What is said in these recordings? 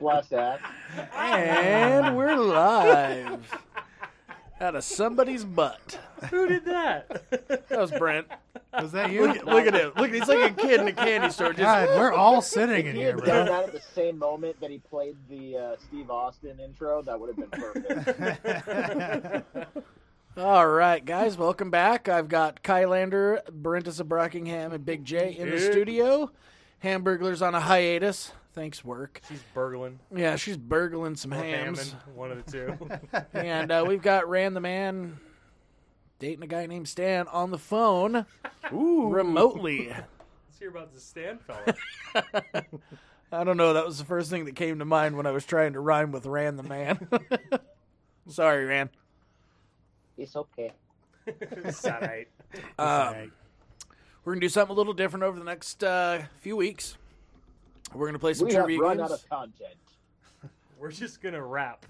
last act. And we're live out of somebody's butt. Who did that? That was Brent. Was that you? Look, at- look at him. Look, he's like a kid in a candy store. Just God, we're all sitting in If he here, had done bro. that at the same moment that he played the uh, Steve Austin intro, that would have been perfect. all right, guys, welcome back. I've got Kylander, Brentus of Brockingham, and Big J in the Yeah. studio. Hamburglar's on a hiatus. Thanks, work. She's burgling Yeah, she's burgling some or hams. hamming, one of the two. and uh, we've got Rand the Man dating a guy named Stan on the phone remotely. Let's hear about the stand fella. I don't know. That was the first thing that came to mind when I was trying to rhyme with Rand the Man. Sorry, Rand. It's okay. it's all right. Um, we're going to do something a little different over the next uh, few weeks. We're going to play some We have trivia run games. out of content. We're just gonna rap.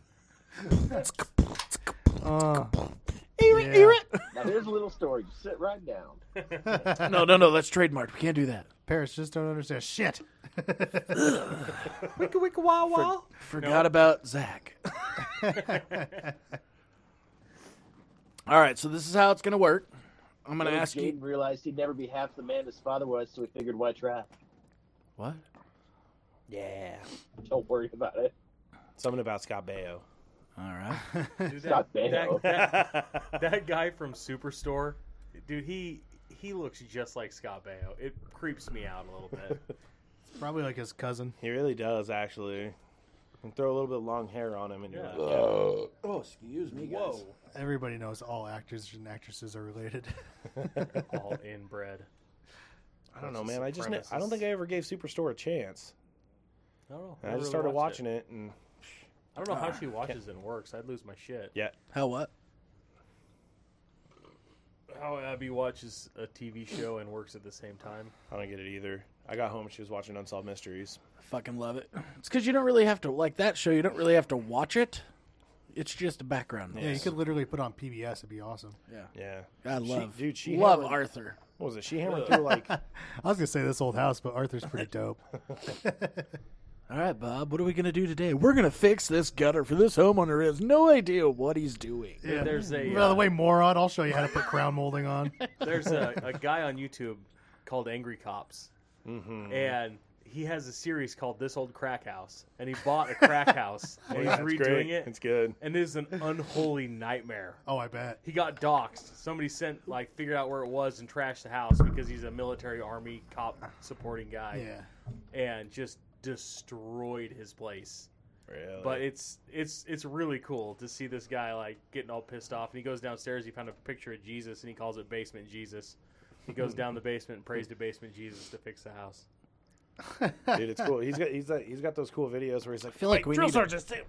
Uh, Ear it, Yeah. ear it. Now here's a little story. Just sit right down. No, no, no. That's trademarked. We can't do that. Paris just don't understand shit. Wicka wicka wah wah. Forgot about Zach. All right, so this is how it's going to work. I'm going to Little ask you. Jade realized he'd never be half the man his father was, so he figured, why try? What? Don't worry about it. Something about Scott Baio. All right. Dude, not that, Beto. that, that, that guy from Superstore, dude, he he looks just like Scott Baio. It creeps me out a little bit. Probably like his cousin. He really does, actually. And throw a little bit of long hair on him, and you're Yeah. like, Oh, excuse me, whoa. Everybody knows all actors and actresses are related. All inbred. I don't know, Versus man. I just ne- I don't supremacists. think I ever gave Superstore a chance. I don't know. I just started watching it. and I don't know how she watches and works. I'd lose my shit. yeah, How what? How Abby watches a TV show and works at the same time. I don't get it either. I got home and she was watching Unsolved Mysteries. I fucking love it. It's because you don't really have to like that show. You don't really have to watch it. It's just a background noise. yeah, you could literally put on PBS. It'd be awesome. Yeah, I She- love, dude. She love hammered- Arthur. What was it? She hammered through like I was gonna say this old house, but Arthur's pretty dope. All right, Bob. What are we gonna do today? We're gonna fix this gutter for this homeowner. Has no idea what he's doing. Yeah. There's a By the uh, way, moron, I'll show you how to put crown molding on. there's a, a guy on YouTube called Angry Cops, mm-hmm. and he has a series called This Old Crack House, and he bought a crack house, Oh, and he's yeah, it's redoing great. it, It's good. and it is an unholy nightmare. Oh, I bet. He got doxxed. Somebody sent like figured out where it was and trashed the house because he's a military army cop supporting guy, Yeah. and just destroyed his place. Really. But it's it's it's really cool to see this guy like getting all pissed off, and he goes downstairs. He found a picture of Jesus, and he calls it Basement Jesus. He goes down the basement and prays to Basement Jesus to fix the house. dude, it's cool. He's got he's got, he's got those cool videos where he's like, I feel like we drill need to- sergeant Sting-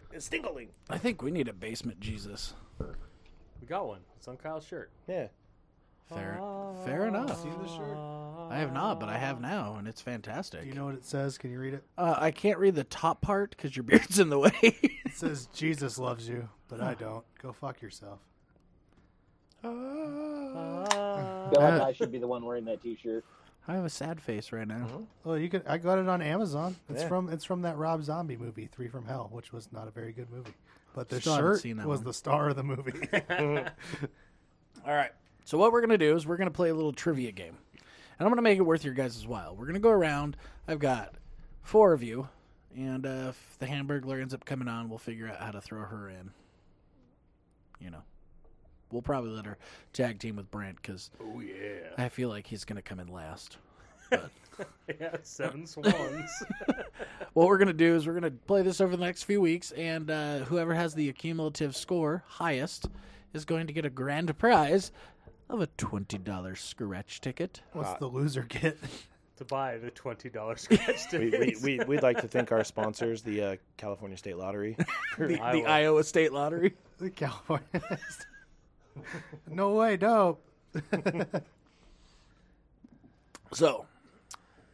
Stingling. I think we need a basement Jesus. We got one. It's on Kyle's shirt. Yeah, Fair, fair enough. I I have not, but I have now, and it's fantastic. Do you know what it says? Can you read it? uh, I can't read the top part because your beard's in the way. It says Jesus loves you, but I don't. Go fuck yourself. I feel like I should be the one wearing that T-shirt. I have a sad face right now. Oh, you can. I got it on Amazon. It's Yeah. from it's from that Rob Zombie movie, Three from Hell, which was not a very good movie. But the Still haven't shirt seen that was one. the star of the movie. All right. So what we're gonna do is we're gonna play a little trivia game, and I'm gonna make it worth your guys' while. We're gonna go around. I've got four of you, and uh, if the Hamburglar ends up coming on, we'll figure out how to throw her in. You know, we'll probably let her tag team with Brent because Oh yeah. I feel like he's gonna come in last. Yeah, seven swans. What we're gonna do is we're gonna play this over the next few weeks, and uh, whoever has the accumulative score highest is going to get a grand prize of a twenty dollar scratch ticket. What's the loser get? to buy the twenty dollar scratch we, tickets. we, we we'd like to thank our sponsors, the uh, California State Lottery. The, Iowa. the Iowa State Lottery. The California. no way, dope. So,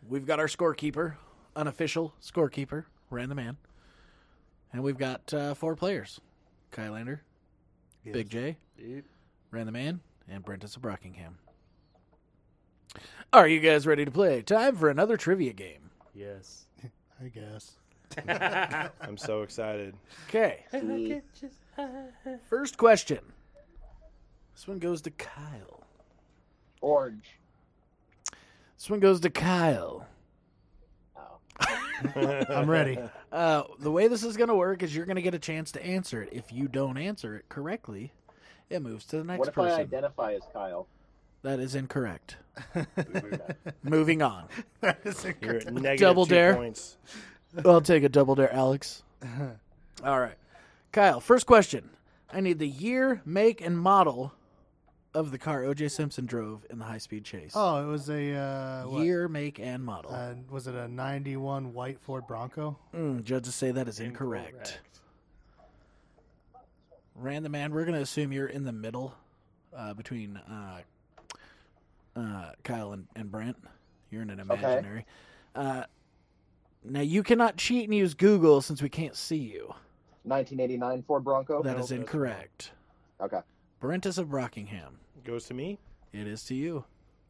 we've got our scorekeeper, unofficial scorekeeper, Rand the Man. And we've got uh, four players Kylander, Big J, Rand the Man, and Brentus of Brockingham. Are you guys ready to play? Time for another trivia game. yes. I guess. I'm so excited. Okay. See, First question. This one goes to Kyle. orange. This one goes to Kyle. Oh. I'm ready. Uh, the way this is going to work is you're going to get a chance to answer it. If you don't answer it correctly, it moves to the next What if I person. identify as Kyle? that is incorrect. Moving on. that is You're incorrect. at negative Double two dare. points. I'll take a double dare, Alex. All right. Kyle, first question. I need the year, make, and model of the car OJ Simpson drove in the high speed chase. Oh, it was a uh, what? year, make, and model. Uh, was it a '91 white Ford Bronco? Mm, judges say that is incorrect. Rand the man, we're going to assume you're in the middle uh, between uh, uh, Kyle and, and Brent. You're in an imaginary. Uh, now, you cannot cheat and use Google since we can't see you. 1989 Ford Bronco. That no, is that's wrong. incorrect. Okay. Brentus of Rockingham. Goes to me. It is to you.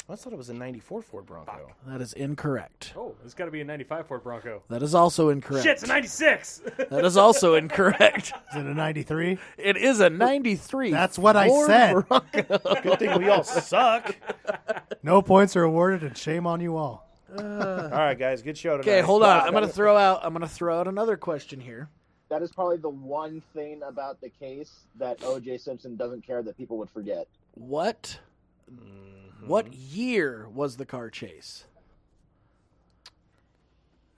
I thought it was a '94 Ford Bronco. That is incorrect. Oh, it's got to be a 95 Ford Bronco. That is also incorrect. Shit, it's a 96. That is also incorrect. Is it a '93? It is a 93. That's what I Ford said. Bronco. Good thing we all suck. No points are awarded, and shame on you all. All right, guys, good show tonight. Okay, hold on. I'm gonna throw out. I'm gonna throw out another question here. That is probably the one thing about the case that O.J. Simpson doesn't care that people would forget. What? What year was the car chase?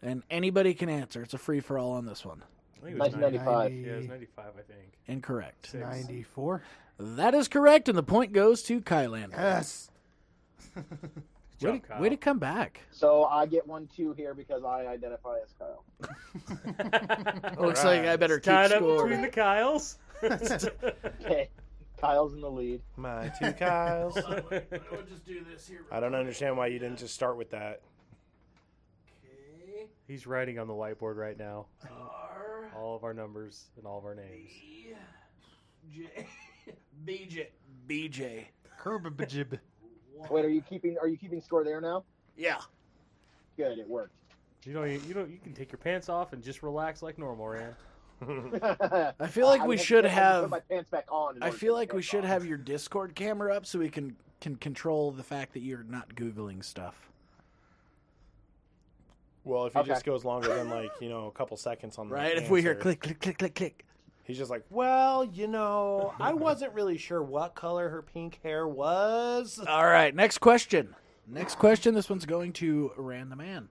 And anybody can answer. It's a free for all on this one. I think it was 90. 95. Yeah, it was 95, I think. Incorrect. Six. 94. That is correct, and the point goes to Kylander. Yes. Good way, job, to, way Kyle. to come back. So I get one two here because I identify as Kyle. Looks right. like I better keep Tied up between score. the Kyles. Okay. Kyle's in the lead. My two Kyles. We'll just do this here. I don't understand why you didn't just start with that. He's writing on the whiteboard right now. All of our numbers and all of our names. BJ. BJ. Kerbajib. Wait, are you keeping are you keeping score there now? Yeah. Good, it worked. You know, you, you know, you can take your pants off and just relax like normal, Rand. I feel like I we had to should put- I had to Put have. my pants back on. in I order to feel take like we pants should off. have your Discord camera up so we can can control the fact that you're not googling stuff. Well, if he Okay. just goes longer than like you know a couple seconds Mm, on the Right? If we hear answer, click click click click click. he's just like, well, you know, I wasn't really sure what color her pink hair was. All right, next question. Next question. This one's going to Rand the Man.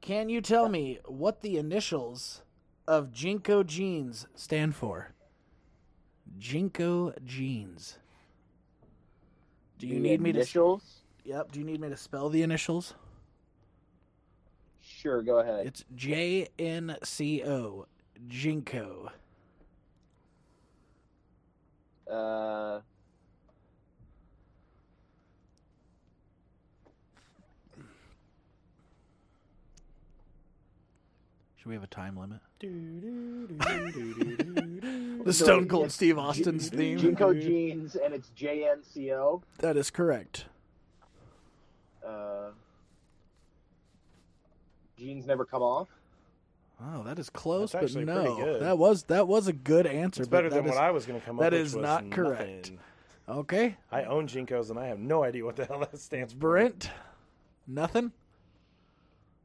Can you tell me what the initials of Jinko Jeans stand for? Jinko Jeans. Do you The need me to? initials? Yep. Do you need me to spell the initials? Sure, go ahead. It's J N C O. Jinko. Uh, Should we have a time limit? the Stone Cold Steve Austin's theme. Jinko jeans and it's JNCO. That is correct. Uh, jeans never come off. Oh, that is close, That's but actually pretty no, good. that was that was a good answer. It's but better that than is- what I was going to come that up with. is was not correct. nothing. Okay, I own Jinkos and I have no idea what the hell that stands for. Brent, nothing.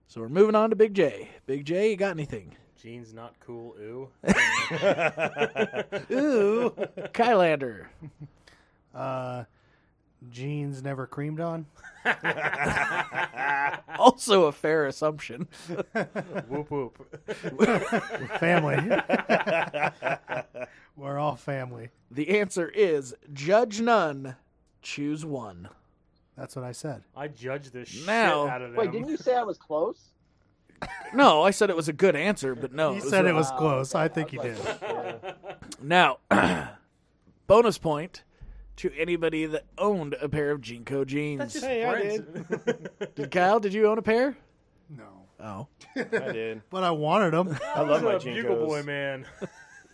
So we're moving on to Big J. Big J, you got anything? Jeans not cool, ooh. Ooh, Kylander. Uh, jeans never creamed on. Also a fair assumption. whoop whoop. Family. We're all family. The answer is judge none, choose one. That's what I said. I judge this Now- shit out of them. Wait, didn't you say I was close? No, I said it was a good answer, but no. He Oh, it was said a- it was Wow, close. okay. I think he I did. was like, yeah. Now, bonus point to anybody that owned a pair of Jinko jeans. Hey, I Did Kyle? Did you own a pair? No. Oh, I did. But I wanted them. I love my a bugle Jinkos. boy, man.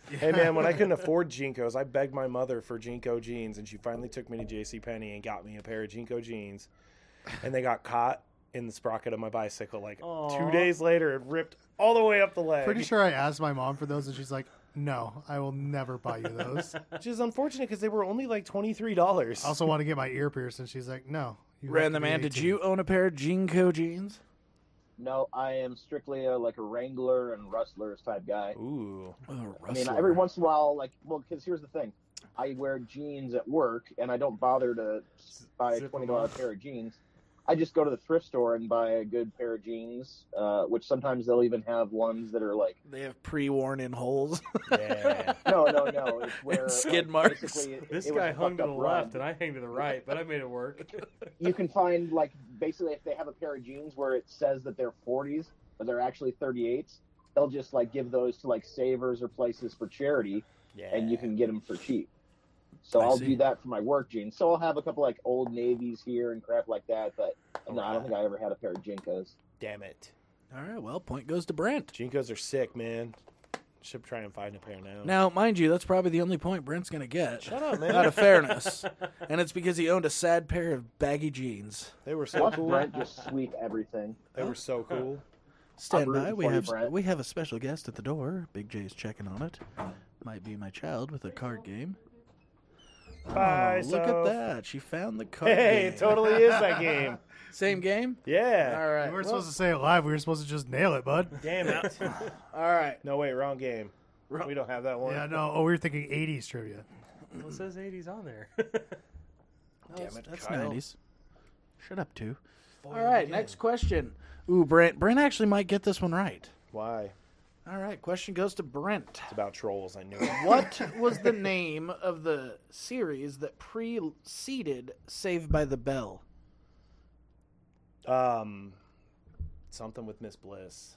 Hey man, when I couldn't afford Jinkos, I begged my mother for Jinko jeans, and she finally took me to J.C. Penney and got me a pair of Jinko jeans, and they got caught, in the sprocket of my bicycle. Like Aw. two days later, it ripped all the way up the leg. Pretty sure I asked my mom for those, and she's like, "No, I will never buy you those." which is unfortunate because they were only like twenty three dollars. I also want to get my ear pierced, and she's like, "No." you have Random to be man, did 18." you own a pair of Jeanco jeans? No, I am strictly a, like a wrangler and rustlers type guy. Ooh, I Oh, mean, rustler. every once in a while, like, well, because here's the thing, I wear jeans at work, and I don't bother to s- buy a Zip 'em twenty dollar up. pair of jeans. I just go to the thrift store and buy a good pair of jeans, uh, which sometimes they'll even have ones that are like, They have pre-worn in holes. yeah. no, no, no, it's where skid like, marks. basically, it- This it was guy a hung to fucked the up left run. and I hang to the right, but I made it work. You can find like basically if they have a pair of jeans where it says that they're forties, but they're actually thirty eights. They'll just like give those to like savers or places for charity, and you can get them for cheap. So I I will see. do that for my work jeans. So I'll have a couple like old navies here and crap like that. But no, I Alright. don't think I ever had a pair of Jinkos. Damn it, All right, well, point goes to Brent. Jinkos are sick, man. Should try and find a pair now. Now, mind you, that's probably the only point Brent's going to get. Shut up, man. Out of fairness, and it's because he owned a sad pair of baggy jeans. They were so Watch cool. Brent just sweep everything. They were so cool. Stand I'm rooting by. We for you, have Brent. we have a special guest at the door. Big J's checking on it. Might be my child with a card game. Bye, oh, look at Soph. that! She found the card. Hey, game. it totally is that game. Same game. Yeah. All right. We were supposed to say it live. We were supposed to just nail it, bud. Damn it. All right. No, wait, wrong game. Wrong- We don't have that one. Yeah, no. Oh, we were thinking '80s trivia. well, it says 80s on there. Damn it, that's Kyle. nineties. Shut up, too. All right, next question. Ooh, Brent. Brent actually might get this one right. Why? All right, question goes to Brent. It's about trolls. I knew it. What was the name of the series that preceded Saved by the Bell? Um, something with Miss Bliss.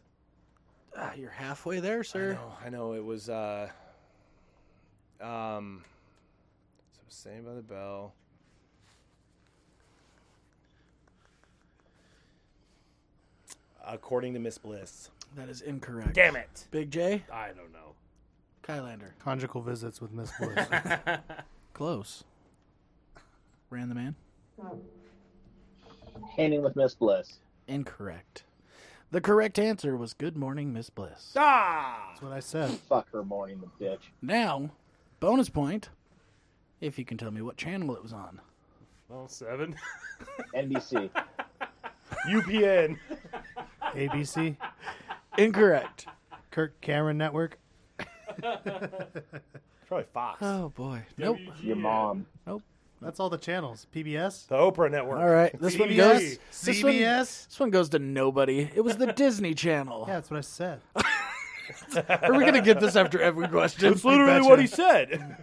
Ah, you're halfway there, I sir. know, I know. It was uh, um, so Saved by the Bell. According to Miss Bliss. That is incorrect. it! Big J, I don't know. Kylander. Conjugal visits with Miss Bliss. Close. Ran the man. Painting with Miss Bliss. Incorrect. The correct answer was Good Morning, Miss Bliss. Ah! That's what I said. Fuck her morning, the bitch. Now, bonus point if you can tell me what channel it was on. Well, seven. NBC. UPN. ABC, Incorrect. Kirk Cameron Network. Probably Fox. Oh, boy. Nope. Your mom. That's all the channels. PBS, The Oprah Network. All right. This one CBS. goes. This one, CBS. this one goes to nobody. It was the Disney Channel. Yeah, that's what I said. Are we going to get this after every question? That's literally what he said.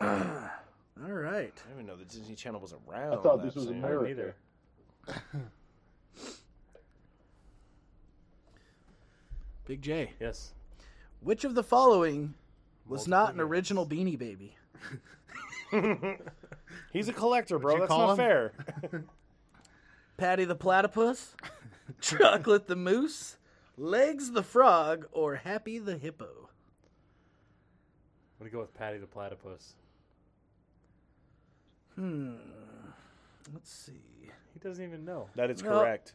I All right. didn't even know the Disney Channel was around. I thought that this was soon. America. Neither. Big J. Yes. Which of the following was not an original Beanie Baby? He's a collector, bro. you That's call not him? fair. Patty the Platypus, Chocolate the Moose, Legs the Frog, or Happy the Hippo? I'm going to go with Patty the Platypus. Let's see. He doesn't even know. that is No. correct.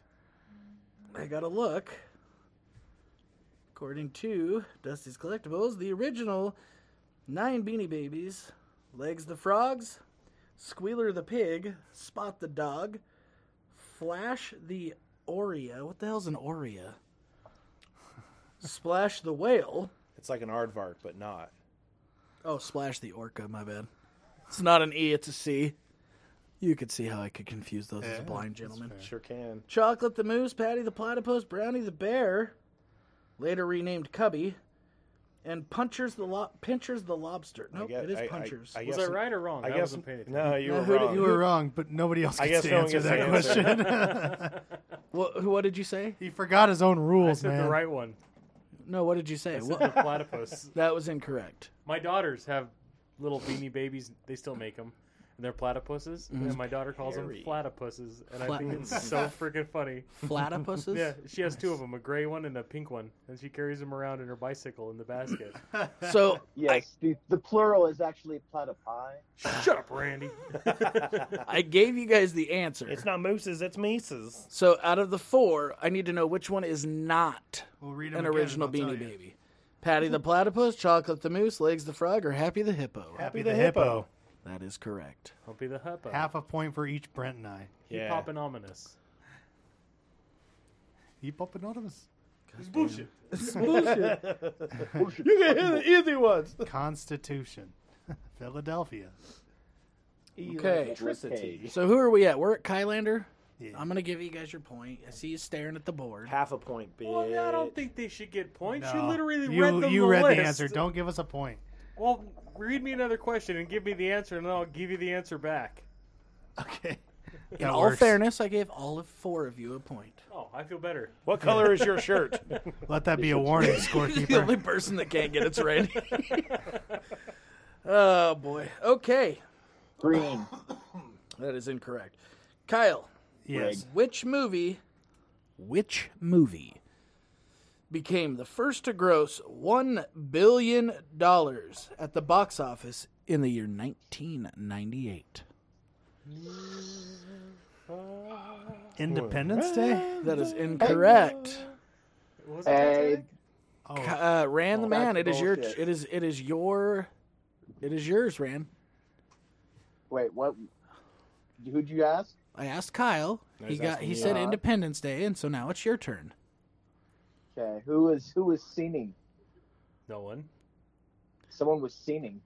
I gotta look. According to Dusty's Collectibles, the original nine Beanie Babies, Legs the Frogs, Squealer the Pig, Spot the Dog, Flash the Aurea. What the hell's an Aurea? Splash the Whale. It's like an aardvark, but not. Oh, Splash the Orca, my bad. It's not an E, it's a C. You could see how I could confuse those as a blind gentleman. Sure can. Chocolate the Moose, Patty the Platypus, Brownie the Bear, later renamed Cubby, and Punchers the lo- Pinchers the Lobster. I Nope, guess- it is I- I- Punchers. I Was guess- I right or wrong? I I, guess. wasn't paying attention. No, you No, were who did- wrong. You were wrong, but nobody else I guess gets to no one answer gets that to answer. question. Wha- who- what did you say? he forgot his own I rules, said man. the right one. No, what did you say? I Wha- said the platypus. that was incorrect. My daughters have little beanie babies. They still make them. and they're platypuses, and my daughter calls them platypuses, and I Flat- think it's so freaking funny. Platypuses? Yeah, she has two of them, a gray one and a pink one, and she carries them around in her bicycle in the basket. So Yes, the, the plural is actually platypi. Shut up, Randy. I gave you guys the answer. It's not mooses, it's mises. so out of the four, I need to know which one is not We'll read 'em an again and original I'll tell Beanie you. Baby. Patty the Platypus, Chocolate the Moose, Legs the Frog, or Happy the Hippo? Happy the the hippo. hippo. That is correct. Don't be the huppa. Half a point for each Brent and I. Keep Yeah. popping ominous. Keep up anonymous. Bullshit. You can hear the easy ones. Constitution. Philadelphia. Okay. Electricity. So who are we at? We're at Kylander. Yeah. I'm gonna give you guys your point. I see you staring at the board. Half a point, bitch. Well, I don't think they should get points. You No. literally you, read them you the read list. the answer. Don't give us a point. Well, read me another question and give me the answer, and then I'll give you the answer back. Okay. In all fairness, I gave all of four of you a point. Oh, I feel better. What color is your shirt? Let that be a warning, the only scorekeeper. person that can't get it's ready. oh boy. Okay, Green. that is incorrect. Kyle, yes. which movie? Which movie became the first to gross one billion dollars at the box office in the year 1998? Independence Day? That is incorrect. Was it Hey, Titanic? Oh, Uh, Ran the man. It that's is your. bullshit. It is. It is your. It is yours, Ran. wait, what? Who'd you ask? I asked Kyle. He he's got. asking He you. said Uh-huh. Independence Day, and so now it's your turn. Okay, who was who was singing? No one. Someone was singing.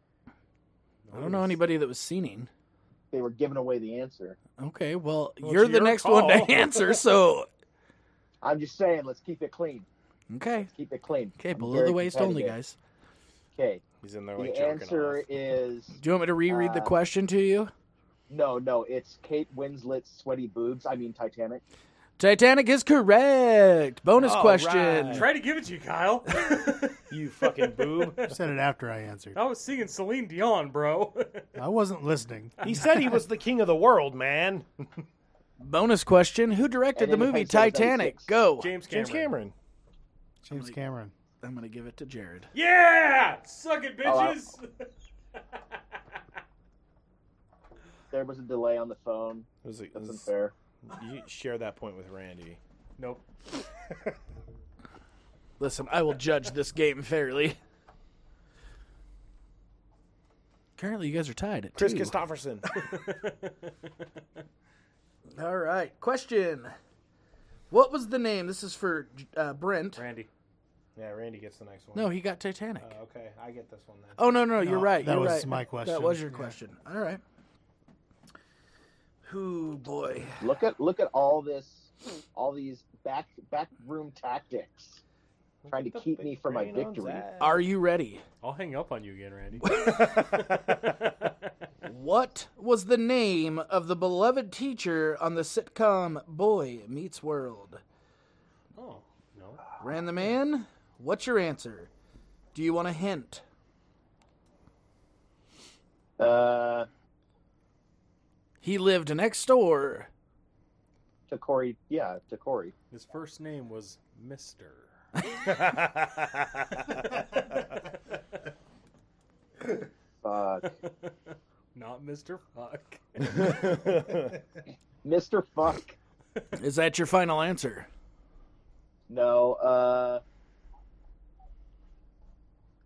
I don't know anybody that was seening. They were giving away the answer. Okay, well, Well, you're it's the your next call. one to answer. So I'm just saying, let's keep it clean. okay, Keep it clean. okay, I'm below very the waist only, competitive. guys. Okay, He's in there the like jerking answer off. is Do you want me to reread the Uh, question to you? no, no. It's Kate Winslet's sweaty boobs. I mean Titanic. Titanic is correct. Bonus All question. right. Try to give it to you, Kyle. You fucking boob. you said it after I answered. I was singing Celine Dion, bro. I wasn't listening. He said he was the king of the world, man. Bonus question. Who directed And the then movie it comes to the Titanic? 76. Go. James Cameron. James Cameron. James Cameron. I'm gonna give it to Jared. Yeah! Suck it, Oh, I- bitches! There was a delay on the phone. It was, it That's was- unfair. you share that point with Randy. nope. Listen, I will judge this game fairly. Currently, you guys are tied at Chris two. Christopherson. All right, question. What was the name? This is for uh, Brent. Randy. yeah, Randy gets the next one. No, he got Titanic. Uh, okay, I get this one then. oh no, no, no, you're No, right. that you're was right. my That question. was your Yeah. question. All right. Who boy? Look at look at all this, all these back back room tactics, trying to keep me from my victory. Are you ready? I'll hang up on you again, Randy. What was the name of the beloved teacher on the sitcom Boy Meets World? oh, no. Ran the man. What's your answer? Do you want a hint? Uh, He lived next door. to Corey, yeah, to Corey. His first name was Mister. Fuck, Not Mr. Fuck. Mister Fuck. Is that your final answer? No, uh,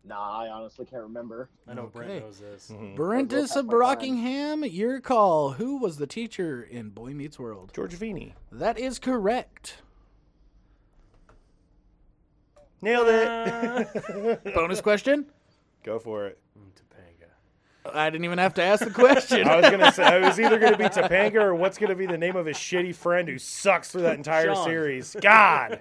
nah. I honestly can't remember. I know Okay. Brent knows this. Mm-hmm. Ah. Barentis of That's my time. Brockingham, your call. Who was the teacher in Boy Meets World? George Vini. That is correct. Nailed Uh, Bonus question? Go for it. Topanga. I didn't even have to ask the question. I was gonna say I was either gonna be Topanga or what's gonna be the name of his shitty friend who sucks through that entire Sean. series. God,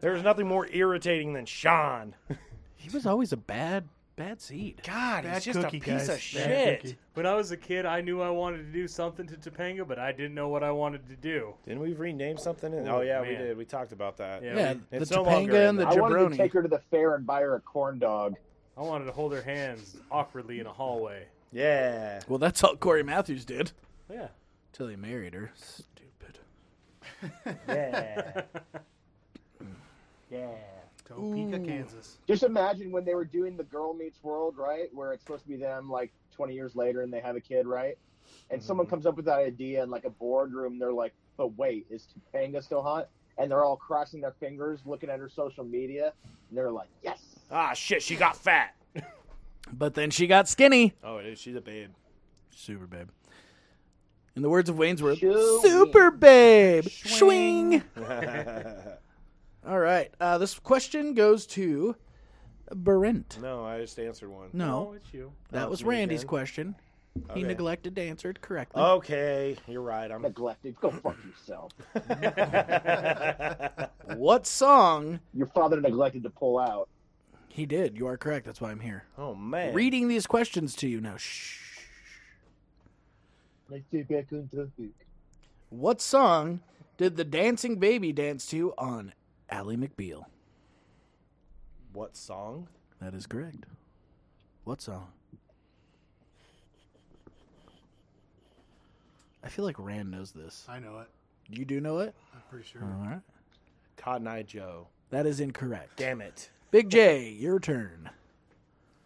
there's nothing more irritating than Sean. he was always a bad, bad seed. God, Bad he's just cookie, a piece guys. of Bad shit. cookie. When I was a kid, I knew I wanted to do something to Topanga, but I didn't know what I wanted to do. Didn't we rename something? In? Oh, Oh yeah, we man. did. We talked about that. Yeah. Yeah, the It's no longer Topanga in and the there. I wanted to Jabroni. take her to the fair and buy her a corn dog. I wanted to hold her hands awkwardly in a hallway. Yeah. Well, that's all Corey Matthews did Yeah. till he married her. Stupid. Yeah. yeah. Topeka, Kansas. Just imagine when they were doing the Girl Meets World, right? Where it's supposed to be them like 20 years later and they have a kid, right? And someone comes up with that idea in like a boardroom. They're like, but wait, is Topanga still hot? And they're all crossing their fingers, looking at her social media. And they're like, yes. Ah, shit, she got fat. But then she got skinny. Oh, dude, she's a babe. Super babe. In the words of Waynesworth, Shoo. super babe. Swing. All right. Uh, this question goes to Brent. No, I just answered one. No, it's you. that it's was me Randy's again. question. He Okay. neglected to answer it correctly. Okay, you're right. I'm. Neglected. Go fuck yourself. What song? Your father neglected to pull out. He did. You are correct. That's why I'm here. oh man. Reading these questions to you now. Shh. Let's get back on topic. What song did the dancing baby dance to on Ally McBeal? What song? That is correct. What song? I feel like Rand knows this. I know it. You do know it? I'm pretty sure. All right. Cotton Eye Joe. That is incorrect. Damn it. Big J, your turn.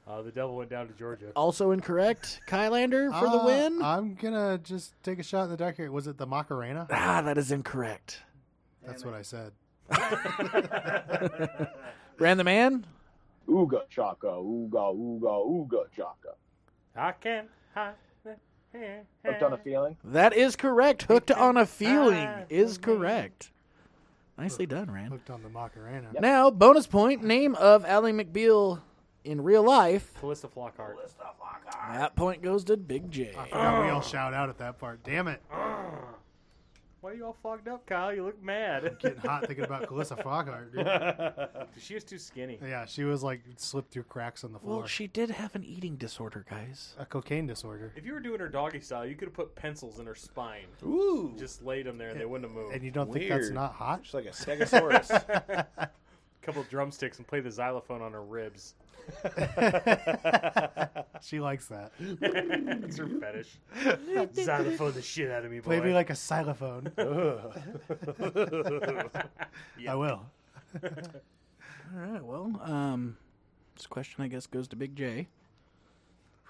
Uh, the devil went down to Georgia. Also incorrect. Kylander for the Uh, win. I'm gonna just take a shot in the dark here. Was it the Macarena? ah, that is incorrect. That's what I said. Rand the man? Ooga chaka, ooga, ooga, ooga chaka. I can. I, Hooked on a feeling? That is correct. Hooked on a feeling is correct. Nicely done, Rand. Hooked on the Macarena. Now, bonus point. Name of Ally McBeal in real life. Callista Flockhart. That point goes to Big J. I forgot we all shout out at that part. Damn it. Why are you all fogged up, Kyle? You look mad. Getting hot thinking about Calissa Flockhart, dude. she is too skinny. Yeah, she was like slipped through cracks on the floor. Well, she did have an eating disorder, guys. a cocaine disorder. If you were doing her doggy style, you could have put pencils in her spine. Ooh. Just laid them there and they wouldn't have moved. And you don't think that's Weird. not hot? She's like a Stegosaurus. A couple drumsticks and play the xylophone on her ribs. She likes that. It's her fetish. xylophone the shit out of me, boy. Play me like a xylophone. I will. All right, well, um, this question, I guess, goes to Big J.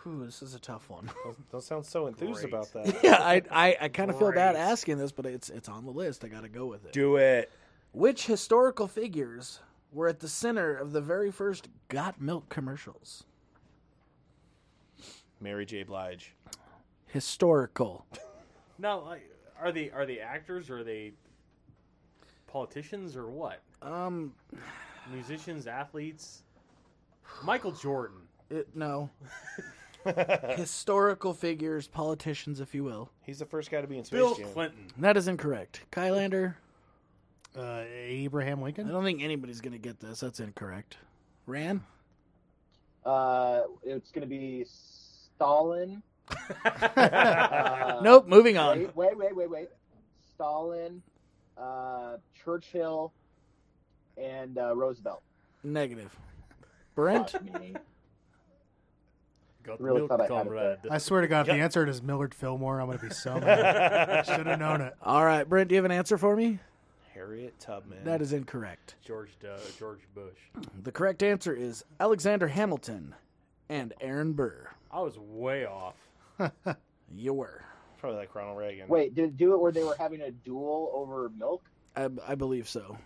Whew, this is a tough one. Don't sound so enthused Great. about that. yeah, I, I, I kind of feel bad Great. asking this, but it's it's on the list. I got to go with it. Do it. Which historical figures were at the center of the very first Got Milk commercials? Mary J. Blige. Historical. Now, like, are they are they actors or are they politicians or what? Um, Musicians, athletes. Michael Jordan. it, no. historical figures, politicians, if you will. He's the first guy to be in Space Bill Jam. Clinton. That is incorrect. Kylander, Uh, Abraham I Lincoln? don't think anybody's going to get this. That's incorrect. Ran? Uh, it's going to be Stalin. Uh, Nope, moving on. Wait, wait, wait, wait, wait. Stalin, uh, Churchill, and uh, Roosevelt. Negative. Brent? Fuck me. Got Really milk, thought I had it comrade. I swear to God, if the answer it is Millard Fillmore, I'm going to be so mad. Should have known it. All right, Brent, do you have an answer for me? Harriet Tubman. That is incorrect. George uh, George Bush. The correct answer is Alexander Hamilton and Aaron Burr. I was way off. You were. probably like Ronald Reagan. Wait, did it do it where they were having a duel over milk? I, I believe so.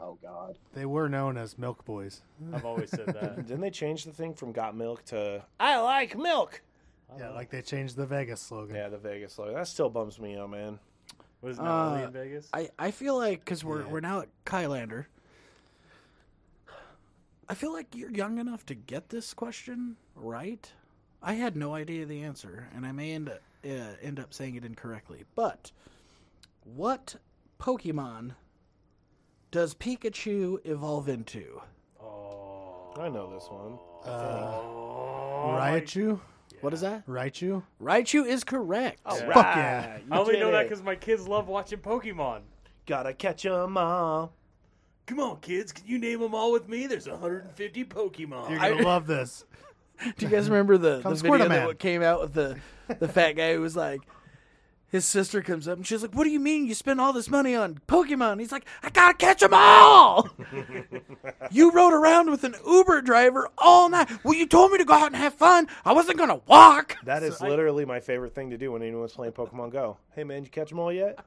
Oh, God. They were known as Milk Boys. I've always said that. Didn't they change the thing from "Got Milk" to "I like milk"? Yeah, like they changed the Vegas slogan. Yeah, the Vegas logo. That still bums me out, man. Was it Uh, not really in Vegas? I, I feel like because we're Yeah. we're now at Kylander. I feel like you're young enough to get this question right. I had no idea the answer, and I may end up, uh, end up saying it incorrectly. But what Pokemon does Pikachu evolve into? Oh, I know this one. Raichu? What is that? Raichu? Raichu is correct. Ah, Yeah. Fuck yeah. Ah, You I only did know that it. because my kids love watching Pokemon. gotta catch 'em all. Come on, kids, can you name them all with me? There's 150 Pokemon. You're going to love this. Do you guys remember the, the Come video Squirtle Man. that came out with the the fat guy who was like, his sister comes up and she's like, "What do you mean you spend all this money on Pokemon?" He's like, "I gotta catch 'em all." you rode around with an Uber driver all night. Well, you told me to go out and have fun. I wasn't gonna walk. That is literally my favorite thing to do when anyone's playing Pokemon Go. Hey man, you catch them all yet?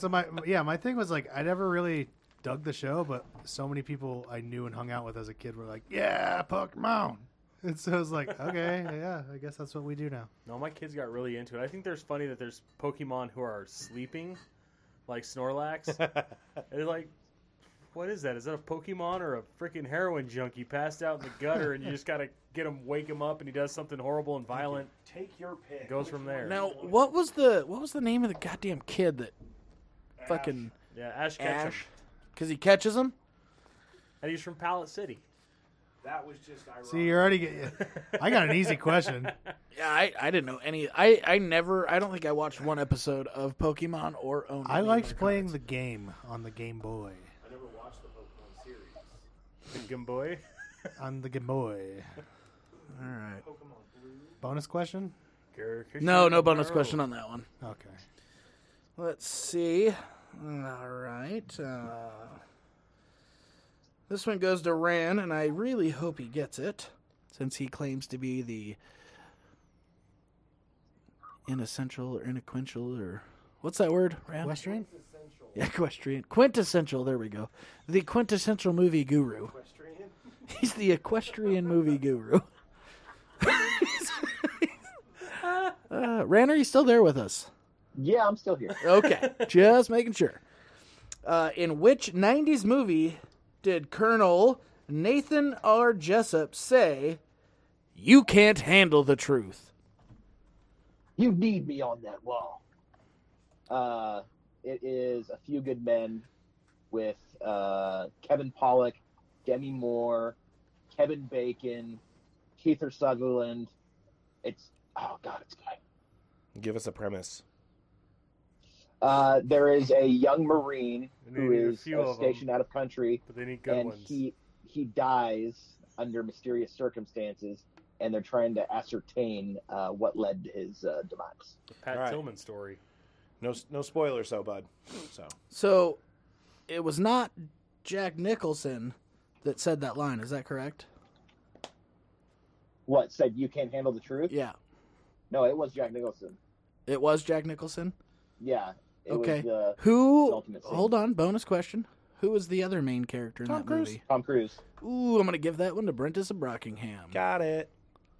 so my yeah, my thing was like I never really dug the show, but so many people I knew and hung out with as a kid were like, "Yeah, Pokemon," and so I was like, "Okay, yeah, I guess that's what we do now." No, my kids got really into it. I think there's funny that there's Pokemon who are sleeping, like Snorlax. and they're like, what is that? Is that a Pokemon or a freaking heroin junkie passed out in the gutter and you just got to get him, wake him up, and he does something horrible and violent? Take your pick. It goes from there. Now, what was the what was the name of the goddamn kid that fucking Yeah, Ash Ketchum. Ash? Because he catches him. And he's from Pallet City. That was just ironic. See, you're already getting. I got an easy question. Yeah, I, I didn't know any. I, I never. I don't think I watched one episode of Pokemon or owned. I any of liked their playing cards. the game on the Game Boy, Gimboy. on the Game Boy. All right. Bonus question. No, no bonus question on that one. Okay. Let's see. All right. Uh, this one goes to Ran, and I really hope he gets it, since he claims to be the inessential or inequential or what's that word? Ran. Western. Yeah, equestrian. Quintessential. There we go. The quintessential movie guru. He's the equestrian movie guru. uh, Ran, are you still there with us? Yeah, I'm still here. Okay, just making sure. Uh, in which '90s movie did Colonel Nathan R. Jessup say, "You can't handle the truth"? You need me on that wall. Uh, it is a few good men with uh, Kevin Pollock, Demi Moore, Kevin Bacon, Keith Sutherland. It's oh god, it's good. Give us a premise. Uh, there is a young Marine And they who need a is few uh, of 'em. stationed out of country, But they need good and ones. he he dies under mysterious circumstances, and they're trying to ascertain uh, what led to his uh, demise. The Pat Alright. Tillman story. No, s- no spoilers, though, bud. So So, it was not Jack Nicholson that said that line. Is that correct? What said you can't handle the truth? Yeah, No, it was Jack Nicholson. it was Jack Nicholson. Yeah. It Okay. Was, uh, Who? Ultimate Sin. Hold on. Bonus question. Who was the other main character in Tom that Cruise. movie? Tom Cruise. Ooh, I'm gonna give that one to Brentus of Brockingham. got it.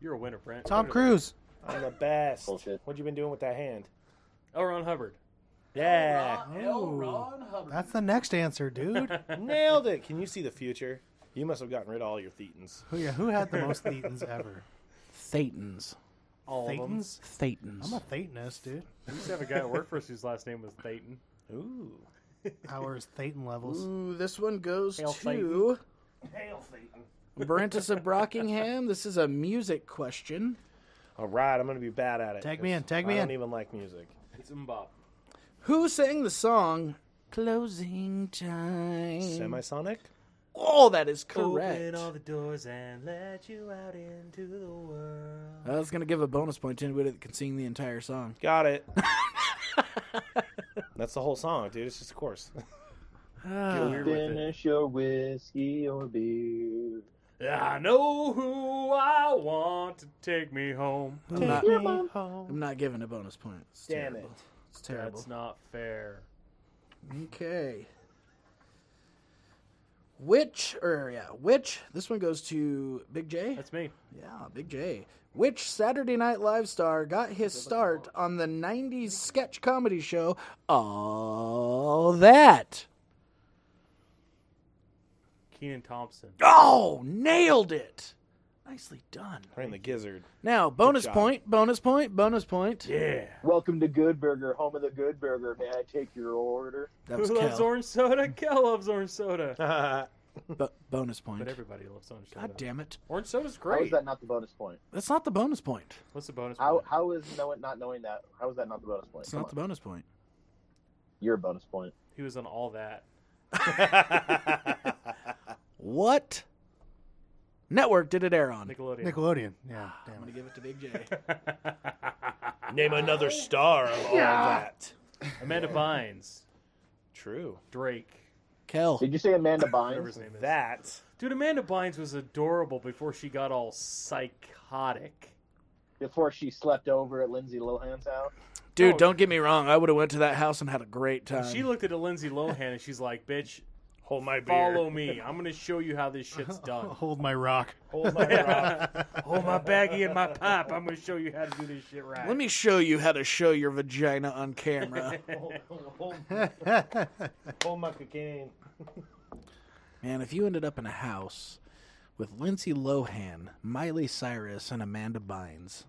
You're a winner, Brent. Tom Winner. Cruise. I'm the best. Bullshit. What you been doing with that hand? Oh, Ron Hubbard. Yeah, L. Ron That's the next answer, dude. nailed it. Can you see the future? You must have gotten rid of all your thetans. who, yeah, who had the most Thetans ever? Thetans. All of them. Thetans. Thetans. I'm a Thetanist, dude. We used to have a guy at work for us whose last name was Thayton. Ooh, Ours Thetan levels. Ooh, this one goes Hail to Brentus of Brockingham. This is a music question. all right. I'm gonna be bad at it. Tag me 'cause in, tag I me don't in. even like music. It's Mbop. Who sang the song "Closing Time"? Mm-hmm. Semisonic. oh, that is correct. Open all the doors and let you out into the world. I was gonna give a bonus point to anybody that can sing the entire song. Got it. That's the whole song, dude. It's just a chorus. weird with it. Finish your whiskey or beer. I know who I want to take me home. I'm not, Mom. I'm not giving a bonus point. It's Damn terrible. it. It's terrible. That's not fair. Okay. Which or yeah, which this one goes to Big J. That's me. Yeah, Big J. Which Saturday Night Live star got his start on the '90s sketch comedy show All That? Keenan Thompson. Oh, nailed it! Nicely done. Right in the gizzard. Now, bonus job. point, bonus point, bonus point. Yeah. Welcome to Good Burger, home of the Good Burger. May I take your order? That Who was loves Kel, Mm. orange soda? Kel loves orange soda. but bonus point. But everybody loves orange soda. God damn it! Orange soda's How is great. that not the bonus point? That's not the bonus point. What's the bonus? How point? how is no not knowing that? How is that not the bonus point? It's Come not the on. bonus point. You're a bonus point. He was on all that. What network did it air on? Nickelodeon. Nickelodeon. Yeah. Ah, I'm Damn gonna it. give it to Big J. Name another star of all that. Amanda Bynes. True. Drake. Kel. Did you say Amanda Whatever his Bynes? name is. That. Dude, Amanda Bynes was adorable before she got all psychotic. Before she slept over at Lindsay Lohan's house? Dude, No. don't get me wrong. I would have went to that house and had a great time. She looked at a Lindsay Lohan and she's like, bitch, Hold my beer. follow me. I'm going to show you how this shit's done. Hold my rock. Hold my rock. Hold my baggie and my pipe. I'm going to show you how to do this shit right. Let me show you how to show your vagina on camera. Hold my cocaine. Man, if you ended up in a house with Lindsay Lohan, Miley Cyrus, and Amanda Bynes,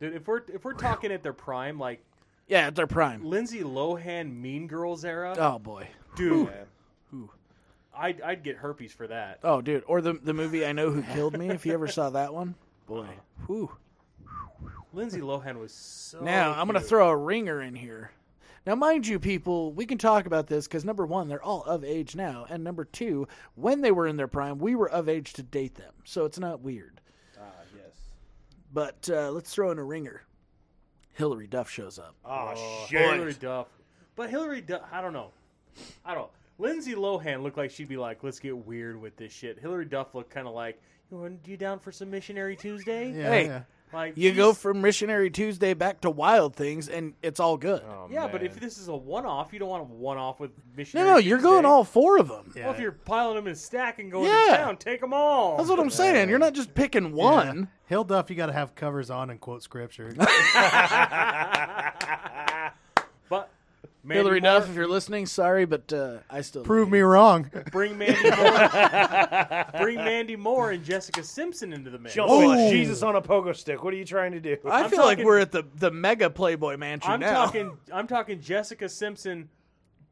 Dude, if we're if we're talking at their prime, like yeah, at their prime. Lindsay Lohan Mean Girls era, Oh boy. dude, Ooh. I'd I'd get herpes for that. Oh, dude. Or the the movie I Know Who Killed Me. If you ever saw that one, boy. Whew. Lindsay Lohan was so. Now I'm gonna cute. throw a ringer in here. Now, mind you, people, we can talk about this because number one, they're all of age now, and number two, when they were in their prime, we were of age to date them, so it's not weird. Ah, yes. But uh, let's throw in a ringer. Hillary Duff shows up. Oh, Oh, Hillary shit. Duff, but Hillary Duff, I don't know, I don't. Lindsay Lohan looked like she'd be like, "Let's get weird with this shit." Hillary Duff looked kind of like, "You want you down for some Missionary Tuesday?" Yeah, Hey. yeah. Like You she's- go from Missionary Tuesday back to Wild Things, and it's all good. Oh, yeah, but if man. this is a one-off, you don't want a one-off with no, Missionary. no, you're going Tuesday. all four of them. Yeah. Well, if you're piling them in a stack and going Yeah. to town, take them all. That's what I'm saying. You're not just picking Yeah. one. Hill Duff, you got to have covers on and quote scripture. but Mandy Hillary Moore, Duff, if you're listening, sorry, but uh, I still Prove me wrong. bring Mandy Moore, bring Mandy Moore and Jessica Simpson into the mix. Jump Oh. on Jesus on a pogo stick. What are you trying to do? I I'm feel like talking- we're at the, the mega Playboy Mansion I'm now. talking, I'm talking Jessica Simpson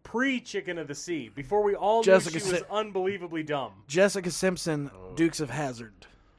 pre Chicken of the Sea before we all Jessica knew she was Sim- unbelievably dumb. Jessica Simpson, Oh. Dukes of Hazard.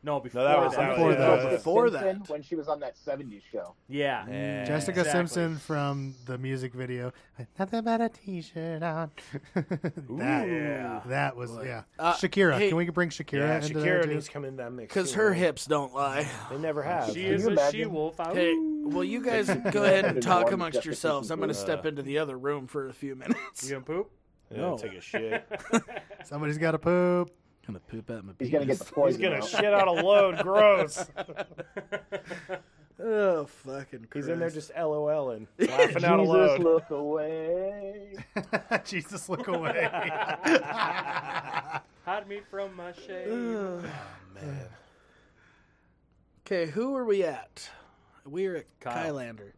No, before No, that was that. that was- Before yeah, that. yeah. Before Simpson, that. when she was on that '70s show. Yeah. Yeah. Jessica Exactly. Simpson from the music video. Nothing but a t-shirt on. that, Yeah. that was yeah. Uh, Shakira, hey- can we bring Shakira Yeah, into there Shakira too? needs to come in that mix. Because too, her man. hips don't lie. They never have. She Can is you a imagine? she wolf. Hey, well, you guys go ahead and talk amongst yourselves. I'm going Uh. to step into the other room for a few minutes. You gonna poop? Yeah, No. Take a shit. Somebody's got to poop. going to poop out my He's gonna get the He's poison. gonna out. shit out a load. Gross. Oh, fucking He's in there Christ. just LOL and laughing out a Jesus, load. look away. Jesus, look away. Hide me from my shade. Okay, who are we at? We're at Kyle. Kylander.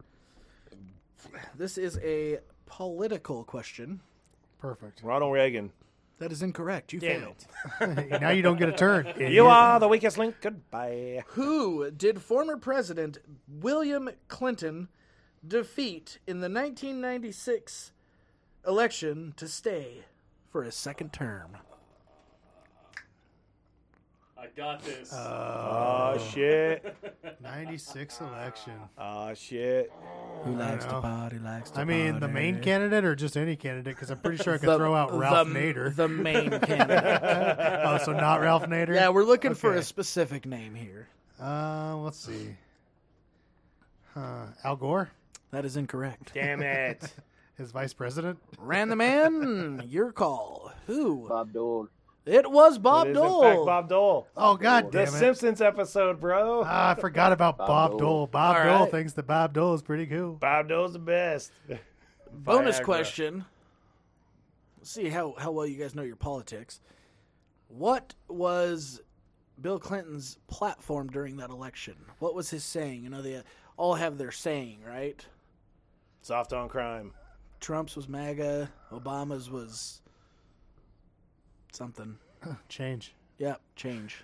This is a political question. Perfect. Ronald Reagan. That is incorrect. You Damn failed. now you don't get a turn. You are the weakest link. Goodbye. Who did former President William Clinton defeat in the 1996 election to stay for his second term? I got this. Uh, Oh shit. Ninety-six election. Oh shit. Who likes to know. party? Likes to I mean, the main candidate or just any candidate? Because I'm pretty sure I could throw out Ralph Nader. The main candidate. oh, so not Ralph Nader. yeah, we're looking for a Okay. specific name here. Uh, let's see. Huh. Al Gore, That is incorrect. Damn it. his vice president. Ran the man. Your call. Who? Bob Dole. It was Bob It is, in Dole. fact, Bob Dole. Oh God, The damn it! Simpsons episode, bro. Ah, I forgot about Bob, Dole. Dole. Bob All Dole right. thinks that Bob Dole is pretty cool. Bob Dole's the best. Bonus Viagra. question. Let's see how, how well you guys know your politics. What was Bill Clinton's platform during that election? What was his saying? You know, they all have their saying, right? Soft on crime. Trump's was MAGA, Obama's was something. Change. Yep, change.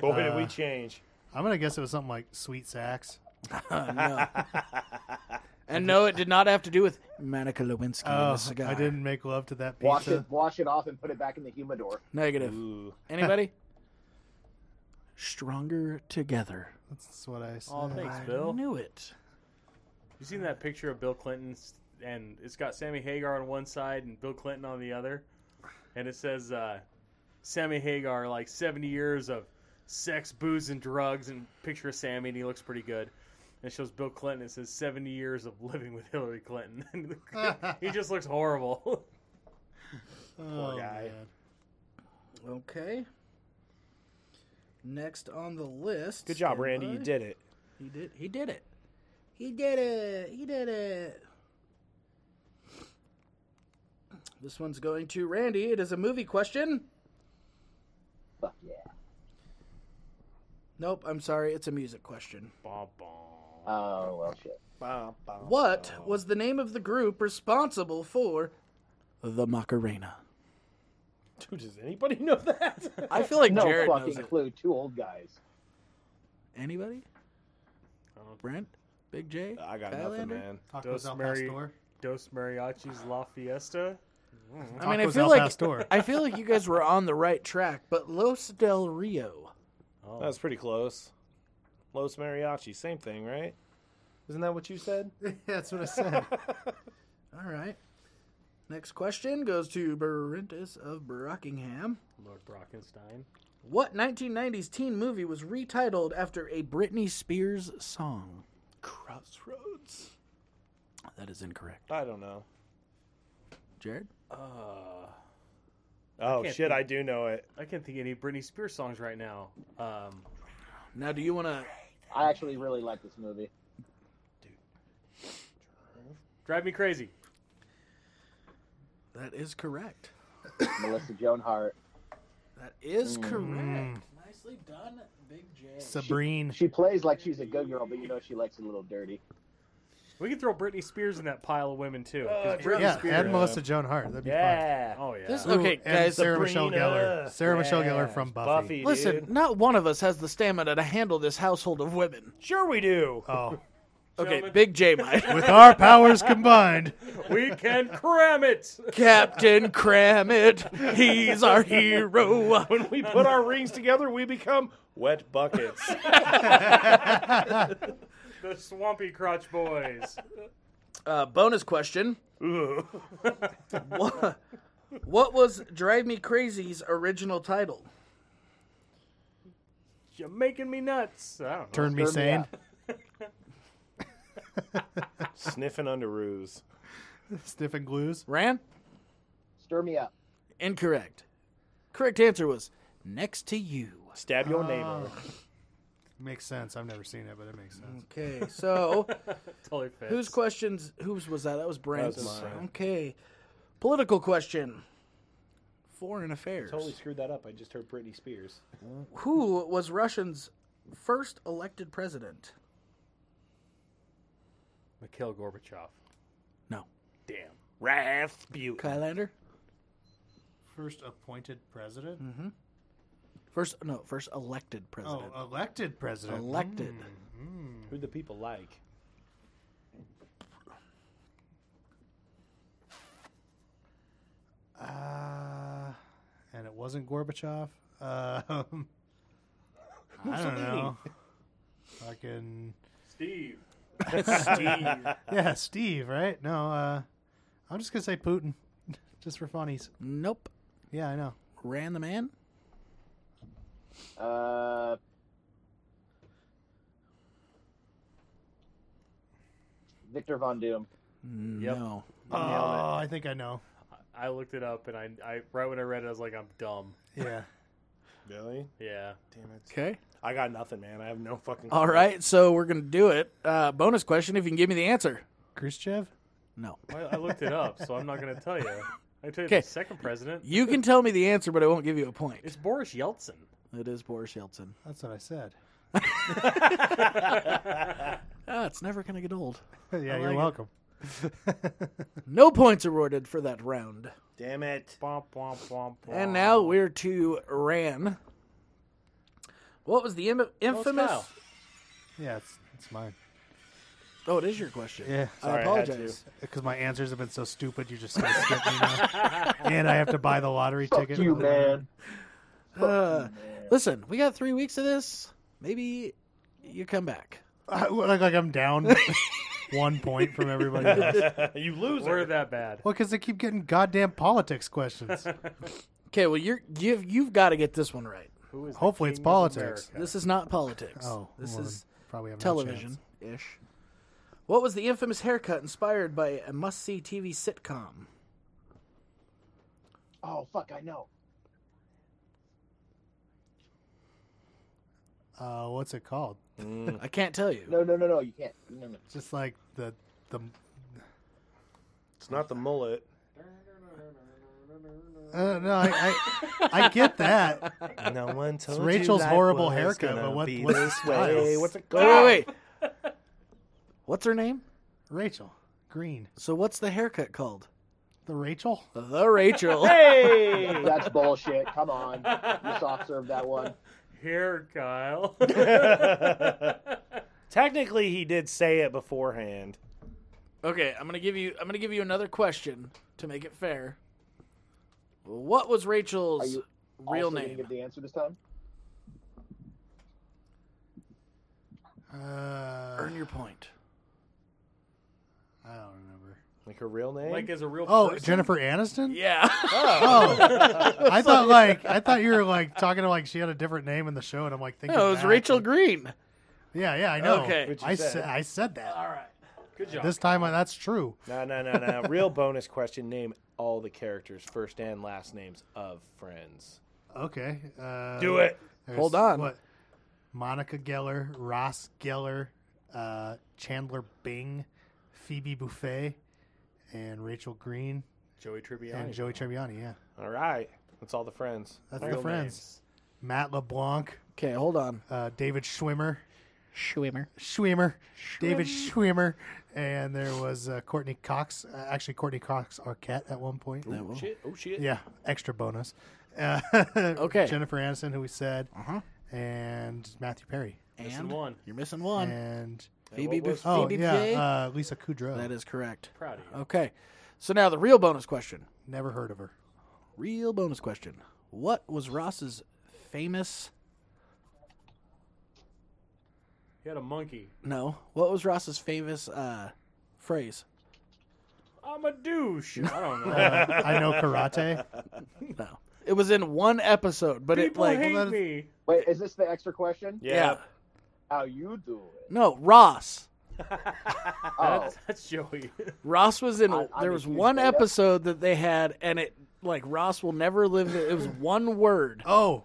Boy, did we change. I'm gonna guess it was something like Sweet Sacks. Uh, no. and no, it did not have to do with Monica Lewinsky and Oh, the cigar. I didn't make love to that Wash pizza. it, wash it off, and put it back in the humidor. Negative. Ooh. Anybody? Stronger together. That's what I said. Oh, thanks, I Bill. knew it. You seen that picture of Bill Clinton s- and it's got Sammy Hagar on one side and Bill Clinton on the other, and it says uh, Sammy Hagar like seventy years of sex, booze, and drugs, and picture of Sammy, and he looks pretty good. And it shows Bill Clinton. It says 70 years of living with Hillary Clinton. And he just looks horrible. Poor guy. Okay. Next on the list. Good job, stand Randy. You by. did it. He did. He did it. He did it. He did it. This one's going to Randy. It is a movie question. Fuck yeah. Nope, I'm sorry. It's a music question. Bom, Oh well, shit. bom, bom. What was the name of the group responsible for the Macarena? Dude, does anybody know that? I feel like No Jared knows fucking it. clue. Two old guys. Anybody? Brent? Big J? I got Kylander? nothing, man. Tacos Dos El Mary- Pastor. Dos Mariachis La Fiesta. I mean, I Tacos feel El like Pastor. I feel like you guys were on the right track, but Los Del Rio. Oh, That was pretty close. Los Mariachi, same thing, right? Isn't that what you said? yeah, that's what I said. All right. Next question goes to Barentis of Brockingham. Lord Brockenstein. What 1990s teen movie was retitled after a Britney Spears song? Crossroads. That is incorrect. I don't know. Jared? Uh, Oh can't shit, think. I do know it. I can't think of any Britney Spears songs right now. Um, Now, do you want to. I actually really like this movie. Drive Me Crazy. That is correct. Melissa Joan Hart. That is Mm. correct. Nicely done, Big J. Sabrine. She plays like she's a good girl, but you know she likes it a little dirty. We can throw Britney Spears in that pile of women too. 'cause Uh, Britney Yeah, Spears. and Melissa Joan Hart. That'd be fun. Oh yeah. This- Ooh, Okay, and guys, Sarah Michelle Sabrina. Gellar. Sarah Michelle Yeah. Gellar from Buffy Buffy. Listen, dude. not one of us has the stamina to handle this household of women. Sure we do. Oh, Okay, Gentlemen. Big J might. with our powers combined, we can cram it. Captain Cramit, he's our hero. When we put our rings together, we become wet buckets. The Swampy Crotch Boys. Uh, bonus question. Ugh. What, what was Drive Me Crazy's original title? You're making me nuts. I don't know. turn me Turn me sane. up. Sniffing underoos. Sniffing glues. Ran? Stir me up. Incorrect. Correct answer was Next to You. Stab your neighbor. Makes sense. I've never seen it, but it makes sense. Okay, so Totally fits. whose questions? Whose was that? That was Brent's. That was mine. Okay. Political question. Foreign affairs. Totally screwed that up. I just heard Britney Spears. Who was Russia's first elected president? Mikhail Gorbachev. No. Damn. Rasputin. Kylander? First appointed president. First, no, first elected Oh, president. elected president. elected. Who the people like? Uh, Mm. and it wasn't Gorbachev. Uh, I don't know. Fucking Steve. yeah, Steve. Right? No, uh, I'm just gonna say Putin, just for funnies. Nope. Yeah, I know. Ran the man? Uh, Victor Von Doom. No. Oh, I think I know. I looked it up and I, I right when I read it I was like I'm dumb. Yeah. Really? Yeah. Damn it. Okay. I got nothing, man. I have no fucking. All clue. right, so we're going to do it. Uh, bonus question if you can give me the answer. Khrushchev? No. I, I looked it up, so I'm not gonna tell you. I can tell you Okay. the second president. You can tell me the answer, but I won't give you a point. It's Boris Yeltsin. It is Boris Yeltsin. That's what I said. Ah, it's never going to get old. yeah, you're welcome. No points awarded for that round. Damn it. Bom, bom, bom, bom. And now we're to Ran. What was the Im- infamous? Kyle. Yeah, it's, it's mine. oh, it is your question. Yeah. I Sorry, I had to. apologize. Because my answers have been so stupid, you're just going to skip me now. and I have to buy the lottery Fuck ticket. you, man. Uh, listen, we got three weeks of this. Maybe you come back. I, like, like I'm down one point from everybody else. Well, you lose We're that bad. because they keep getting goddamn politics questions. Okay, well you're you've, you've got to get this one right. Who is the Hopefully it's king of politics. America? This is not politics. Oh, this well, is then probably have no television ish. What was the infamous haircut inspired by a must see TV sitcom? Oh fuck, I know. chance. Uh, what's it called? Mm. I can't tell you. No, no, no, no. You can't. No, no. Just like the the. It's not the mullet. Uh, no, I, I I get that. No one told Rachel's life horrible was haircut, gonna but what- Ah! be what's this the style? way? What's it Wait, called? wait, wait. What's her name? Rachel Green, So what's the haircut called? the Rachel. The Rachel. Hey! That's bullshit. Come on, you soft served that one. Here, Kyle. Technically, he did say it beforehand. Okay, I'm gonna give you. I'm gonna give you another question to make it fair. What was Are Rachel's you real also gonna name? Give the answer this time. Uh, Earn your point. I don't remember. Like her real name? like as a real Oh, person. Jennifer Aniston. Yeah. Oh, I thought like I thought you were like talking to like she had a different name in the show, and I'm like thinking. no, it was back. Rachel Green. Yeah, yeah, I know. Okay. Which you I said. said. I said that. All right. Good job. This time, I, that's true. no, no, no, no. Real bonus question name all the characters' first and last names of friends. Okay. Uh, Do it. there's Hold on. What? Monica Geller, Ross Geller, uh, Chandler Bing, Phoebe Buffet, and Rachel Green Joey Tribbiani. and Joey Tribbiani. Yeah, All right. That's all the friends. that's Real the friends. names. Matt LeBlanc, Okay, hold on. uh, David Schwimmer, Schwimmer. Schwimmer, David Schwimmer, and there was uh, Courtney Cox. Uh, actually, Courtney Cox Arquette at one point. Oh, shit. Oh, shit. Yeah, extra bonus. Uh, Okay. Uh-huh. Jennifer Aniston, who we said, and Matthew Perry, Missing And one. you're missing one. and Phoebe, what was- Buff- oh Phoebe yeah, Buffay? uh, Lisa Kudrow. That is correct. Proud of you. Okay. So now the real bonus question. Never heard of her. Real bonus question. What was Ross's famous He had a monkey. no, what was Ross's famous uh phrase? I'm a douche. I don't know. Uh, I know karate. No. It was in one episode, but People it like hate that is- me. Wait, is this the extra question? Yeah. How you do it? No, Ross. Oh, That's Joey. Ross was in. I- I there was refuse one to say that. episode that they had, and it like Ross will never live. It, it was one word. Oh,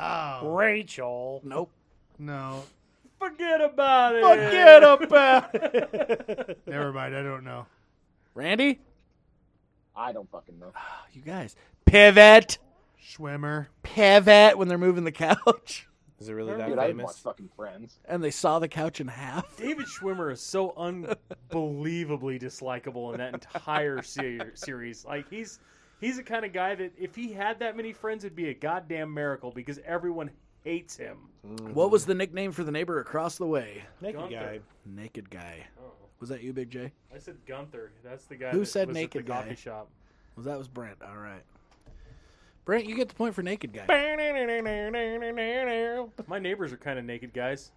oh Rachel. Nope. no, Forget about it. Forget about it. never mind. I don't know. Randy, Oh, I don't fucking know. you guys pivot, Schwimmer. pivot when they're moving the couch, Is it really that Dude, I didn't watch famous? fucking Friends. and they saw the couch in half. David Schwimmer is so unbelievably dislikable in that entire ser- series. Like he's he's the kind of guy that if he had that many friends, it'd be a goddamn miracle because everyone hates him. Mm. What was the nickname for the neighbor across the way? Naked guy. Gunther. Naked guy. Was that you, Big J? I said Gunther. That's the guy Who that said was naked at the guy? coffee shop. Was that was Brent? All right. Brent, you get the point for naked guy. Doesn't My neighbors are kind of naked guys.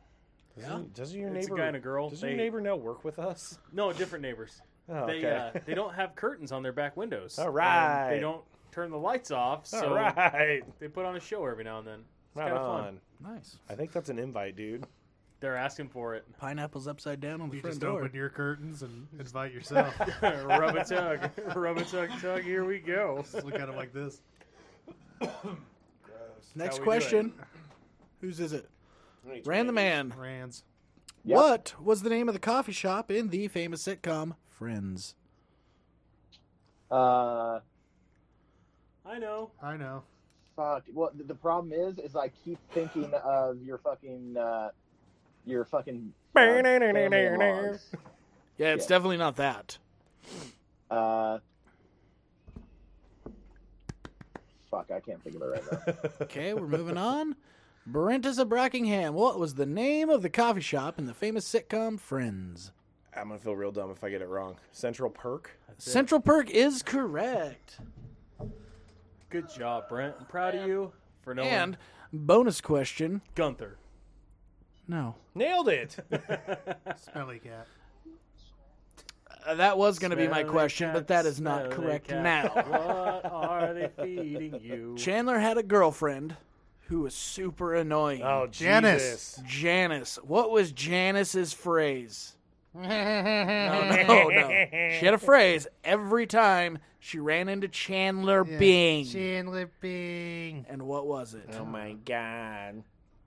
Yeah. doesn't your It's a neighbor guy and a girl. Does They- your neighbor now work with us? No, different neighbors. Oh, They uh, they don't have curtains on their back windows. All and right. They don't turn the lights off, so All right. they put on a show every now and then. It's Right kind of on. fun. Nice. I think that's an invite, dude. They're asking for it. Pineapples upside down on the You front just door. open your curtains and invite yourself. rub a tug, rub a tug, tug. Here we go. just look at him like this. Next how we do it. question. Whose is it? Ran the man. Rands. Yep. What was the name of the coffee shop in the famous sitcom Friends? Uh, I know. I know. fuck. Well, the, the problem is, is I keep thinking of your fucking, uh, your fucking. Uh, family-in-laws. Yeah, it's Yeah. definitely not that. uh, fuck, I can't think of it right now. Okay, we're moving on. Brentus of Brockingham. What was the name of the coffee shop in the famous sitcom Friends? I'm gonna feel real dumb if I get it wrong. Central Perk. Central Perk is correct. Good job, Brent. I'm proud of you for knowing. And bonus question. Gunther. No. Nailed it. Smelly cat. Uh, that was going to be my Smelly question, cat, but that is not smelly correct cat. now. What are they feeding you? Chandler had a girlfriend who was super annoying. Oh, Janice. Jesus. Janice. What was Janice's phrase? no, no, no. She had a phrase every time she ran into Chandler Bing. Chandler Bing. and what was it? Oh my god.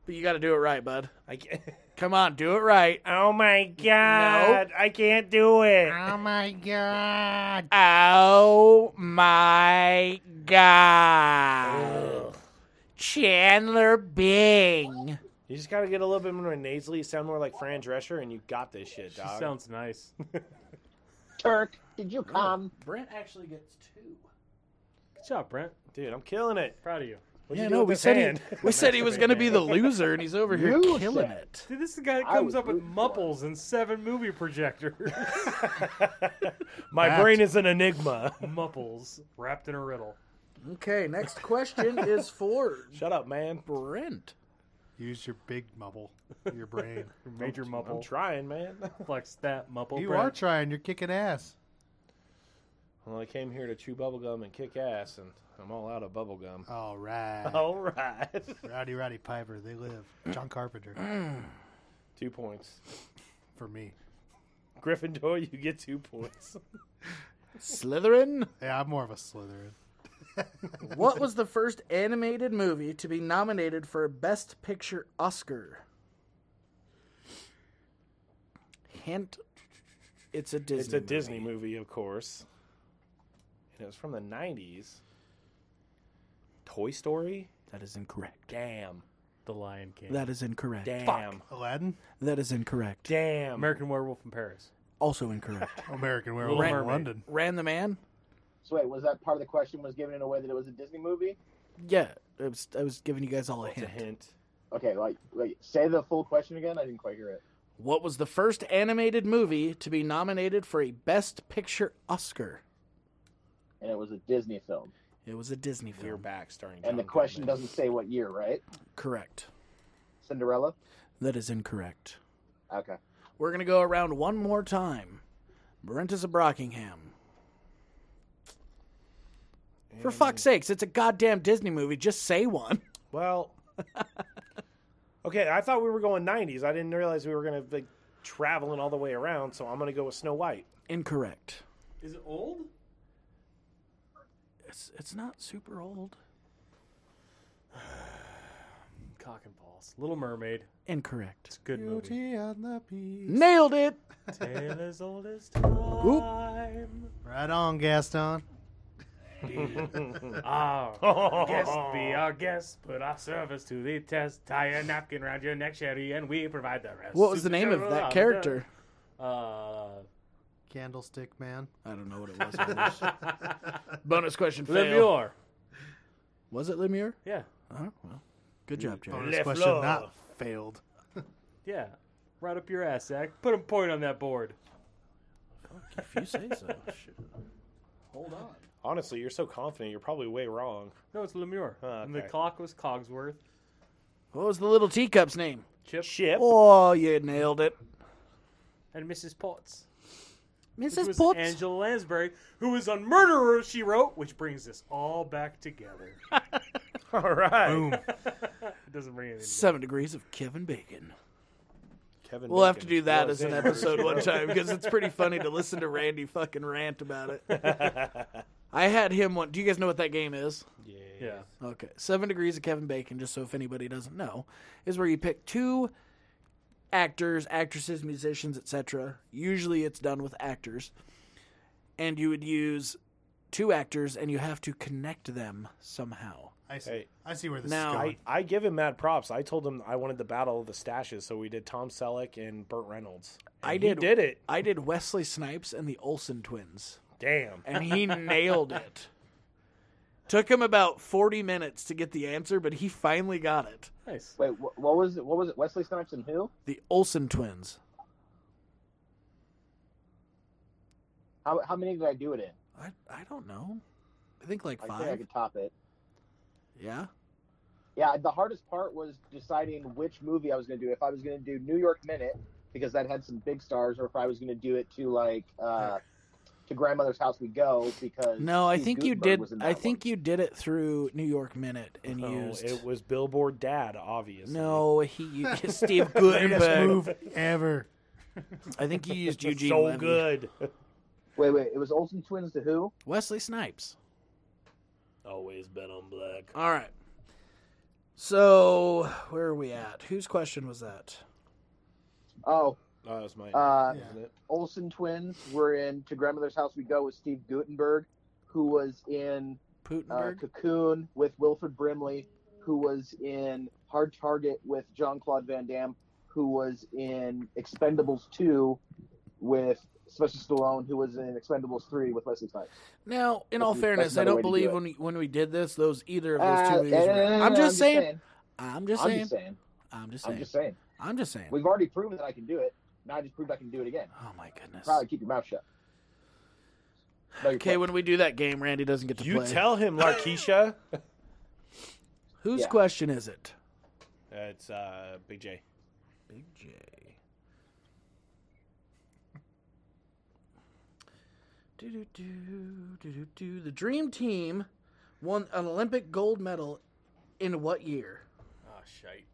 But you got to do it right, bud. I can't. Come on, do it right. Oh my god. I can't do it. Oh Um, my god. Oh my god. Ugh. Chandler Bing. You just gotta get a little bit more nasally, sound more like Fran Drescher, and you got this shit, She dog. sounds nice. Good Turk, did you come? Brent actually gets two. job, Brent. Dude, I'm killing it. Proud of you. What'd Yeah, you do no, with we this said hand? he, we said he was going to be the loser, and he's over here You killing said. it. Dude, this is the guy that I comes was up with rooting for him. Mupples and seven movie projectors. My Fact. brain is an enigma. Mupples wrapped in a riddle. Okay, next question is for Shut up, man. Brent. Use your big mumble, your brain. Major I'm Mupple. trying, man. Flex that Mupple. you Brent. are trying. You're kicking ass. Well, I came here to chew bubblegum and kick ass, and I'm all out of bubblegum. All right. All right. Rowdy Roddy Piper. They live. John Carpenter. two points. For me. Gryffindor, you get two points. Slytherin. Yeah, I'm more of a Slytherin. What was the first animated movie to be nominated for a Best Picture Oscar? Hint: It's a Disney. it's a Disney movie, of course. And it was from the 90s. Toy Story? That is incorrect. Damn. the Lion King. That is incorrect. Damn. Aladdin? That is incorrect. Damn. American Werewolf in Paris. Also incorrect. American Werewolf Little in Mermaid. London. Ran the man. So wait, was that part of the question? Was given in a way that it was a Disney movie? Yeah, I was, I was giving you guys all a It's a hint. hint. Okay, like, like say the full question again. I didn't quite hear it. What was the first animated movie to be nominated for a Best Picture Oscar? And it was a Disney film. It was a Disney film. We're back starring And the John question Goodman. doesn't say what year, right? Correct. Cinderella. That is incorrect. Okay. We're gonna go around one more time. Brent is a Brockingham. For fuck's sakes, it's a goddamn Disney movie. Just say one. Well, okay, I thought we were going 90s. I didn't realize we were going to like traveling all the way around, so I'm going to go with Snow White. Incorrect. Is it old? It's it's not super old. Cock and balls. Little Mermaid. It's Incorrect. a good movie. Beauty on the beach. Nailed it. Tale as old as time. Right on, Gaston. Our guest Ah, be our guest. Put our service to the test. Tie a napkin round your neck, Sherry, and we provide the rest. What was the name of that character? Uh, Candlestick Man. I don't know what it was. Anders. Bonus question fail. Lemure. Was it Lemure? Yeah, Oh well. Good job, Jerry. Bonus Le question Fleur. not failed. yeah. Right up your ass, Zach. Put a point on that board. Oh, If you say so. Shit. Hold on. Honestly, you're so confident, you're probably way wrong. No, it's Lemure. Ah, And the okay. clock was Cogsworth. What was the little teacup's name? Chip Ship. Oh, you nailed it. and Mrs. Potts. Which Mrs. was Potts. Angela Lansbury, who was on Murderer, she wrote, which brings this all back together. All right. Boom. It doesn't bring anything. together. Seven Degrees of Kevin Bacon. Kevin We'll have to Bacon. do that as an Alexander. episode one time because it's pretty funny to listen to Randy fucking rant about it. I had him one. Do you guys know what that game is? Yeah. Okay. Seven Degrees of Kevin Bacon, just so if anybody doesn't know, is where you pick two actors, actresses, musicians, etc. Usually it's done with actors. And you would use two actors and you have to connect them somehow. I see. Hey. I see where this Now- is I, going. I give him mad props. I told him I wanted the battle of the stashes, so we did Tom Selleck and Burt Reynolds. And I he did- did it. I did Wesley Snipes and the Olsen twins. Damn. and he nailed it. Took him about 40 minutes to get the answer, but he finally got it. Nice. Wait, wh- what was it? What was it? Wesley Snipes and who? The Olsen twins. How, how many did I do it in? I, I don't know. I think like I five. think I could top it. Yeah. Yeah, the hardest part was deciding which movie I was going to do. If I was going to do New York Minute because that had some big stars, or if I was going to do it to like uh, to grandmother's house we go because No, I Steve think you Gutenberg did. was in that I one. think you did it through New York Minute and No, used. Oh, it was Billboard Dad, obviously. no, he used Steve Greatest Gutenberg. move ever. I think he used It's Eugene so Levy. good. Wait, wait, it was Olsen twins to who? Wesley Snipes. Always bet on black. All right. So where are we at? Whose question was that? Oh, Oh, that was mine. uh, Yeah. wasn't it? Olsen twins were in To Grandmother's House We Go with Steve Gutenberg, who was in uh, Putenberg. Cocoon with Wilfred Brimley, who was in Hard Target with Jean Claude Van Damme, who was in Expendables 2 with Sylvester Stallone, who was in Expendables 3 with Leslie Snipes. now, in that's all an- fairness, that's I another don't way to do believe it. when we, when we did this, those either of those two Uh, movies. no, were- no, no, no, no, I'm just saying. saying. I'm just I'm saying. just saying. I'm just I'm saying. just saying. I'm just saying. We've already proven that I can do it. Now I just proved I can do it again. Oh my goodness. Probably keep your mouth shut. No, you're Okay, fine. when we do that game, Randy doesn't get to You play. tell him, Larkeisha. Whose Yeah. question is it? it's uh, Big J. Big J. Do do do do do do. The dream team won an Olympic gold medal in what year? Ah, shite.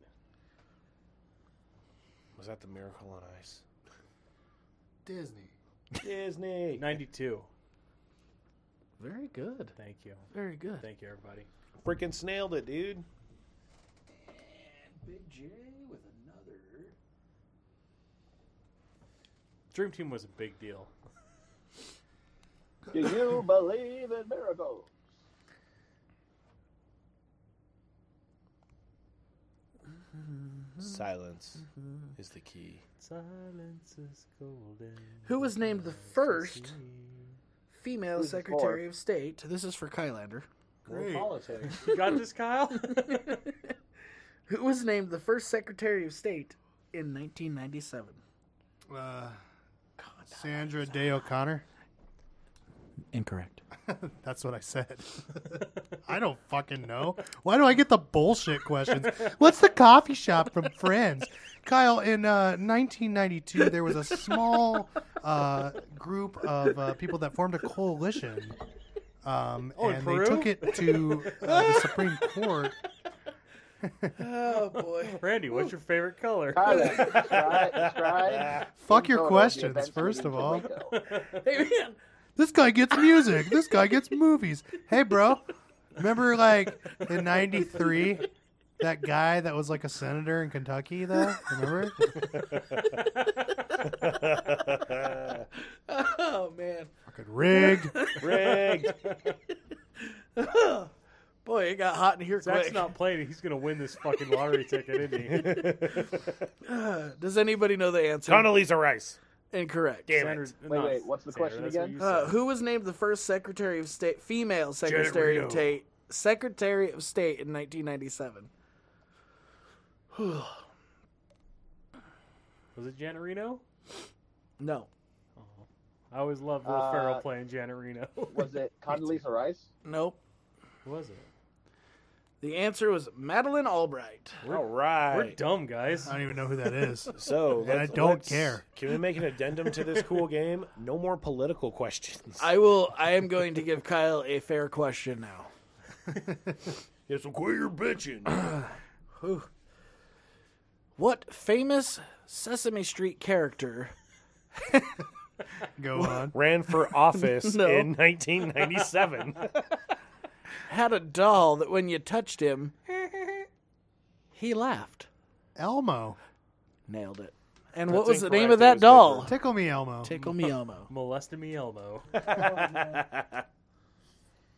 Was that the Miracle on Ice? Disney. Disney. 92. Very good. Thank you. Very good. Thank you, everybody. Freaking snailed it, dude. Mm-hmm. Big J with another. Dream Team was a big deal. Do you believe in miracles? Silence Mm-hmm. is the key. Silence is golden. Who was named the first female Who's the Secretary of State? This is for Kylander. Great. Politics. You got this, Kyle? Who was named the first Secretary of State in 1997? Uh, Sandra Day O'Connor. Incorrect. That's what I said. I don't fucking know. Why do I get the bullshit questions? What's the coffee shop from Friends? Kyle, in uh, 1992, there was a small uh, group of uh, people that formed a coalition. Um, Oh, in and Peru? they took it to uh, the Supreme Court. Oh boy. Randy, what's your favorite color? Tyler, that's right, that's right. Fuck In your Philadelphia, questions, Ben's first of moving to all. Waco. hey man. This guy gets music. This guy gets movies. Hey, bro. Remember, like, in 93, that guy that was like a senator in Kentucky, though? Remember? Oh man. Fucking rigged. Rigged. Boy, it got hot in here Zach's quick. not playing. He's going to win this fucking lottery ticket, isn't he? Uh, Does anybody know the answer? Condoleezza Rice. Incorrect. Damn Sandra- it. Wait, no, wait, what's the Sandra, question that's what again? you Uh, said. who was named the first Secretary of State, female Secretary of State, Secretary of State in 1997? was it Janarino? No, I always loved Will Uh, Ferrell playing Janarino. Who Was it Condoleezza Rice? nope. was it? The answer was Madeline Albright. All right. We're dumb, guys. I don't even know who that is. So And I let's- don't let's- care. Can we make an addendum to this cool game? No more political questions. I will. I am going to give Kyle a fair question now. Yes, well, quit your bitching. Whew. What famous Sesame Street character? Go on. Ran for office No. in 1997. had a doll that when you touched him, he laughed. Elmo. Nailed it. And what was the name incorrect. of It that was doll? Tickle me, Elmo. Tickle Me Elmo. Molested me, Elmo.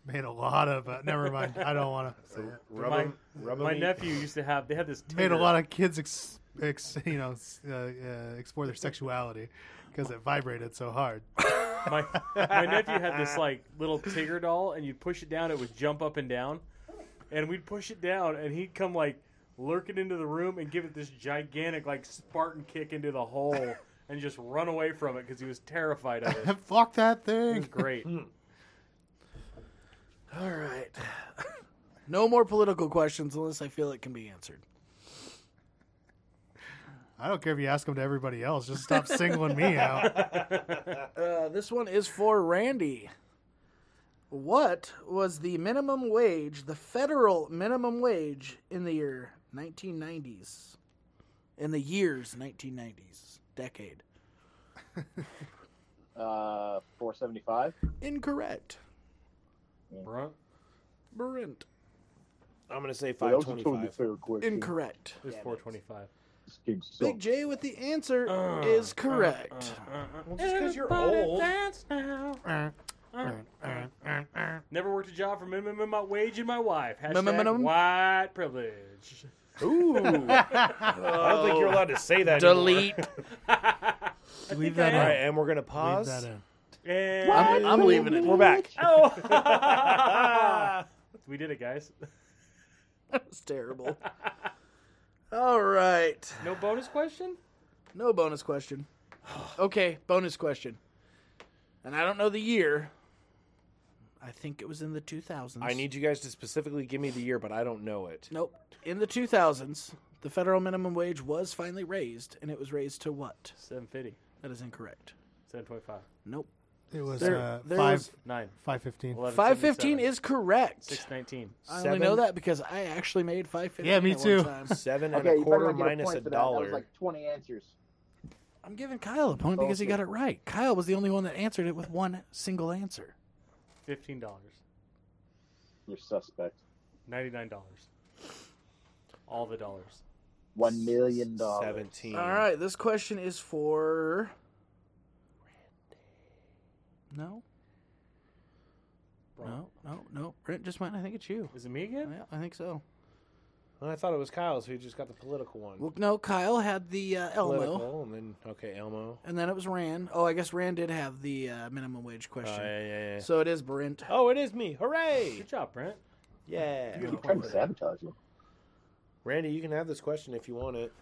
Made a lot of, uh, never mind. I don't want to say it. Rub My- 'em- rub 'em My in. nephew used to have. They had this. Made tinder. a lot of kids, ex, ex, you know, s- uh, uh, explore their sexuality because it vibrated so hard. My, my nephew had this like little Tigger doll, and you'd push it down, it would jump up and down, and we'd push it down, and he'd come like lurking into the room and give it this gigantic like Spartan kick into the hole, and just run away from it because he was terrified of it. Fuck that It was thing. great. All right. no more political questions unless I feel it can be answered. I don't care if you ask them to everybody else. Just stop singling me out. Uh, this one is for Randy. What was the minimum wage, the federal minimum wage in the year 1990s? In the years 1990s decade. Uh, four seventy five. Incorrect. Brunt. Brent. I'm gonna say five twenty-five. question. Incorrect. It's 425. This game sucks. Big J with the answer Uh, is correct. Well, just because you're old, Uh, Never worked a job for minimum my wage and my wife. Hashtag Minimum? white privilege. I don't think you're allowed to say uh. that. Anymore. Leave that All right, in. and we're gonna Leave pause. that in. And I'm, I'm leaving it. We're back. Oh. we did it, guys. That's terrible. All right. No bonus question? No bonus question. Okay, bonus question. And I don't know the year. I think it was in the 2000s. I need you guys to specifically give me the year, but I don't know it. Nope. In the 2000s, the federal minimum wage was finally raised, and it was raised to what? 750. That is incorrect. 725. Nope. It was There- uh, there five was- 9. five fifteen. Oh, 11, 515 is correct. 619. I only know that because I actually made 515. Yeah, me at one too. time. Seven and Okay, a you better quarter not get minus point a for that. That dollar. was like twenty answers. I'm giving Kyle a point because he got it right. Kyle was the only one that answered it with one single answer. $15. You're suspect. $99. All the dollars. One million dollars. Seventeen. All right, this question is for. No. No, no, no. Brent just went. I think it's you. Is it me again? Yeah, I think so. Well, I thought it was Kyle's who just got the political one. Well, no, Kyle had the uh, Elmo, Political, and then okay, Elmo. and then it was Rand. Oh, I guess Rand did have the uh, minimum wage Oh, question. yeah, yeah, yeah. So it is Brent. oh, it is me! Hooray! Good job, Brent. Yeah, You're trying to sabotage him. Randy, you can have this question if you want it.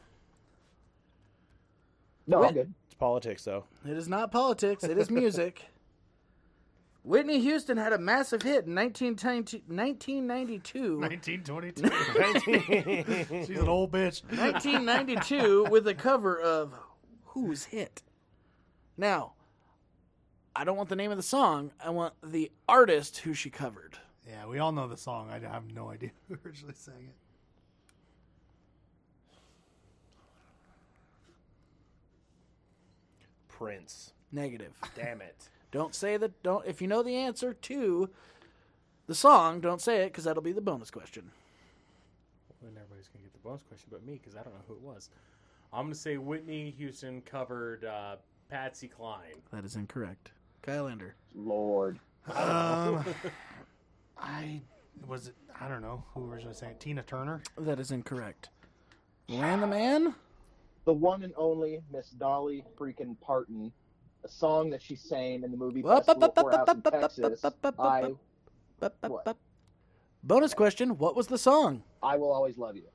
No, Wait. I'm good. It's politics, though. It is not politics. It is music. Whitney Houston had a massive hit in 1990 1992. 1922. She's an old bitch. 1992 with a cover of Who's Hit. Now, I don't want the name of the song. I want the artist who she covered. Yeah, we all know the song. I have no idea who originally sang it. Prince. Negative. Damn it. Don't say that. Don't if you know the answer to the song, don't say it because that'll be the bonus question. Well, then everybody's going to get the bonus question but me because I don't know who it was. I'm going to say Whitney Houston covered uh, Patsy Cline. That is incorrect. Kyle Ender. Lord. Um, I was it. I don't know who originally sang it. Tina Turner. That is incorrect. Ran the man. The one and only Miss Dolly freaking Parton. A song that she sang in the movie Well, Festival bu- bu- at Courthouse in bu- bu- bu- Texas. bu- bu- bu- I, Bup, bup, What? bup. Bonus question. What was the song? I will always love you.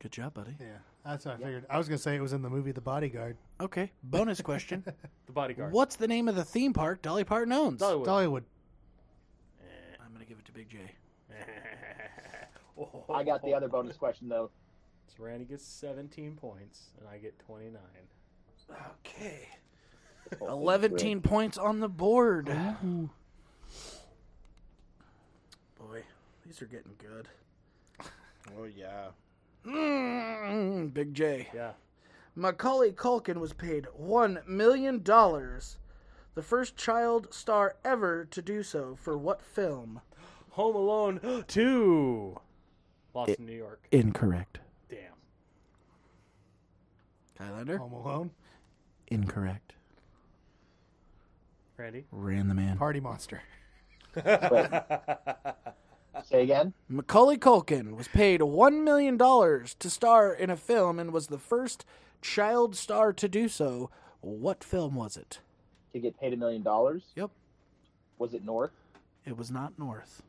Good job, buddy. Yeah, that's what I figured. I was gonna say it was in the movie The Bodyguard. Okay. Bonus question. The Bodyguard. What's the name of the theme park Dolly Parton owns? Dollywood. Dollywood. I'm going to give it to Big J. I got the other bonus question though. So Randy gets 17 points, and I get 29. Okay. Oh, 11 points on the board. Boy, these are getting good. Oh yeah. Mm, Big J. Yeah. Macaulay Culkin was paid $1 million, the first child star ever to do so, for what film? Home Alone 2. Lost in New York. Incorrect. Damn. Kylander? Home Alone. Incorrect. Randy? Ran the man. Party Monster. Uh, Say again. Macaulay Culkin was paid $1 million to star in a film and was the first child star to do so. What film was it? To get paid a million dollars. Yep. Was it North? It was not North.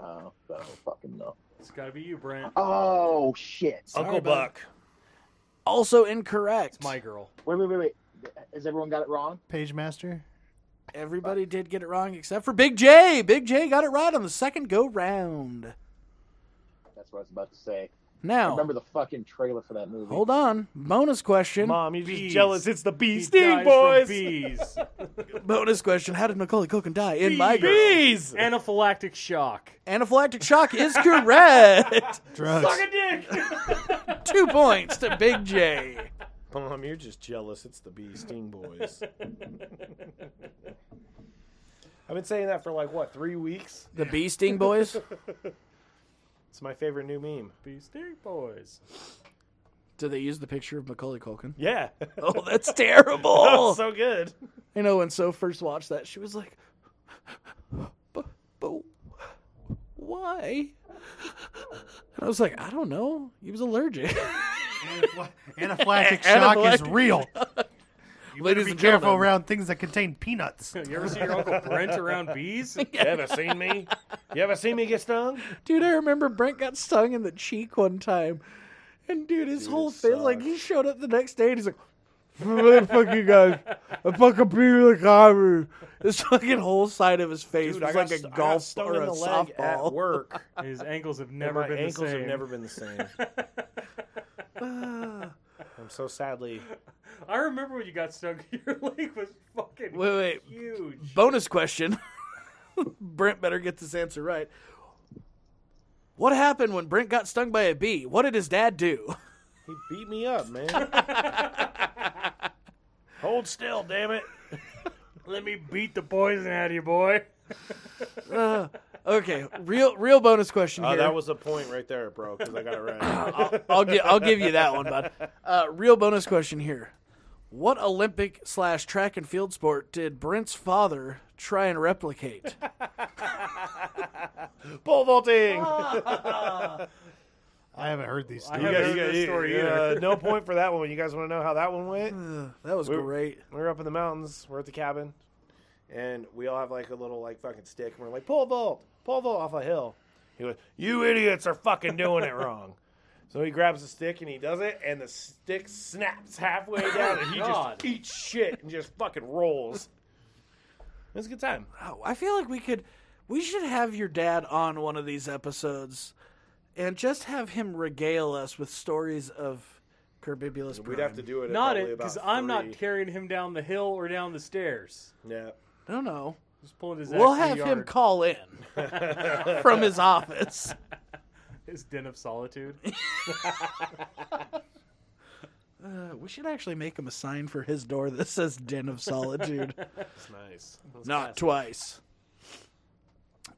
Oh, so fucking no. It's got to be you, Brent. Oh shit. Uncle bud. Buck. Also incorrect. It's my girl. Wait, wait, wait, wait. Has everyone got it wrong? Page Master. Everybody did get it wrong except for Big J. Big J got it right on the second go round. That's what I was about to say. I Now, remember the fucking trailer for that movie. Oh. hold on. Bonus question. Mom, you're Bees. just jealous. It's the bee He dies from sting, boys. Bees. Bonus question. How did Macaulay Culkin die in My Girl? Bees. Anaphylactic shock. Anaphylactic shock is correct. Drugs. Two points to Big J. Mom, you're just jealous. It's the bee sting, boys. I've been saying that for like what three weeks. The Bee Sting Boys. It's my favorite new meme. Bee sting boys. Do they use the picture of Macaulay Culkin? Yeah, Oh, that's terrible. oh, so good. I know when So first watched that, she was like, but, but why? And I was like, I don't know. He was allergic. Anaphyla- Anaphylactic shock is Anaphylactic real. You better Ladies be and careful gentlemen. around things that contain peanuts. You ever see your uncle Brent around bees? You ever seen me? You ever seen me get stung? Dude, I remember Brent got stung in the cheek one time. And dude, his whole it thing, like, sucks. he showed up the next day and he's like, "Man, fuck you guys. I fucking beat the cover. This fucking whole side of his face Dude, I was got, like a st- I got golf stung or in a the leg at softball. work. His ankles have and never my been ankles the same. have never been the same. Ah. I'm so sadly. I remember when you got stung. Your leg was fucking Wait, wait. huge. Bonus question. Brent better get this answer right. What happened when Brent got stung by a bee? What did his dad do? He beat me up, man. Hold still, damn it. Let me beat the poison out of you, boy. Uh, okay, real real bonus question Oh, here. that was a point right there, bro, because I got it right. I'll, I'll, gi- I'll give you that one, bud. Uh, real bonus question here. What Olympic slash track and field sport did Brent's father try and replicate? Pole vaulting. I haven't heard these I stories. You haven't guys- heard you guys- this story uh, either. no point for that one. You guys want to know how that one went? That was We- great. We were up in the mountains. We're at the cabin, and we all have like a little like fucking stick, and we're like pole vault, pole vault off a hill. He goes, "You idiots are fucking doing it wrong." So he grabs the stick and he does it, and the stick snaps halfway down, and he God. just eats shit and just fucking rolls. It was a good time. Wow, I feel like we could, we should have your dad on one of these episodes, and just have him regale us with stories of Curbibulus. We'd have to do it. At Not probably it, because about I'm not three. carrying him down the hill or down the stairs. Yeah. No, no. Just pulling his. We'll ass in have the him yard. call in from his office. his den of solitude. Uh, we should actually make him a sign for his door that says "Den of Solitude." It's nice. Knock twice,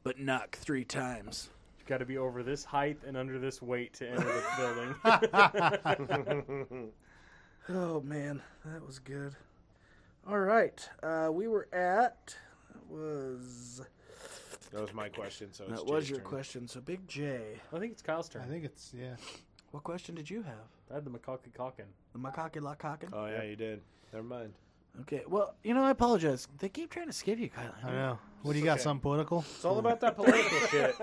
but knock three times. Got to be over this height and under this weight to enter the building. Oh man, that was good. All right, uh, we were at that was That was my question. So it's that was Jay's your turn. question. So Big J, I think it's Kyle's turn. I think it's yeah. what question did you have? I had the macaque cockin. The macaque la cockin? Uh, Oh yeah, you did. Never mind. Okay, well, you know, I apologize. They keep trying to skip you, Kyle. I don't know. What do you got? Something political? It's all about that political shit.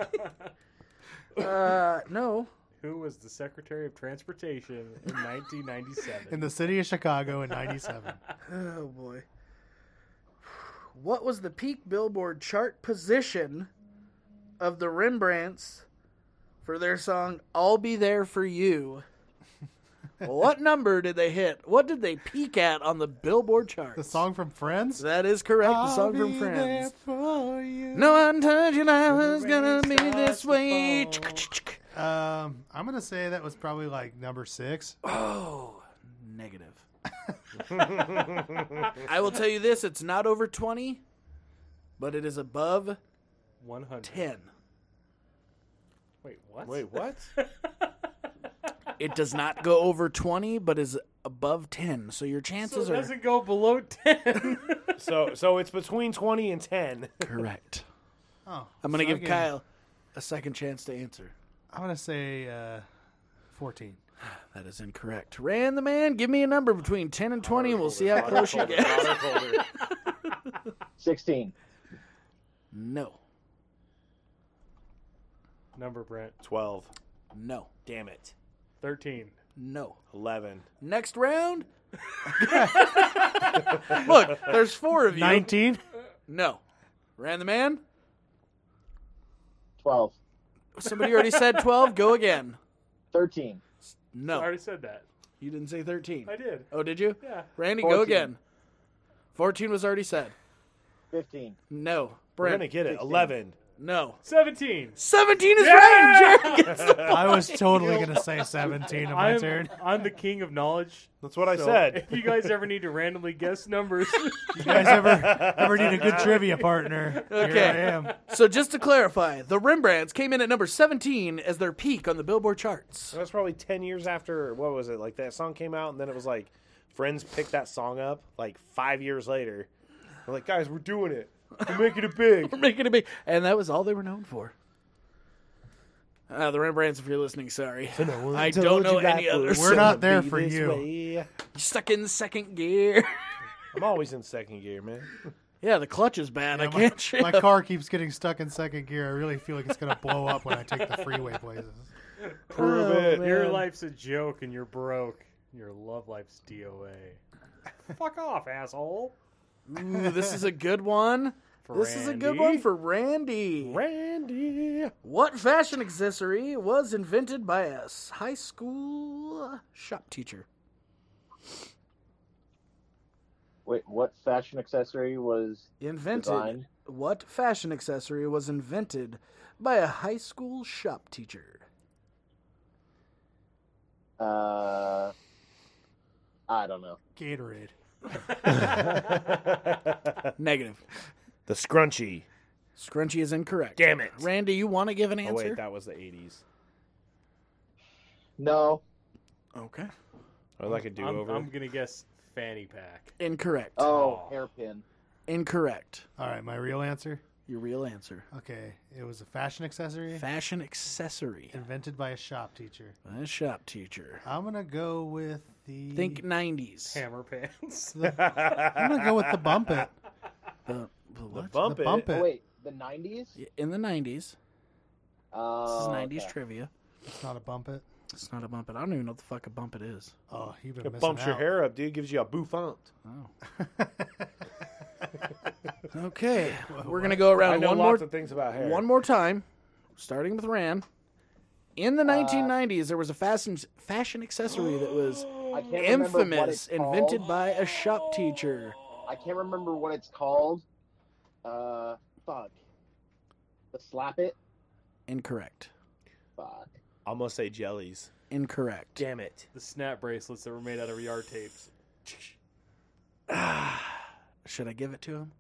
Uh, no. Who was the Secretary of Transportation in 1997? In the city of Chicago in '97. Oh boy. What was the peak Billboard chart position of the Rembrandts for their song "I'll Be There for You"? what number did they hit? What did they peak at on the Billboard chart? the song from Friends. That is correct. I'll the song be from there Friends. for you. No one told you I was rain gonna be starts this to way. fall. Um, I'm gonna say that was probably like number six. Oh, negative. I will tell you this: it's not over twenty, but it is above 100. ten. Wait, what? Wait, what? It does not go over twenty, but is above ten. So your So it chances are doesn't go below 10. So, so it's between twenty and ten. correct. Oh, I'm gonna so give I gave- Kyle a second chance to answer. I'm gonna say uh, fourteen. That is incorrect. Rand the man, give me a number between ten and twenty, and we'll see how close you get. get. Sixteen. No, Number, Brent. Twelve. no, Damn it. 13. no. Eleven. Next round. Look, there's four of you. Nineteen. No. Ran the man? Twelve. Somebody already said 12. Go again. Thirteen. I No, already said that. you didn't say thirteen. I did. Oh, did you? Yeah. Randy, go 14. again. Fourteen was already said. Fifteen. No, We're Brent. gonna get it. Eleven. No, 17. seventeen is Yeah! right. Jared gets the- I was totally gonna say seventeen on my I'm, turn. I'm the king of knowledge. That's what I so said. If you guys ever need to randomly guess numbers, You guys ever ever need a good trivia partner? Okay. Here I am. so just to clarify, the Rembrandts came in at number seventeen as their peak on the Billboard charts. That's probably ten years after what was it? Like that song came out, and then it was like friends picked that song up like five years later. We're like, guys, we're doing it. We're making it big. We're making a big, and that was all they were known for. Uh, the Rembrandts, if you're listening, sorry. I don't know any others. We're not there for you. Stuck in second gear. I'm always in second gear, man. yeah, the clutch is bad. I Yeah, can't. my, trip. my car keeps getting stuck in second gear. I really feel like it's gonna blow up when I take the freeway places. Prove Oh, it. your life's a joke and you're broke. Your love life's DOA. Fuck off, asshole. Ooh, this is a good one. For This is a good Randy. one for Randy. Randy. What fashion accessory was invented by a s- high school shop teacher? Wait, what fashion accessory was Invented. Design. What fashion accessory was invented by a high school shop teacher? uh I don't know. Gatorade. Negative. The scrunchie. Scrunchy is incorrect. Damn it. Randy, you want to give an Oh answer? wait, that was the '80s. No. okay. Or like a I'm, do-over. I'm gonna guess fanny pack. Incorrect. Oh, Aw. hairpin. Incorrect. All right, my real answer. Your real answer. Okay, it was a fashion accessory Fashion accessory. invented by a shop teacher. By A shop teacher. I'm gonna go with the. Think 90s. Hammer pants. I'm gonna go with the bump it. The- the what? bump the it. bump it. Oh, wait, the nineties? In the 90s. This is Uh, 90s trivia. It's not a bump it. It's not a bump it. I don't even know what the fuck a bump it is. Oh, you've been It missing bumps your out. hair up, dude. Gives you a bouffant. Oh. okay. We're going to go I around know one lots more, of things about hair. one more time, starting with Ran. In Uh, the 1990s, there was a fashion, fashion accessory that was Oh, I can't remember what infamous, it's invented called. by a shop teacher. I can't remember what it's called. Uh fuck. The slap it? Incorrect. Fuck. I'm gonna say jellies. Incorrect. Damn it. the snap bracelets that were made out of yard tapes. Should I give it to him?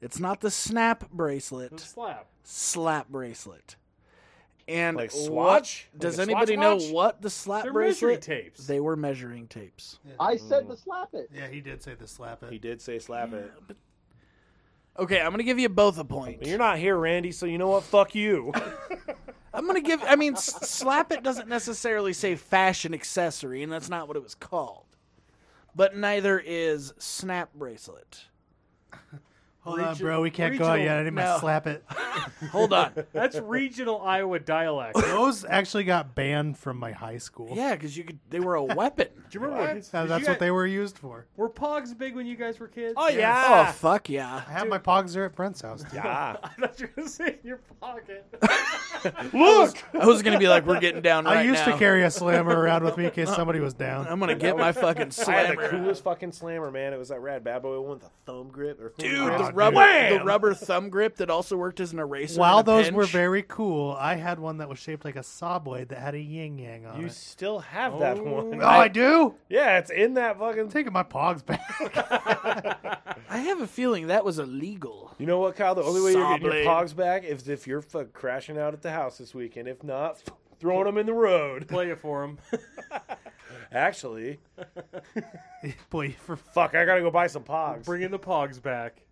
It's not the snap The bracelet, slap. slap bracelet. And Like what- swatch? Like does a anybody swatch know watch? what the slap They're measuring bracelet? tapes. They were measuring tapes. I said the slap it. Yeah, he did say the slap He it. did say slap it. Okay, I'm gonna give you both a point. You're not here, Randy, so you know what? Fuck you. I'm gonna give. I mean, s- slap it doesn't necessarily say fashion accessory, and that's not what it was called. But neither is snap bracelet. Hold on, bro. We can't go out regional- yet. I need my no. slap it. Hold on. That's regional Iowa dialect. Do Those actually got banned from my high school. yeah, because you could. They were a weapon. you remember what? Uh, that's what they were used for. were. Pogs big when you guys were kids. Oh Oh yeah. fuck yeah! I have my pogs there at Brent's house. dude. yeah. I thought you were gonna say in your pocket. Look. I was gonna be like, we're getting down right I used now. to carry a slammer around with me in case somebody was down. I'm gonna get my fucking I had the slammer. coolest fucking slammer, man. It was that rad bad boy one with the thumb grip or finger Dude, grip. the dude. rubber, the Wham! rubber thumb grip that also worked as an eraser. While in a those were pinch. very cool, I had one that was shaped like a saw blade that had a yin yang on You it. still have that one. Oh, I do. yeah, it's in that I'm fucking. taking my pogs back. I have a feeling that was illegal. You know what, Kyle? The only way you're getting Sawblade. your pogs back is if you're fuck crashing out at the house this weekend. If not, f- throwing them in the road. Play it for him. Actually, Boy, for fuck, I gotta go buy some pogs. Bring in the Pogs back.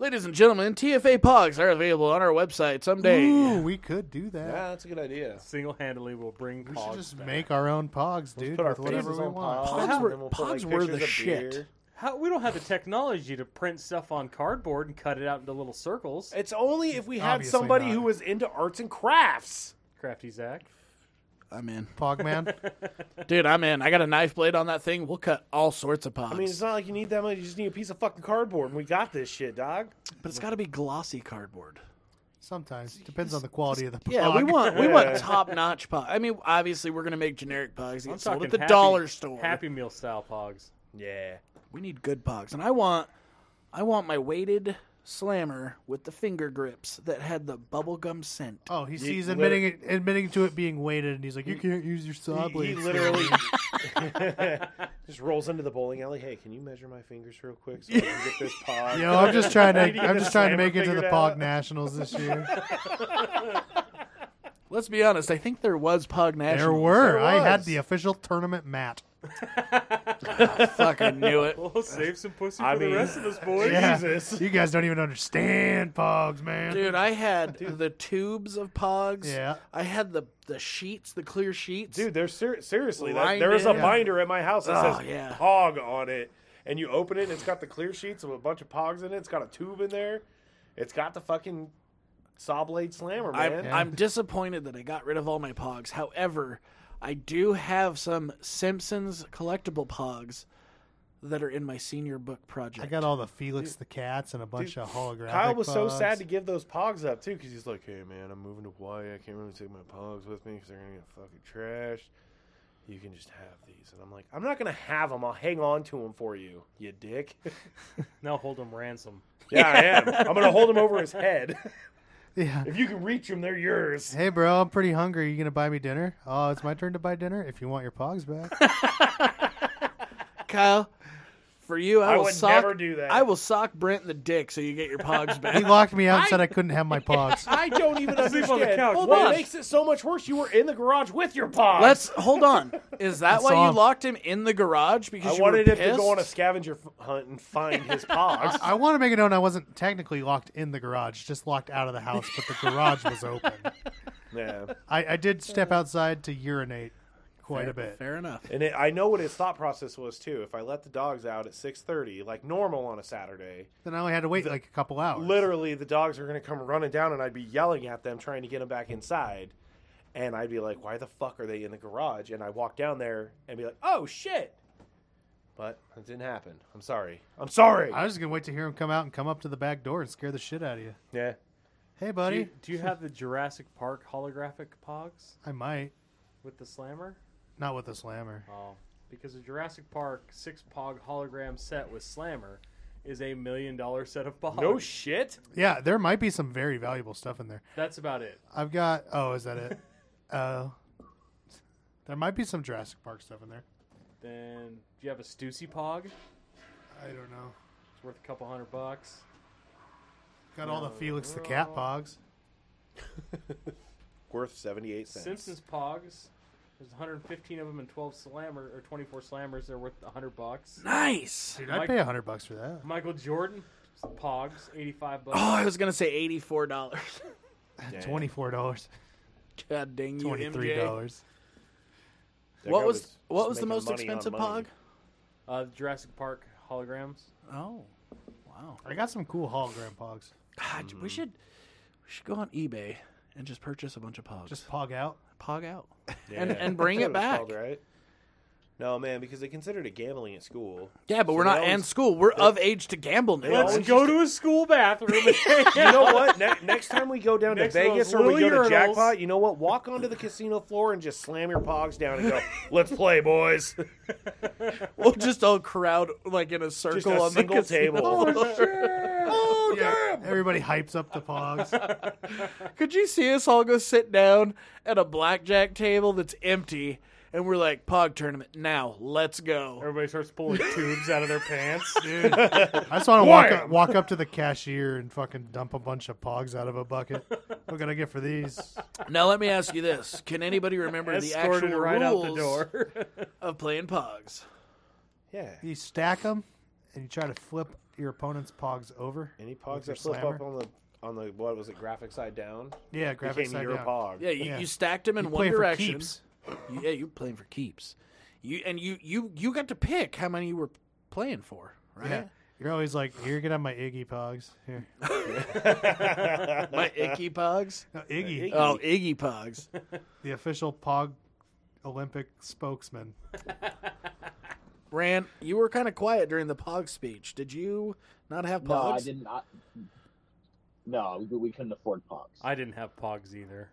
Ladies and gentlemen, TFA Pogs are available on our website someday. ooh, we could do that. yeah, that's a good idea. Single handedly, we'll bring We Pogs should just back. make our own pogs, dude. Put our with whatever faces we on want. pogs. Pogs and were- then we'll put, like, pogs were the pictures of shit. beer. How, we don't have the technology to print stuff on cardboard and cut it out into little circles. It's only if we had Obviously somebody not. who was into arts and crafts. Crafty Zach. I'm in. Pog man. Dude, I'm in. I got a knife blade on that thing. We'll cut all sorts of pogs. I mean, it's not like you need that much. You just need a piece of fucking cardboard, and we got this shit, dog. but it's got to be glossy cardboard. Sometimes depends on the quality of the. Pog. Yeah, we want we want Yeah. top notch pogs. I mean, obviously we're gonna make generic pogs that I'm get sold talking at the Happy- dollar store. Happy Meal style pogs. Yeah. We need good pogs, and I want I want my weighted slammer with the finger grips that had the bubblegum scent. Oh, he's, You he's lit- admitting it, admitting to it being weighted, and he's like, "You can't use your He, saw he blade." literally just rolls into the bowling alley. Hey, can you measure my fingers real quick so I can get this pod? Yo, I'm just trying You need to to get I'm the just trying to slammer make it to the figured Pog out. Nationals this year. Let's be honest, I think there was pog nationals. There were. There I had was. the official tournament mat. Fuck, I knew it. Well, save some pussy I for mean- the rest of us, boys. Yeah. Jesus. You guys don't even understand Pogs, man. Dude, I had the tubes of pogs. Yeah. I had the the sheets, the clear sheets. Dude, there's ser- seriously, that, Lined there is a in. binder at my house that Oh, says yeah. Pog on it, and you open it, and it's got the clear sheets of a bunch of Pogs in it. It's got a tube in there. It's got the fucking saw blade slammer, I'm, man. I'm disappointed that I got rid of all my pogs. However, I do have some Simpsons collectible pogs that are in my senior book project. I got all the Felix the cats and a bunch Dude, of holographic. Kyle was so Pogs. sad to give those pogs up too, because he's like, "Hey man, I'm moving to Hawaii. I can't really take my pogs with me because they're gonna get fucking trashed. You can just have these." And I'm like, "I'm not gonna have them. I'll hang on to them for you, you dick." Now hold them ransom. yeah, I am. I'm gonna hold them over his head. Yeah. if you can reach them, they're yours. Hey, bro, I'm pretty hungry. You gonna buy me dinner? Oh, it's my turn to buy dinner. If you want your Pogs back, Kyle, for you, I, I will would sock, never do that. I will sock Brent in the dick so you get your pogs he back. locked me out and said I couldn't have my Pogs. I don't even Sleep on the understand couch, what watch. makes it so much worse. You were in the garage with your pogs. Let's hold on. Is that I why saw you him. locked him in the garage because I you wanted wanted were him pissed? to go on a scavenger f- hunt and find his pogs. I want to make it known I wasn't technically locked in the garage, just locked out of the house, but the garage was open. yeah. I, I did step outside to urinate quite a bit. Fair enough. And it, I know what his thought process was too. If I let the dogs out at six thirty, like normal on a Saturday, Then I only had to wait like a couple hours. literally the dogs are going to come running down, and I'd be yelling at them, trying to get them back inside. And I'd be like, "Why the fuck are they in the garage?" And I walk down there and be like, "Oh shit!" But it didn't happen. I'm sorry. I'm sorry. I was just gonna wait to hear him come out and come up to the back door and scare the shit out of you. yeah. Hey, Do buddy. you, do you have the Jurassic Park holographic pogs I might with the slammer? not with a slammer. Oh, because the Jurassic Park six pog hologram set with slammer is a million dollar set of pogs. No shit. Yeah, there might be some very valuable stuff in there. That's about it. I've got. Oh, is that it? Oh, there might be some Jurassic Park stuff in there. Then do you have a Stussy pog? It's I don't know. worth a couple hundred bucks. Got all the Felix the Cat pogs. Worth seventy eight cents. Simpsons pogs. There's 115 of them and 12 slammer or 24 slammers. They're worth 100 bucks. Nice. Dude, I'd Mike- pay a hundred bucks for that. Michael Jordan pogs 85 bucks. Oh, I was gonna say eighty-four dollars. Damn. Twenty four dollars, God dang you, twenty three MJ. dollars. That What guy was what just was the making most money on expensive money. pog? Uh, the Jurassic Park holograms. Oh, wow. I got some cool hologram pogs. God, Mm-hmm. we should we should go on eBay and just purchase a bunch of pogs. Just pog out. pog out Yeah. and and bring That's it what was back. called, right? No, man, because they considered it gambling at school. Yeah, but So we're they not in always- school. We're of age to gamble now. Let's Let's go to a school bathroom. You know what? Ne- next time we go down to Next to Vegas those or we go little urinals. to Jackpot, you know what? Walk onto the casino floor and just slam your pogs down and go, let's play, boys. We'll just all crowd like in a circle Just a on single the casino Oh, table. floor. Yeah. Everybody hypes up the pogs. Could you see us all go sit down at a blackjack table that's empty, and we're like, "Pog tournament now, let's go." Everybody starts pulling tubes out of their pants. I just want to walk Wham! up, walk up to the cashier and fucking dump a bunch of pogs out of a bucket. What can I get for these? Now let me ask you this: Can anybody remember the Escorted actual right out rules the door. of playing pogs? Yeah. You stack them and you try to flip your opponent's pogs over. Any With pogs your that flip slammer? up on the, on the what was it, graphic side down? Yeah, graphic Became side your down. pog. Yeah, you, Yeah. you stacked them in You one play for direction. keeps. You- yeah, you were playing for keeps. You and you you you got to pick how many you were playing for, right? Yeah. You're always like, here, get on my Iggy pogs. Here. My icky pogs. No, Iggy, Oh, Iggy pogs. the official pog Olympic spokesman. Ran, you were kind of quiet during the pog speech. Did you not have pogs? No, I did not. No, we, we couldn't afford Pogs. I didn't have Pogs either.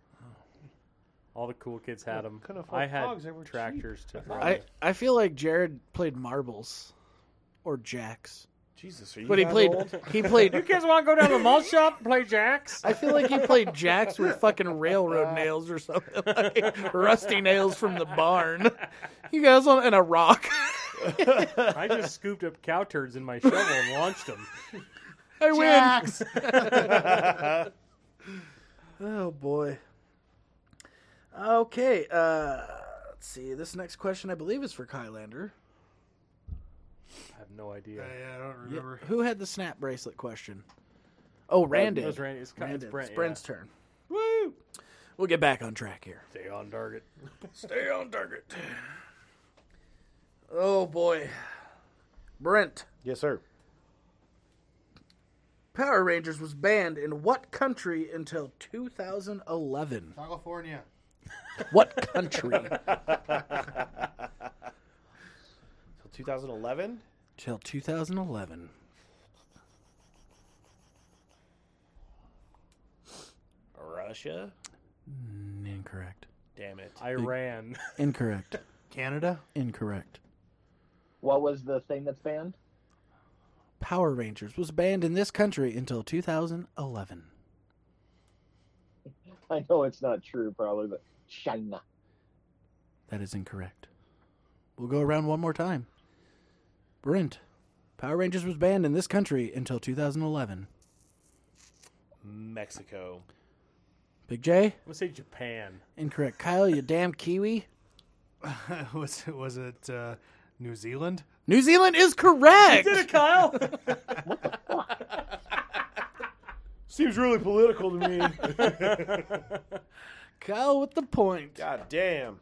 All the cool kids had them. couldn't afford I had Pogs, they were cheap. tractors to throw. I, I feel like Jared played marbles or jacks, Jesus, are you but he that played old? he played. kids want to go down to the malt shop and play jacks? I feel like he played jacks with fucking railroad nails or something, like rusty nails from the barn. You guys on and a rock. I just scooped up cow turds in my shovel and launched them. I win. Jax! Oh boy. Okay, uh let's see. This next question I believe is for Kylander. I have no idea. yeah, yeah, I don't remember. Who had the snap bracelet question? Oh, Rand That did. was Randy. It's, Rand it's did. Brent. It's Brent's yeah. turn. Woo! We'll get back on track here. Stay on target. Stay on target. Oh boy. Brent, Yes, sir. Power Rangers was banned in what country until 2011? California. What country? Till 2011. Till 2011. Russia. Incorrect. Damn it. Iran. Incorrect. Canada? Incorrect. What was the thing that's banned? Power Rangers was banned in this country until 2011. I know it's not true, probably, but China. That is incorrect. We'll go around one more time. Brent, Power Rangers was banned in this country until 2011. Mexico. Big J, I'm gonna say Japan. incorrect. Kyle, you damn Kiwi. was it, was it uh, New Zealand? New Zealand is correct. Kyle. Seems really political to me. Kyle with the point. God damn.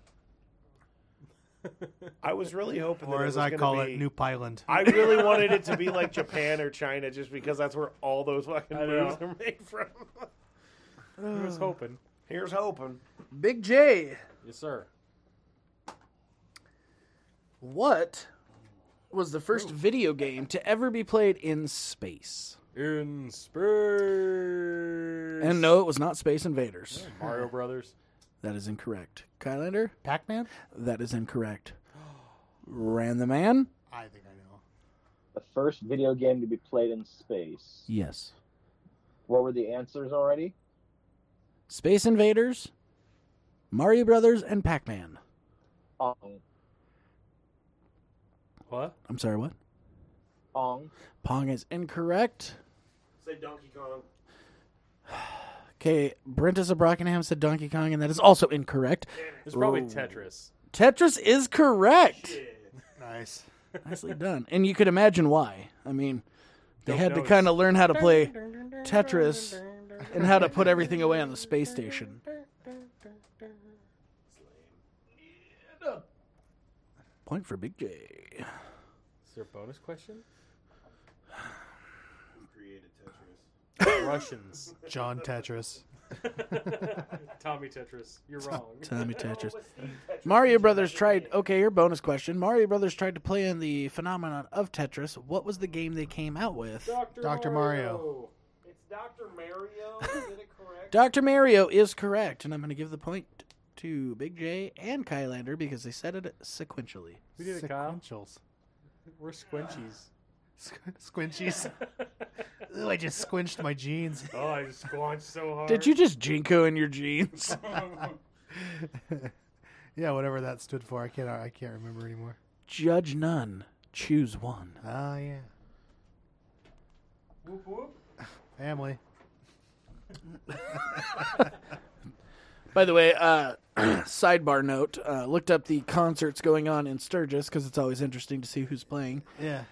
I was really hoping, that Or it as was I gonna call be- it, New Pyland. I really wanted it to be like Japan or China, just because that's where all those fucking I moves know. are made from. I was hoping. Here's hoping. Big J, Yes, sir. what was the first video game to ever be played in space? In space. And no, it was not Space Invaders. Mario Brothers. That is incorrect. Kylander? Pac Man? That is incorrect. Ran the man? I think I know. The first video game to be played in space. Yes. What were the answers already? Space Invaders, Mario Brothers, and Pac Man. Ong. What? I'm sorry, what? Ong. Pong is incorrect. Say Donkey Kong. Okay, Brentus of Brockenham said Donkey Kong, and that is also incorrect. It's probably Ooh. Tetris. Tetris is correct. Nice. Nicely done. And you could imagine why. I mean, they Don't had to know. kind of learn how to play Tetris and how to put everything away on the space station. Point for Big J. Is there a bonus question? Created Tetris. Russians. John Tetris. Tommy Tetris. You're wrong. Tommy Tetris. Mario Brothers tried. Okay, your bonus question. Mario Brothers tried to play in the phenomenon of Tetris. What was the game they came out with? Dr. Mario. It's Dr. Mario. Is it correct? Dr. Mario is correct, and I'm going to give the point to Big J and Kylander because they said it sequentially. We did it, Kyle. Sequentials. We're squinchies. Squ- Squinchies. Ooh, I just squinched my jeans. Oh, I just squanched so hard. Did you just jinko in your jeans? yeah, whatever that stood for. I can't. I can't remember anymore. Judge none, choose one. Oh yeah, Whoop, whoop. family. By the way, uh, sidebar note: uh, looked up the concerts going on in Sturgis because it's always interesting to see who's playing. Yeah.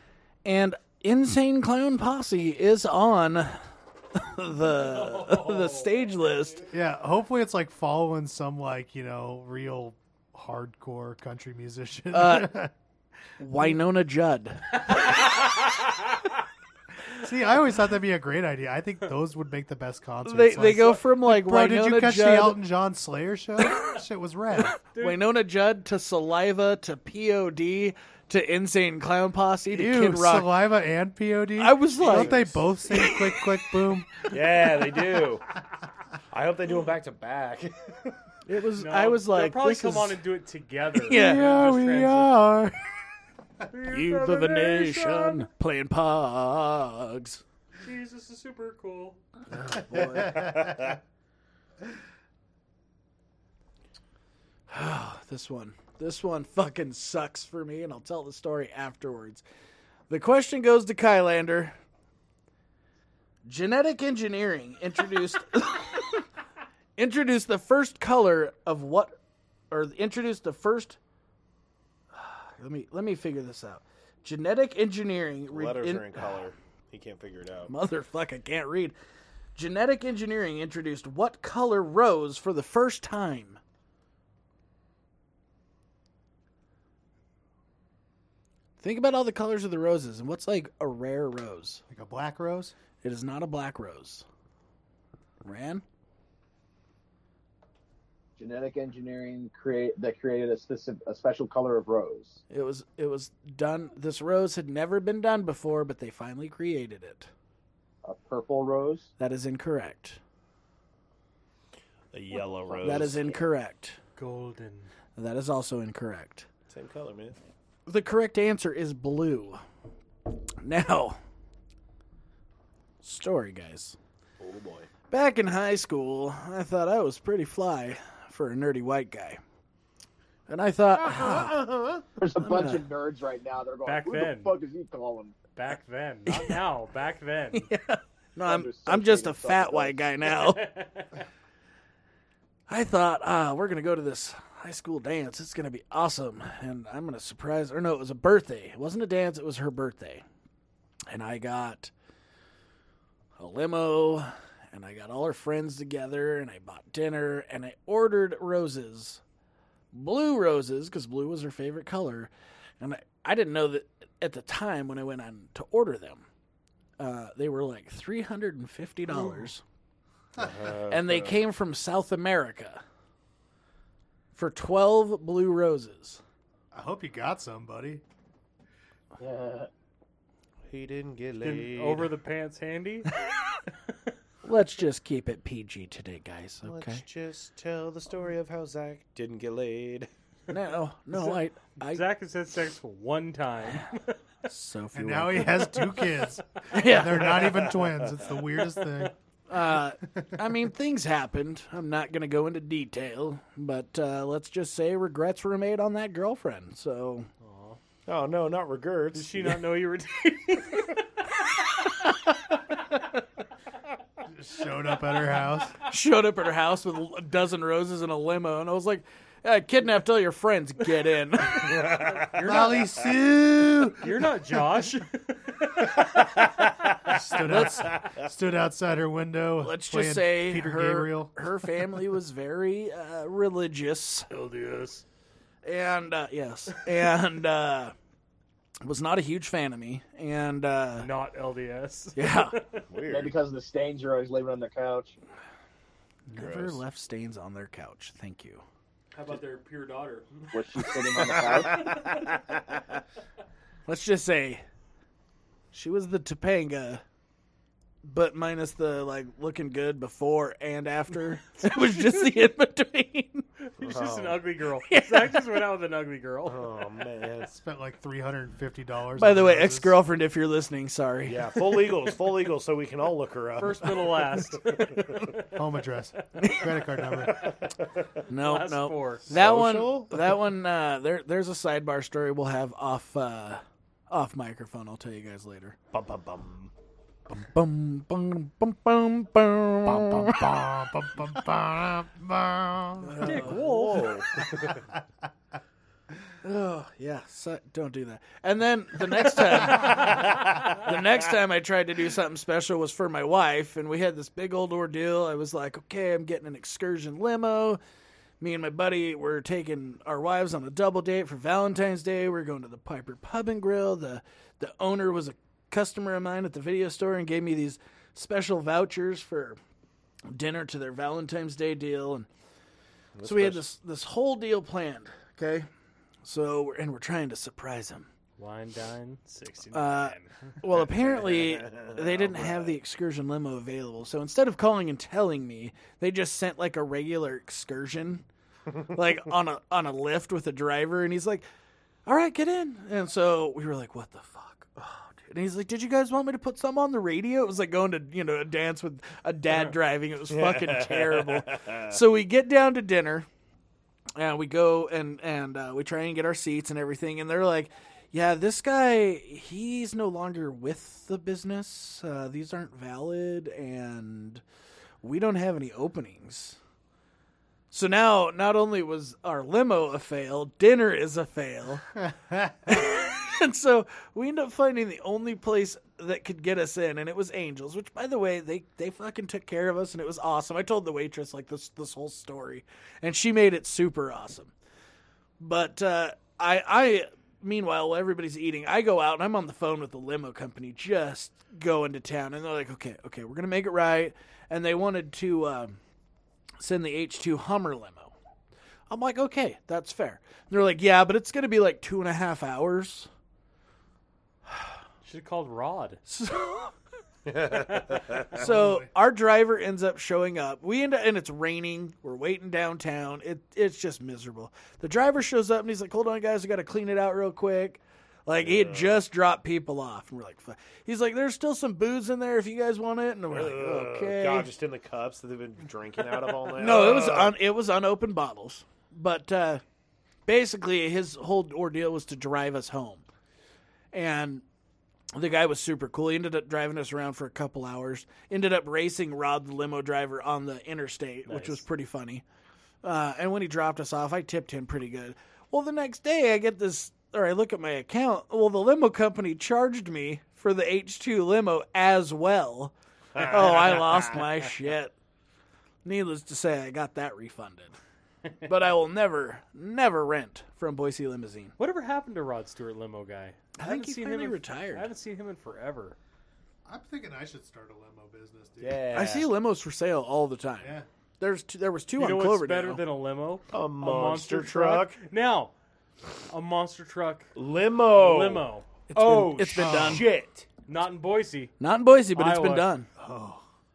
and Insane Clown Posse is on the the stage list. Yeah. Hopefully, it's like following some like you know real hardcore country musician. Uh, Winona Judd. See, I always thought that'd be a great idea. I think those would make the best concerts. They, they Like, go from like Bro, Winona did you catch the Judd, Elton John Slayer show? Shit was red. Winona Judd to Saliva to POD to Insane Clown Posse to Ew, Kid Rock. saliva and POD. I was like- don't they both say click click boom? Yeah, they do. I hope they do them back to back. it was. No, I was they'll like, probably this come is- on and do it together. Yeah. Yeah, Just we transition. are. Youth of the nation playing pogs. Jesus is super cool. This one, this one fucking sucks for me, and I'll tell the story afterwards. The question goes to Kylander. Genetic engineering introduced introduced the first color of what, or introduced the first. Let me let me figure this out. Genetic engineering re- Letters in- are in color. He can't figure it out. Motherfucker can't read. Genetic engineering introduced what color rose for the first time? Think about all the colors of the roses and what's like a rare rose. Like a black rose. It is not a black rose. Ran? Genetic engineering create that created a specific a special color of rose. It was it was done this rose had never been done before, but they finally created it. A purple rose. That is incorrect. A yellow rose. That is incorrect. Golden. That is also incorrect. same color, man. The correct answer is blue. Now, story, guys. Oh boy. Back in high school, I thought I was pretty fly for a nerdy white guy. And I thought, "Ah, There's a bunch of nerds right now. They're going. Back Who then. the fuck is he calling? Back then, not now. Back then. no, I'm, Undersociated I'm just a stuff fat does. white guy now. I thought, ah, we're going to go to this high school dance. It's going to be awesome. And I'm going to surprise her. No, it was a birthday. It wasn't a dance, it was her birthday. And I got a limo and I got all her friends together and I bought dinner and I ordered roses. Blue roses, because blue was her favorite color. And I, I didn't know that at the time when I went on to order them. Uh, they were like $350 and they came from South America for 12 blue roses. I hope you got some, buddy. He didn't get Fucking laid. Over the pants handy. Let's just keep it PG today, guys. Let's Okay. just tell the story of how Zach Didn't get laid. No, no, I, I, Zach has had sex for one time. Sophie. And now Walker. he has two kids. yeah. They're not even twins. It's the weirdest thing. Uh, I mean, things happened. I'm not going to go into detail, but uh, let's just say regrets were made on that girlfriend. So Oh no, not Did regrets. she not know you were dating? Showed up at her house. showed up at her house with a dozen roses and a limo, and I was like, uh, "Kidnapped all your friends. Get in." Molly Sue You're not Josh. stood, out, stood outside her window. let's playing just say Peter her Gabriel. her family was very uh, religious LDS. and uh, yes and uh, was not a huge fan of me and uh, Not LDS. yeah Maybe Weird. because of the stains you're always leaving on the couch. never left stains on their couch thank you How about their pure daughter? Was she sitting on the couch? let's just say she was the Topanga but minus the like looking good before and after it was just the in between She's just Oh. an ugly girl. Zach just went out with an ugly girl. Oh man. Spent like three hundred and fifty dollars. by the way ex-girlfriend if you're listening sorry Yeah, full legals, full legals, so we can all look her up. First, middle, last. home address, credit card number. no last no four. That Social? one, that one. Uh, there, there's a sidebar story we'll have off, uh, off microphone. I'll tell you guys later. Bum, bum, bum. Bum, bum, bum, bum, bum. Bum, bum, bum, bum, bum, bum, bum. Dick Wolf. Oh yeah, so, don't do that. And then the next time, the next time I tried to do something special was for my wife, and we had this big old ordeal. I was like, okay, I'm getting an excursion limo. Me and my buddy were taking our wives on a double date for Valentine's Day. We are going to the Piper Pub and Grill. the The owner was a customer of mine at the video store and gave me these special vouchers for dinner to their Valentine's Day deal, and so we had this this whole deal planned. Okay, so we're, and we're trying to surprise him. Wine dine sixty Uh, nine. Well, apparently they didn't have the excursion limo available. So instead of calling and telling me, they just sent like a regular excursion, like on a on a lift with a driver, and he's like, "All right, get in." And so we were like, "What the fuck." Oh, dude. And he's like, "Did you guys want me to put some on the radio?" It was like going to you know a dance with a dad driving. It was fucking terrible. So we get down to dinner, and we go and and uh, we try and get our seats and everything and they're like yeah this guy he's no longer with the business uh, these aren't valid and we don't have any openings so now not only was our limo a fail dinner is a fail and so we end up finding the only place that could get us in, and it was Angels, which, by the way, they they fucking took care of us, and it was awesome. I told the waitress like this this whole story, and she made it super awesome. But uh, I I meanwhile, while everybody's eating, I go out and I'm on the phone with the limo company, just going to town, and they're like, okay, okay, we're gonna make it right, and they wanted to um, send the H two Hummer limo. I'm like, okay, that's fair. And they're like, yeah, but it's gonna be like two and a half hours. Should have called Rod. So, so our driver ends up showing up. We end up, and it's raining. We're waiting downtown. It it's just miserable. The driver shows up and he's like, "Hold on, guys, I got to clean it out real quick." Like he had just dropped people off, and we're like, "Fuck." "He's like, there's still some booze in there if you guys want it." And we're like, Ugh, "Okay." Uh, God, just in the cups that they've been drinking out of all night. No, it was un- it was unopened bottles. But uh, basically, his whole ordeal was to drive us home, and the guy was super cool. He ended up driving us around for a couple hours. Ended up racing Rod the limo driver on the interstate, which was pretty funny. Uh, and when he dropped us off, I tipped him pretty good. Well, the next day, I get this, or I look at my account. Well, the limo company charged me for the H two limo as well. oh, I lost my shit. Needless to say, I got that refunded. But I will never, never rent from Boise Limousine. Whatever happened to Rod Stewart limo guy? I, think he finally retired. I haven't seen him in forever. I'm thinking I should start a limo business, dude. Yeah. I see limos for sale all the time. Yeah. There's two, there was two You on know what's Cloverdale. better than a limo? a monster, truck. Now, a monster truck Limo. limo. oh, it's been done. Shit. Not in Boise. Not in Boise, but it's Iowa. been done.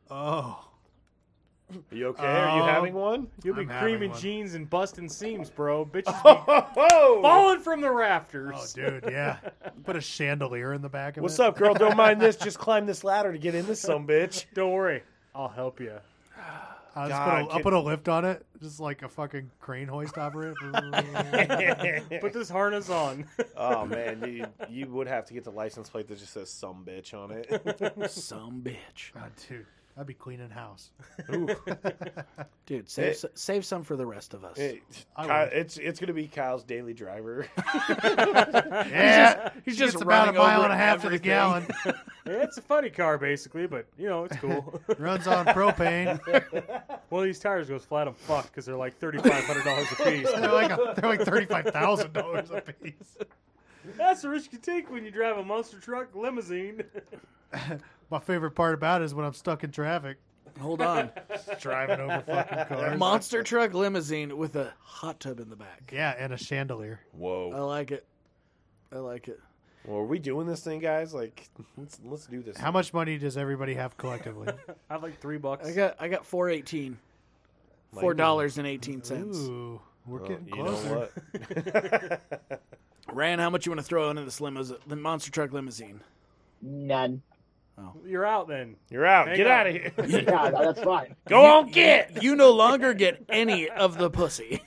Oh. Are you okay? Are you Uh, Um, having one? Oh. You'll be I'm having creaming one. jeans and busting seams, bro. Bitches be falling from the rafters. Oh, dude, yeah. Put a chandelier in the back of What's it. up, girl? Don't mind this. Just climb this ladder to get in this some bitch. Don't worry, I'll help you. I'll, just God, put a, kid- I'll put a lift on it, just like a fucking crane hoist over it. Put this harness on. oh man, you, you would have to get the license plate that just says "some bitch" on it. Some bitch, God, dude, I'd be cleaning house. dude. Save s save some for the rest of us. It- I Kyle- would. it's it's gonna be Kyle's daily driver. Yeah, he's just it's about a running mile over and a half to the everything. gallon. Yeah, it's a funny car, basically, but you know it's cool. Runs on propane. One of these tires goes flat. I'm fucked because they're like thirty five hundred dollars a piece. They're like a, they're like thirty five thousand dollars a piece. That's the risk you take when you drive a monster truck limousine. My favorite part about it is when I'm stuck in traffic, Hold on, driving over fucking cars. monster truck limousine with a hot tub in the back. Yeah, and a chandelier. I Whoa. like it. I like it. Well, are we doing this thing, guys? Like, let's let's do this. How much money does everybody have collectively? I have like three bucks. I got I got four eighteen. Four dollars and eighteen cents. Ooh, we're Well, getting you know closer. what? Ran, how much you want to throw into this limo's the monster truck limousine? None. You're out then. You're out. Hang get on. out of here. Yeah, that's fine. Go on, get. You no longer get any of the pussy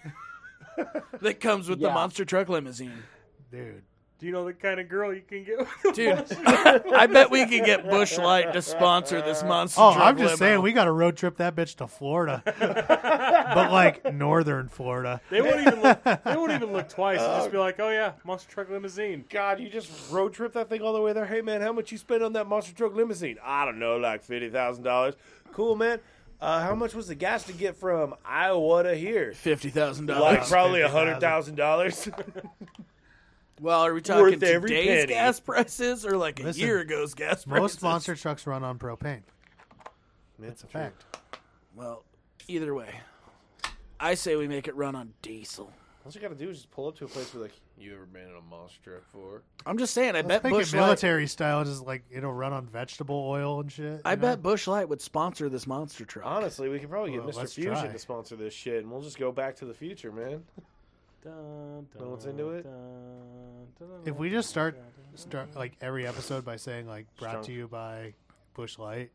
that comes with the Yeah. monster truck limousine. Dude, Do you know the kind of girl you can get? With Dude, I bet we could get Bush Light to sponsor this monster Oh, truck I'm limo. just saying, we got to road trip that bitch to Florida, but like northern Florida. They won't even look. They won't even look twice. They'll just be like, "Oh yeah, monster truck limousine." God, you just road trip that thing all the way there. Hey man, how much you spend on that monster truck limousine? I don't know, like fifty thousand dollars. Cool, man. Uh, how much was the gas to get from Iowa to here? $50,000. Like probably a $50,000. hundred thousand dollars. Well, are we talking Worth every today's penny. gas prices or like a Listen, year ago's gas prices? Most monster trucks run on propane. That's a fact. Well, either way, I say we make it run on diesel. All you gotta do is just pull up to a place where like you ever been in a monster truck before? I'm just saying. I Let's bet make Bush it Light. military style, just like it'll run on vegetable oil and shit. I you know? bet Bush Light would sponsor this monster truck. Honestly, we could probably get Well, Mr. let's Fusion try. to sponsor this shit, and we'll just go back to the future, man. Dun, dun, No one's into it? dun, dun, If we just start, start like every episode by saying like brought Strong. to you by Bush Light,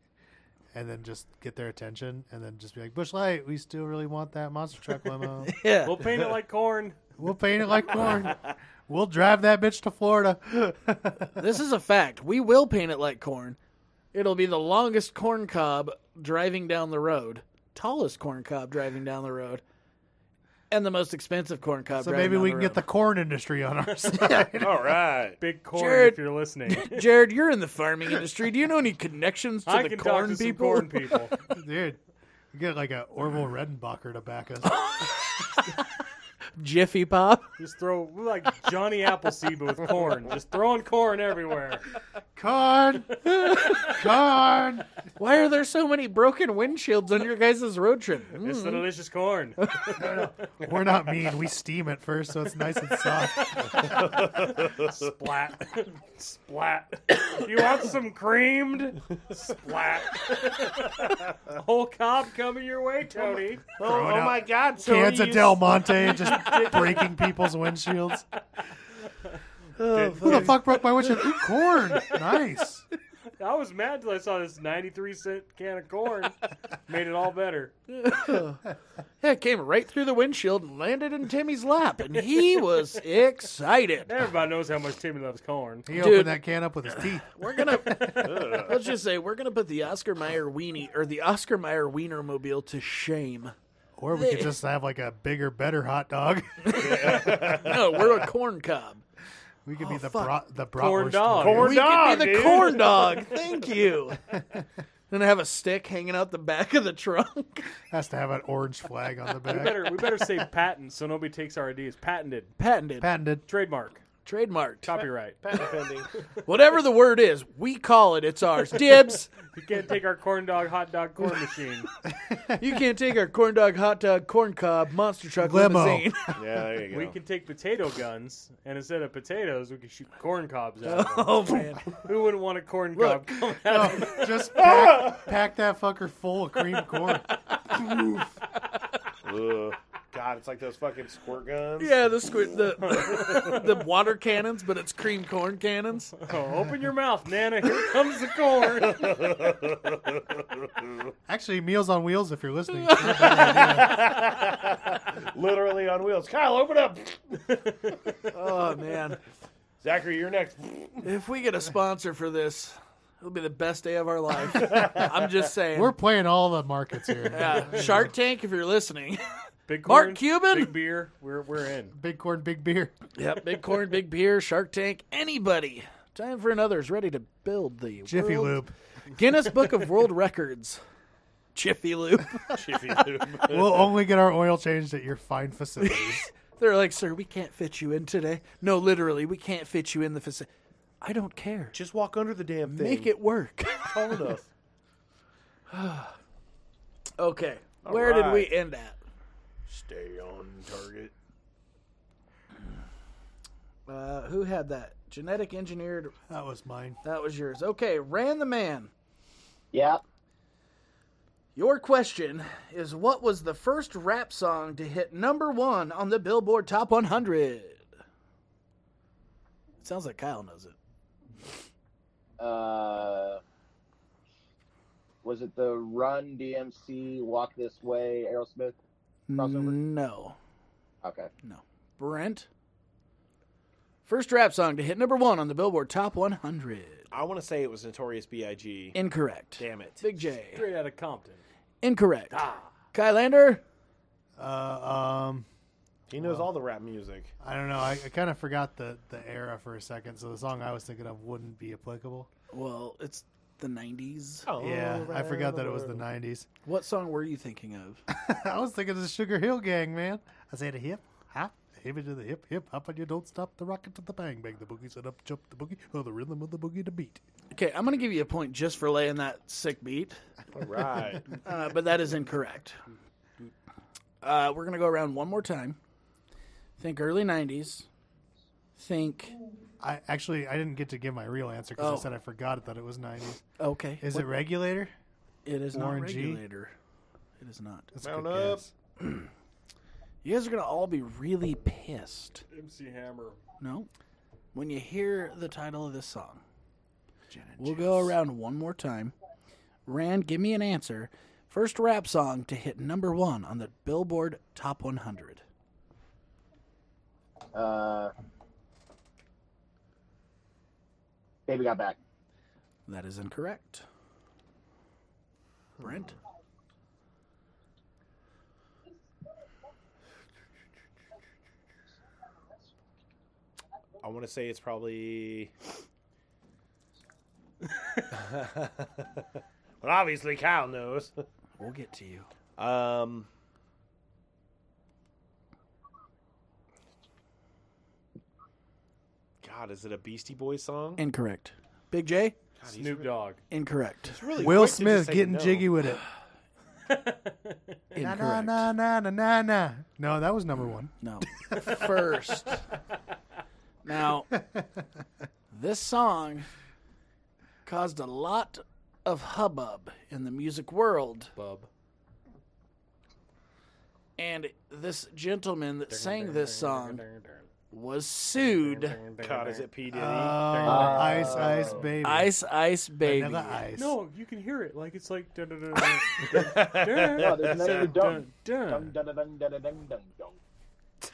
and then just get their attention, and then just be like Bush Light, we still really want that monster truck limo. Yeah. We'll paint it like corn. we'll paint it like corn. We'll drive that bitch to Florida. this is a fact. We will paint it like corn. It'll be the longest corn cob driving down the road, tallest corn cob driving down the road, and the most expensive corn cob. so driving maybe down we the can get the road. corn industry on our side. All right. Big corn, Jared. if you're listening. Jared, you're in the farming industry. Do you know any connections to I the can corn talk to people? some corn people. Dude, we get like a Orville Redenbacher to back us. Jiffy Pop. Just throw we're like Johnny Appleseed but with corn. Just throwing corn everywhere. corn, corn. Why are there so many broken windshields on your guys' road trip? Hmm? It's the delicious corn. We're not mean. We steam it first, so it's nice and soft. Splat. Splat. You want some creamed? Splat. Whole cob coming your way, Tony. Oh, oh out my God! So Cans you of Del Monte and just breaking people's windshields. Who the fuck broke my windshield? Ooh, corn. Nice. I was mad till I saw this 93 cent can of corn. Made it all better. Yeah, it came right through the windshield and landed in Timmy's lap, and he was excited. Everybody knows how much Timmy loves corn. He Dude. opened that can up with his teeth. We're gonna let's just say we're gonna put the Oscar Mayer weenie or the Oscar Mayer wiener mobile to shame. Or we could just have like a bigger, better hot dog. No, we're a corn cob. We could Oh, be the fuck. bra- the bratwurst. Corn dog. man. Corn we dog, could be the dude. corn dog. Thank you. And have a stick hanging out the back of the trunk. has to have an orange flag on the We back. better, we better say patent so nobody takes our ideas. Patented. Patented, Patented. Trademark. trademarked. Copyright. patent pending. Whatever the word is, we call it. It's ours. Dibs. You can't take our corn dog, hot dog, corn machine. You can't take our corn dog, hot dog, corn cob, monster truck, Limo. limousine. Yeah, there you go. We can take potato guns, and instead of potatoes, we can shoot corn cobs out of Oh them. man. Who wouldn't want a corn Look. cob coming out of Oh, just pack, pack that fucker full of cream corn. Ugh. God, it's like those fucking squirt guns. Yeah, the squid, the the water cannons, but it's cream corn cannons. Oh, open your mouth, Nana. Here comes the corn. Actually, Meals on Wheels, if you're listening. Literally on wheels. Kyle, open up. Oh man, Zachary, you're next. if we get a sponsor for this, it'll be the best day of our life. I'm just saying. We're playing all the markets here. yeah, Shark Tank, if you're listening. Big corn, Mark Cuban? Big beer. We're, we're in. Big corn, big beer. yep, big corn, big beer, Shark Tank, anybody. Time for another's ready to build the Jiffy world- Lube. Guinness Book of World Records. Jiffy Lube. We'll only get our oil changed at your fine facilities. They're like, sir, we can't fit you in today. No, literally, we can't fit you in the facility. I don't care. Just walk under the damn thing. Make it work. tall enough. Okay. Where did we right. end at? Stay on target. Uh, who had that? Genetic engineered. that was mine. That was yours. Okay. Ran the man. Yeah. Your question is what was the first rap song to hit number one on the Billboard Top 100? It sounds like Kyle knows it. Uh, was it the Run DMC Walk This Way Aerosmith? Crossover? No. Okay. Brent? First rap song to hit number one on the Billboard Top 100. I want to say it was Notorious B.I.G. Incorrect. Damn it. Big J. Straight out of Compton. Incorrect. Kylander? Uh, um, He knows all the rap music. I don't know. I, I kind of forgot the, the era for a second, so the song I was thinking of wouldn't be applicable. Well, it's the 90s. Oh, yeah, I Around forgot the that it was the world. 90s. What song were you thinking of? I was thinking of the Sugar Hill Gang, man. I said a hip, hop, Heave it to the hip, hip, hop on you, don't stop the rocket to the bang, bang the boogie, set up, jump the boogie, oh, the rhythm of the boogie to beat. Okay, I'm going to give you a point just for laying that sick beat, All right. uh, but that is incorrect. Uh, we're going to go around one more time. Think early 90s. Think. I actually I didn't get to give my real answer because Oh. I said I forgot that it was 90s. Okay. Is it regulator? It is not Warren G? regulator. It is not. That's Mount up. You guys are going to all be really pissed. MC Hammer. No. When you hear the title of this song, guess. we'll go around one more time. Rand, give me an answer. First rap song to hit number one on the Billboard Top 100. Uh, Baby Got Back. That is incorrect. Brent? I want to say it's probably. well, obviously Kyle knows. We'll get to you. Um, God, is it a Beastie Boys song? Incorrect. Big J? God, he's Snoop Dogg. Incorrect. re- really Will quick to just Smith say getting no. jiggy with it. Na Incorrect. na na na na na na. No, that was number one. No. First. Now, this song caused a lot of hubbub in the music world, Bub. and this gentleman that sang this song was sued. God, is it P Diddy? Oh, ice, ice, baby. Ice, ice, baby. Vanilla ice. No, you can hear it. Like it's like. Dun, dun, dun, No, there's another dun, dun. Dun dun, dun. dun dun dun dun dun dun dun.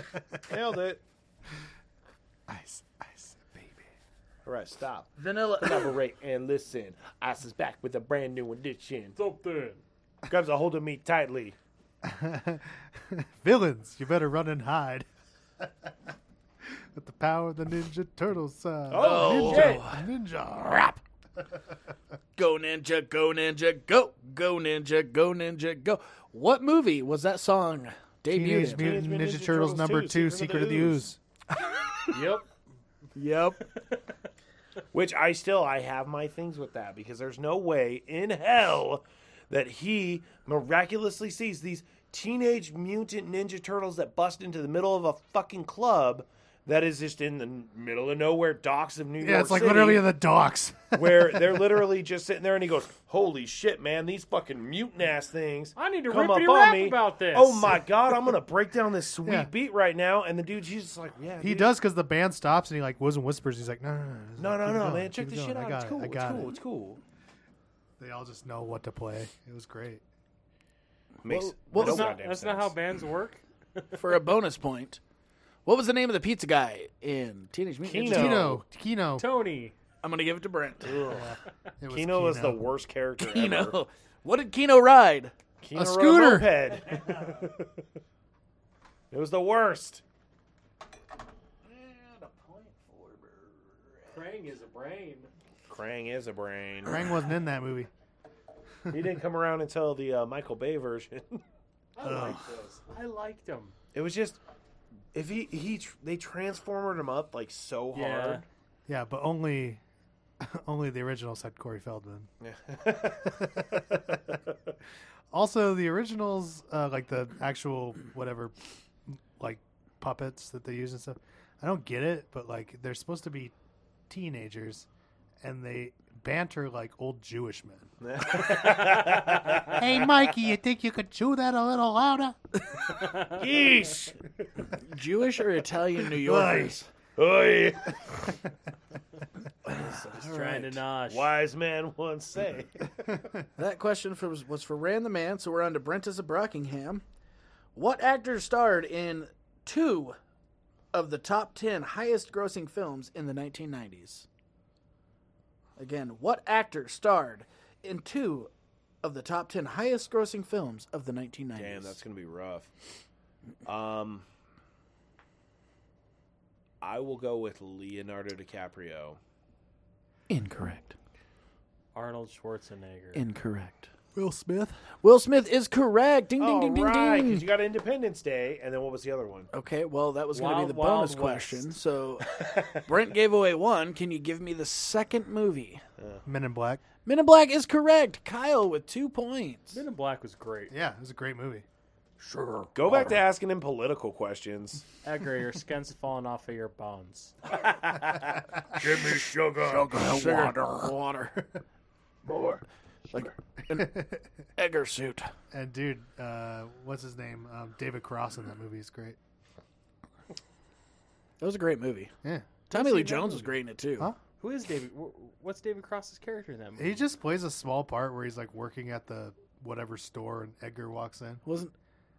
dun. Nailed it. ice, ice, baby. All right, stop. Vanilla. Collaborate and listen. Ice is back with a brand new edition. Something. Grabs a hold of me tightly. Villains, you better run and hide. With the power of the Ninja Turtles. side. Oh, ninja, ninja. Rap. Go ninja, go ninja, go, go ninja, go ninja, go. What movie was that song debuted? Teenage in? Mutant Ninja, Turtles, number two, Secret of the Ooze. Yep. Yep. Which I still I have my things with that because there's no way in hell that he miraculously sees these teenage mutant ninja turtles that bust into the middle of a fucking club that is just in the middle of nowhere docks of New York. Yeah, it's like City, literally in the docks. where they're literally just sitting there and he goes, "Holy shit, man! These fucking mutant ass things." I need to Come rip up and on rap me. about this. Oh my god, I'm gonna break down this sweet Yeah. beat right now. And the dude, he's just like, yeah, he dude. does because the band stops and he like whistles and whispers. He's like, no, no, No, no, no, keep no, going, man, check keep this shit going. I out. It's got it, cool. I It's got cool. it. It's cool. They all just know what to play. It was great. Makes what no was That's not, Oh, goddamn that's not how sense. bands work. for a bonus point. What was the name of the pizza guy in Teenage Mutant? Ninja Kino. Turtles? Kino, Kino, Tony. I'm gonna give it to Brent. It was Kino is the worst character ever. Kino. What did Kino ride? Kino rode scooter. moped. it was the worst. Krang is a brain. Krang is a brain. Krang wasn't in that movie. He didn't come around until the uh, Michael Bay version. I like those. I liked them. it was just if he he tr- they transformed him up like so Yeah. hard. Yeah, but only, only the originals had Corey Feldman. Also, the originals, uh, like the actual whatever, like puppets that they use and stuff. I don't get it, but like they're supposed to be teenagers, and they banter like old Jewish men. Hey, Mikey, you think you could chew that a little louder? Yeesh. Jewish or Italian New Yorkers? Oi. Just trying to nosh. Wise man once say. That question for, was for Rand the Man, so we're on to Brentus of Brockingham. What actor starred in two of the top ten highest-grossing films in the 1990s? Again, what actor starred in two of the top ten highest-grossing films of the 1990s? Damn, that's gonna be rough. Um, I will go with Leonardo DiCaprio. incorrect. Arnold Schwarzenegger. Incorrect. Will Smith. Will Smith is correct. Ding ding All ding right, ding 'cause ding. you got Independence Day, and then what was the other one? Okay, well that was going to be Wild the Wild bonus West. question. So Brent gave away one. Can you give me the second movie? Men in Black. Men in Black is correct. Kyle with two points. Men in Black was great. Yeah, it was a great movie. Sure. Go back to Water. asking him political questions. Edgar, your skin's falling off of your bones. Give me sugar. Sugar, water, More. Edgar suit. And dude, uh, what's his name? Um, David Cross in that movie is great. That was a great movie. Yeah, Tommy Lee Jones was great in it too. Huh? Who is David? wh- What's David Cross's character in that movie? he just plays a small part where he's like working at the whatever store, and Edgar walks in, Wasn't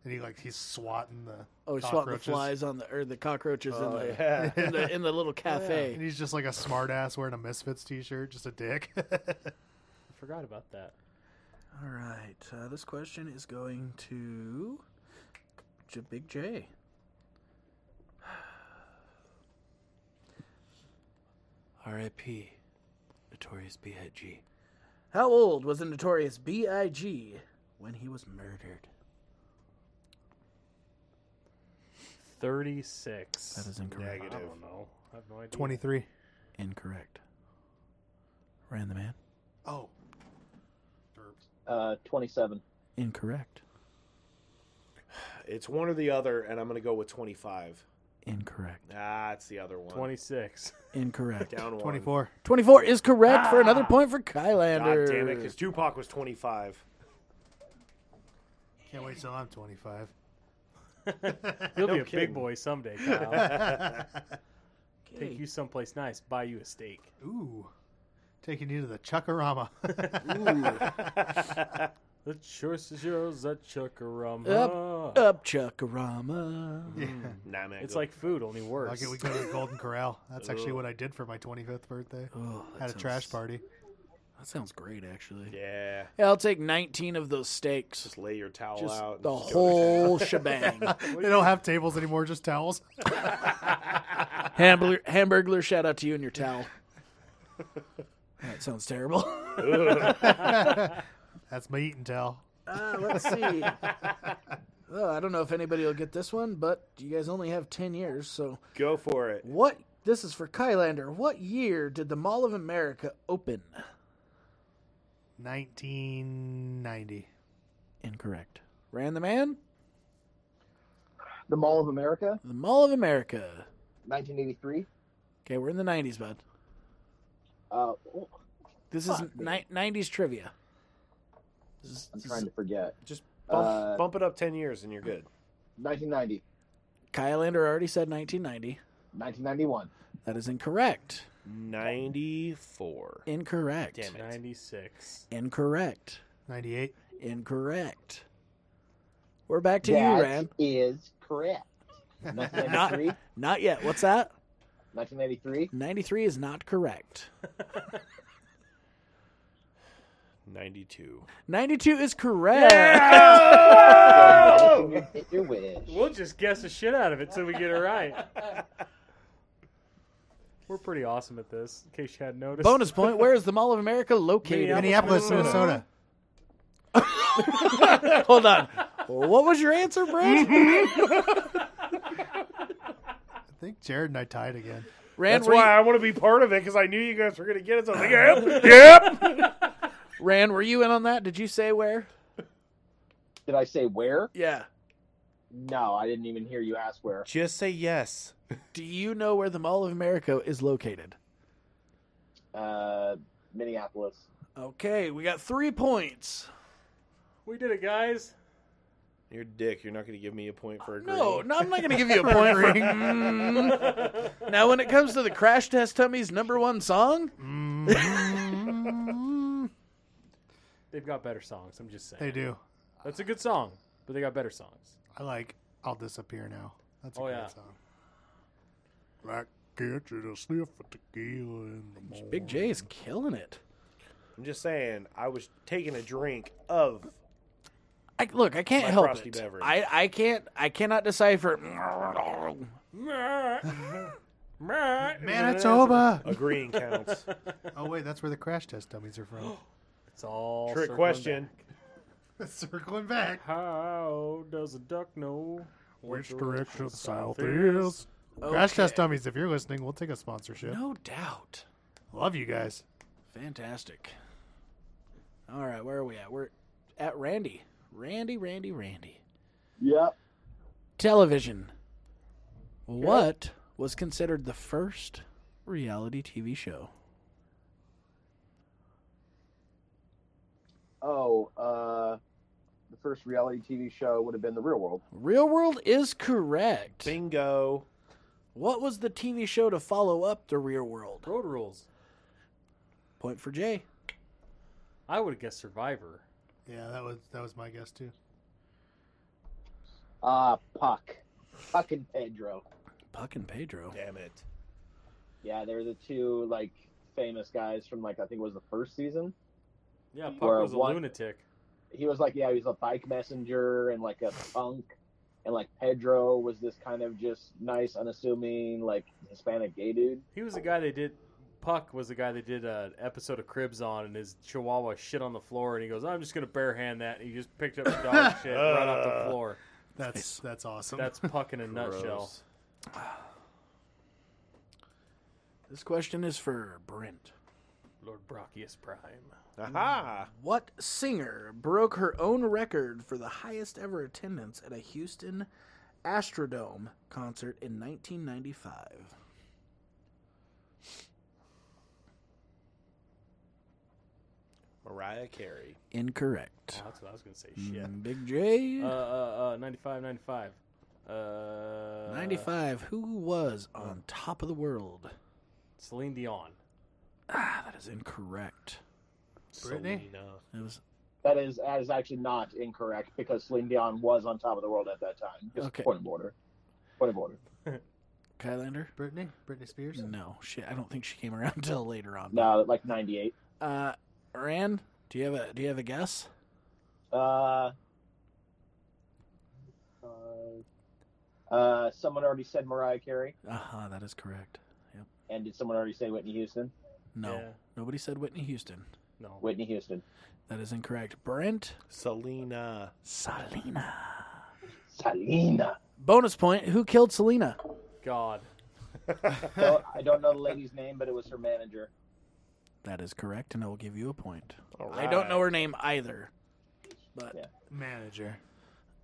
and he like he's swatting the oh he swatting the cockroaches. flies on the or the cockroaches in, Oh, the, yeah. in the in the little cafe. And he's just like a smartass wearing a Misfits t-shirt, just a dick. I forgot about that. All right. Uh, this question is going to J- Big J. R.I.P. Notorious B.I.G. How old was the notorious B.I.G. when he was murdered? Thirty-six. That is incorrect. I Negative. don't know. I have no idea. Twenty-three. Incorrect. Ran the man. Oh, Uh, twenty-seven. Incorrect. It's one or the other, and I'm going to go with 25. Incorrect. Ah, it's the other one. Twenty-six. Incorrect. Down one. 24. 24 is correct for another Ah! point for Kylander. God damn it, because Tupac was 25. Can't wait till I'm 25. He'll No be a kidding. big boy someday, Kyle. Okay. Take you someplace nice. Buy you a steak. Ooh, taking you to the Chuckarama. The choice is yours. A chuckarama. Up Chuckarama. yeah. Nah, man. It's go- like food, only worse. Okay, we go to the Golden Corral. That's actually what I did for my 25th birthday. Oh, that Had a sounds- trash party. That sounds great, actually. Yeah, Yeah. I'll take 19 of those steaks. Just lay your towel Just out. and the just go to whole shebang. They don't have tables anymore, just towels. Hamburger, hamburglar, shout out to you and your towel. That sounds terrible. That's my eat and tell. Uh, let's see. Well, I don't know if anybody will get this one, but you guys only have 10 years, so Go for it. what? This is for Kylander. What year did the Mall of America open? 1990. Incorrect. Ran the man? The Mall of America, The Mall of America. nineteen eighty-three. Okay, we're in the 90s, bud. Uh, This is ni- 90s trivia. This is- I'm this trying is- to forget. Just bump, Uh, bump it up 10 years and you're good. Nineteen ninety. Kylander already said 1990. 1991. That is incorrect. 94. Incorrect. Damn it. Ninety-six. Incorrect. 98. Incorrect. We're back to That you, Ran. is correct. 1993. Not yet. What's that? 1993. 93 is not correct. 92. 92 is correct. You hit your wish. We'll just guess the shit out of it till we get it right. We're pretty awesome at this, in case you hadn't noticed. Bonus point. Where is the Mall of America located? Minneapolis, Minnesota. Minnesota. Hold on. What was your answer, Brad? I think Jared and I tied again. Rand, That's were why you, I want to be part of it because I knew you guys were going to get it. So I was like, yep, yep. Rand, were you in on that? Did you say where? Did I say where? Yeah. No, I didn't even hear you ask where. Just say yes. Do you know where the Mall of America is located? Uh, Minneapolis. Okay, we got three points. We did it, guys. You're a dick. You're not going to give me a point for agreeing. No, no, I'm not going to give you a point for. Mm. Now, when it comes to the Crash Test Tummies number one song, They've got better songs. I'm just saying. They do. That's a good song, but they got better songs. I like I'll Disappear Now. That's a Oh, great yeah. song. Like, get you to sniff a tequila in the morning. Big J is killing it. I'm just saying, I was taking a drink of. I, look, I can't My help frosty it. beverage. I, I can't I cannot decipher. Manitoba. Agreeing counts. oh, wait, that's where the crash test dummies are from. It's all Trick circling question. back. Circling back. How does a duck know Which direction south is? Crash Test Dummies, if you're listening, we'll take a sponsorship. No doubt. Love you guys. Fantastic. All right, where are we at? We're at Randy. Randy, Randy, Randy. Yep. Television. What was considered the first reality TV show? Oh, uh, the first reality TV show would have been The Real World. Real World is correct. Bingo. What was the TV show to follow up The Real World? Road rules. Point for Jay. I would guess Survivor. Yeah, that was that was my guess too. Ah, Puck. Puck and Pedro. Puck and Pedro. Damn it. Yeah, they're the two like famous guys from like I think it was the first season. Yeah, Puck Or was a one- lunatic. He was like yeah, he was a bike messenger and like a punk, and like Pedro was this kind of just nice, unassuming like Hispanic gay dude. He was the guy they did. Puck was the guy they did an episode of Cribs on, and his Chihuahua shit on the floor, and he goes, "I'm just gonna bare hand that." And he just picked up the dog shit right off the floor. That's that's awesome. That's Puck in a nutshell. This question is for Brent. Lord Brockius Prime. Aha. What singer broke her own record for the highest ever attendance at a Houston Astrodome concert in 1995? Mariah Carey. Incorrect. Oh, that's what I was gonna say. Shit. Mm, Big J. Uh, uh, uh, 95, 95. Uh, 95. Who was on top of the world? Celine Dion. Ah, that is incorrect. Brittany? Selena. It was That is that is actually not incorrect because Celine Dion was on top of the world at that time. Just Okay. point of order. Point of order. Kylander? Brittany? Brittany Spears? No, she, I don't think she came around till later on. No, like ninety eight. Uh, Rand, do you have a do you have a guess? Uh, uh, uh, someone already said Mariah Carey, Uh huh, that is correct. and did someone already say Whitney Houston? No, Yeah. nobody said Whitney Houston. No. Whitney Houston. That is incorrect. Brent Selena. Salina. Selena. Bonus point. Who killed Selena? God. So, I don't know the lady's name, but it was her manager. That is correct, and I will give you a point. All I don't right. know her name either, but Yeah. Manager.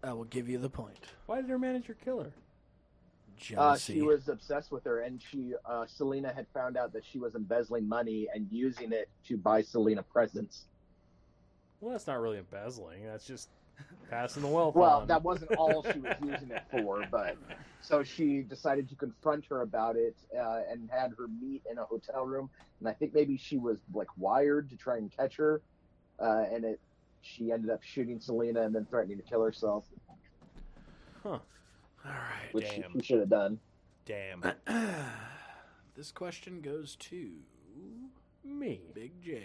I will give you the point. Why did her manager kill her? Uh, Jealousy. she was obsessed with her, and she uh, Selena had found out that she was embezzling money and using it to buy Selena presents. Well, that's not really embezzling. That's just passing the wealth Well, on. that wasn't all she was using it for, but so she decided to confront her about it uh, and had her meet in a hotel room. And I think maybe she was like wired to try and catch her, uh, and it she ended up shooting Selena and then threatening to kill herself, All right. which she, Damn. she should have done. Damn. This question goes to me. Big J.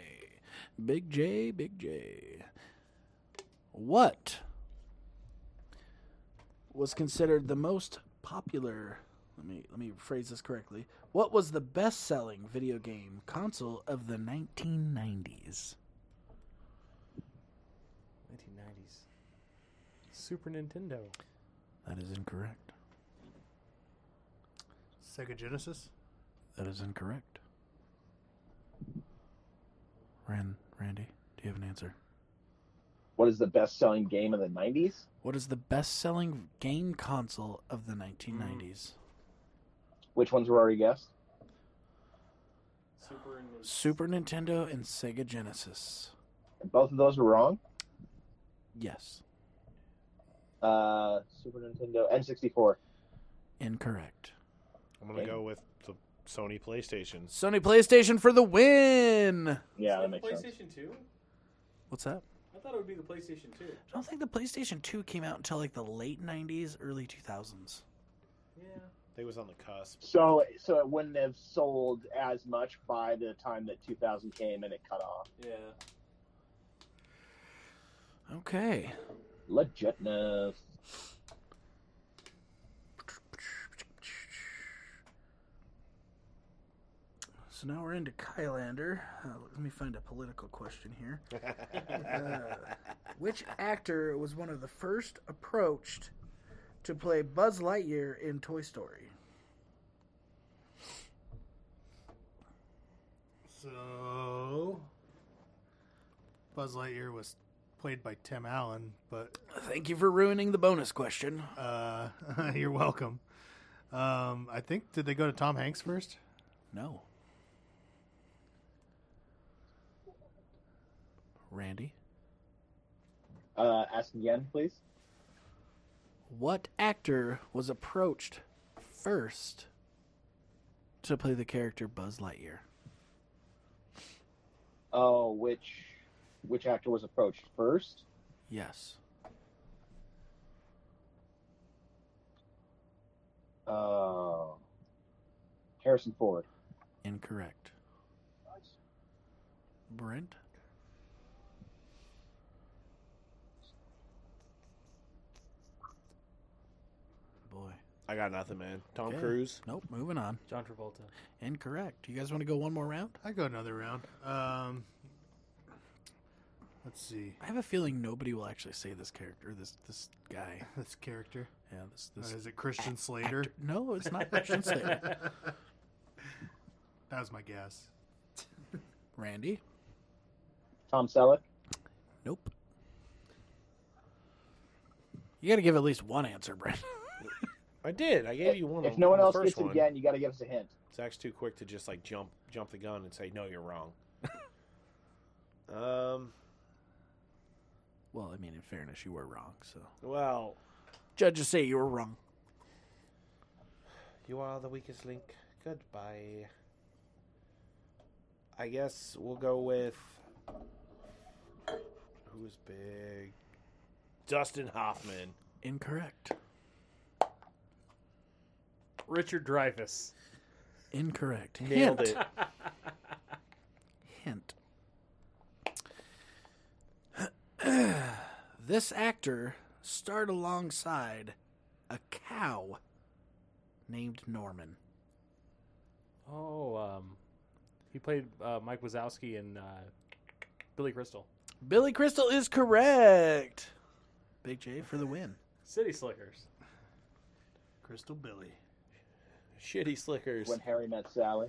Big J, Big J. What was considered the most popular let me let me phrase this correctly. What was the best selling video game console of the nineteen nineties? 1990s. Super Nintendo. That is incorrect. Sega Genesis? That is incorrect. Ran Randy, do you have an answer? What is the best-selling game of the '90s? What is the best selling game console of the nineteen nineties? Which ones were already guessed? Super Nintendo. Super Nintendo and Sega Genesis. And both of those were wrong. Yes. Uh, Super Nintendo, N64. Incorrect. I'm going to go with the Sony PlayStation. Sony PlayStation for the win. Yeah, that makes sense. 2? What's that? I thought it would be the PlayStation 2. I don't think the PlayStation 2 came out until like the late 90s, early 2000s. Yeah. I think it was on the cusp. So, so it wouldn't have sold as much by the time that 2000 came and it cut off. Yeah. Okay. Legitness. This so now we're into Kylander. Uh, let me find a political question here. Uh, which actor was one of the first approached to play Buzz Lightyear in Toy Story? So Buzz Lightyear was played by Tim Allen, but Thank you for ruining the bonus question. uh, you're welcome. Um, I think did they go to Tom Hanks first? No. Randy? Uh, ask again, please. What actor was approached first to play the character Buzz Lightyear? Oh, which which actor was approached first? Yes. Uh, Harrison Ford. Incorrect. Brent? Boy. I got nothing, man. Tom Okay. Cruise. Nope, moving on. John Travolta. Incorrect. You guys want to go one more round? I go another round. Um, let's see I have a feeling nobody will actually say this character, this this guy. this character. Yeah, this Uh, this is it Christian Slater? actor- No, it's not Christian Slater. That was my guess. Randy? Tom Selleck. Nope. You got to give at least one answer, Brent. I did. I gave you one. If on- no one on Oh, the else first gets it one. again, you got to give us a hint. Zach's too quick to just like jump jump the gun and say no, you're wrong. um. well, I mean, in fairness, you were wrong. So Well, judges say you were wrong. you are the weakest link. Goodbye. I guess we'll go with who's big. Dustin Hoffman. Incorrect. Richard Dreyfuss. Incorrect. Nailed Hint. it. Hint. this actor starred alongside a cow named Norman. Oh, um, he played uh, Mike Wazowski and uh, Billy Crystal. Billy Crystal is correct. Big J for the win. City Slickers. Crystal Billy. Shitty Slickers. When Harry met Sally.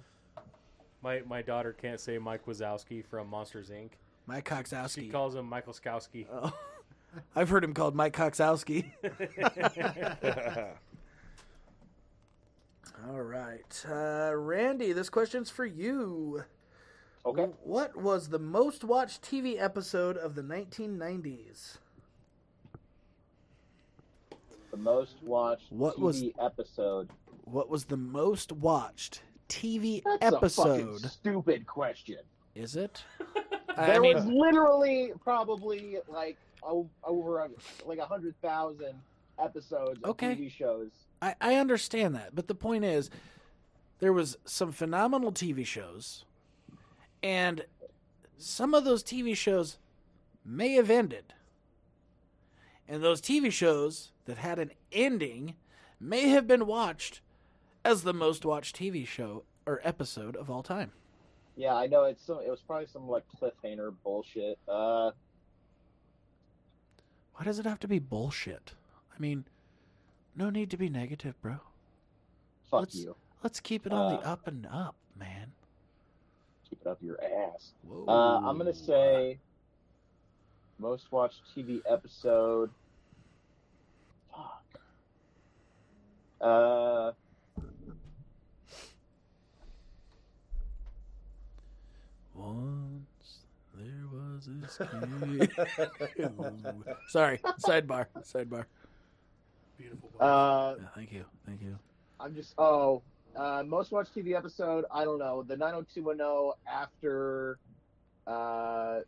My my daughter can't say Mike Wazowski from Monsters Inc. Mike She Koxowski. calls him Michael Skowski. oh. I've heard him called Mike Koxowski. All right. Uh, Randy, this question's for you. Okay. What was the most watched TV episode of the 1990s? The most watched What TV was- episode. What was the most watched TV That's a fucking episode? stupid question. Is it? There was literally probably like o- over a, like a hundred thousand episodes of Okay. TV shows. I, I understand that, but the point is, there was some phenomenal TV shows, and some of those TV shows may have ended, and those TV shows that had an ending may have been watched as the most watched TV show or episode of all time. Yeah, I know it's some, it was probably some like cliffhanger bullshit. Uh, Why does it have to be bullshit? I mean, no need to be negative, bro. fuck Let's- you. Let's keep it on the Uh, up and up, man. Keep it up your ass. Whoa. Uh, I'm gonna say most watched TV episode. Fuck. Uh, Once there was this kid. Sorry, sidebar, sidebar. Beautiful. Boy. uh, Yeah, thank you, thank you. I'm just oh, uh, most watched TV episode. I don't know the 90210 after, uh,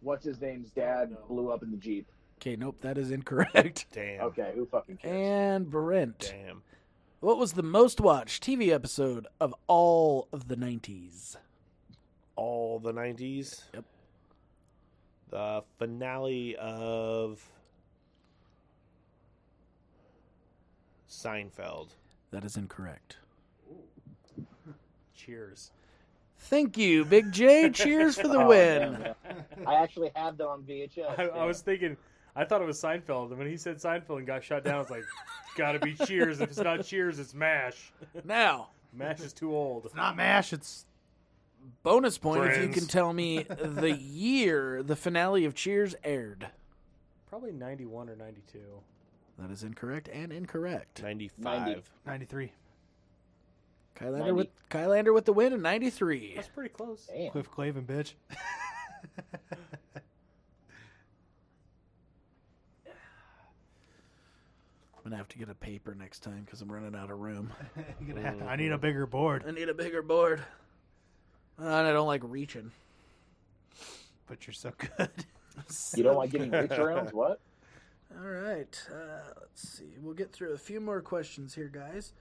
what's his name's dad blew up in the jeep. Okay, nope, that is incorrect. Damn. Okay, who fucking cares? And Brent, Damn. what was the most watched TV episode of all of the '90s? All the nineties. Yep. The finale of Seinfeld. That is incorrect. Cheers. Thank you, Big J. Cheers for the Oh, win. I actually have that on VHS. I, I was thinking, I thought it was Seinfeld, and when he said Seinfeld and got shot down, I was like, "Gotta be Cheers. If it's not Cheers, it's Mash. Now, Mash is too old." Not mash. It's bonus point if you Friends. can tell me the year the finale of Cheers aired. Probably ninety-one or ninety-two. That is incorrect and incorrect. 95. 93. Kylander 90. with Kylander with the win in '93. That's pretty close. Damn. Cliff Clavin, bitch. I'm gonna have to get a paper next time because I'm running out of room. You're gonna have to- I need a bigger board. I need a bigger board, Uh, and I don't like reaching. But you're so good. You don't like getting reach arounds? What? All right. Uh, let's see. We'll get through a few more questions here, guys.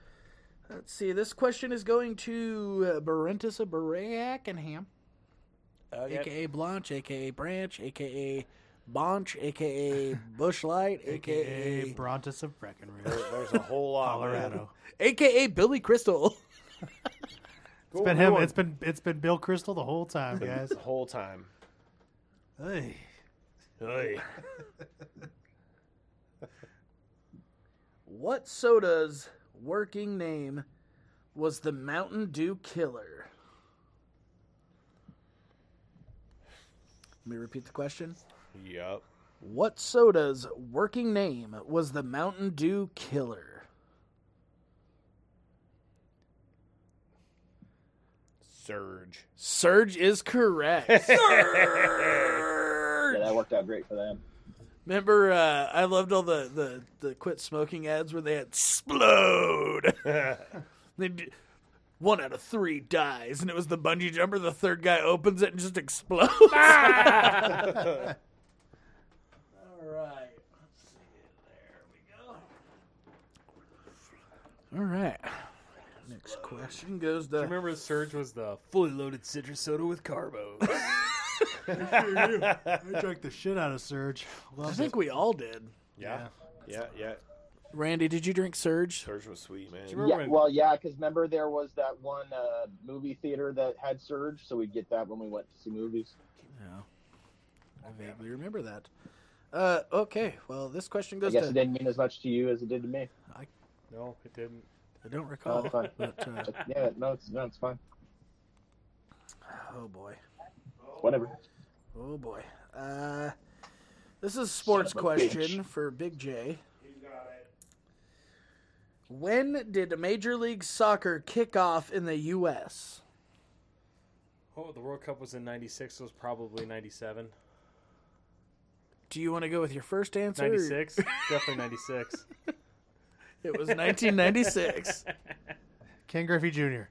Let's see. This question is going to uh, Barentus of Barackenham, aka Blanche, aka Branch, aka Bonch, aka Bushlight, AKA aka Brontus of Breckenridge, There's a whole lot. man. Colorado. aka Billy Crystal. Cool, It's been we him. won It's been it's been Bill Crystal the whole time, guys. the whole time. hey, what soda's working name was the Mountain Dew Killer? Let me repeat the question. Yep. What soda's working name was the Mountain Dew Killer? Surge. Surge is correct. Yeah, that worked out great for them. Remember, uh, I loved all the, the, the quit smoking ads where they had explode. they d- one out of three dies, and it was the bungee jumper. The third guy opens it and just explodes. all right. Let's see. There we go. All right. Next question goes to. Remember, Surge was the fully loaded citrus soda with carbos. I drank the shit out of Surge. I Loved think we all did. Yeah. Yeah. Yeah. Randy, did you drink Surge? Surge was sweet, man. you remember Yeah, when- well, yeah, because remember there was that one uh, movie theater that had Surge, so we'd get that when we went to see movies. I vaguely remember that. Uh, okay, well, this question I goes guess it to. didn't mean as much to you as it did to me. no, it didn't. I don't No, recall. it's fine. but, uh, yeah, no, it's no, it's fine. oh, boy. Whatever. Oh, boy. Uh, this is a sports Son of a question for Big J. When did Major League Soccer kick off in the U.S.? Oh, the World Cup was in '96. So it was probably '97. Do you want to go with your first answer? or- '96, definitely '96. It was 1996. Ken Griffey Jr.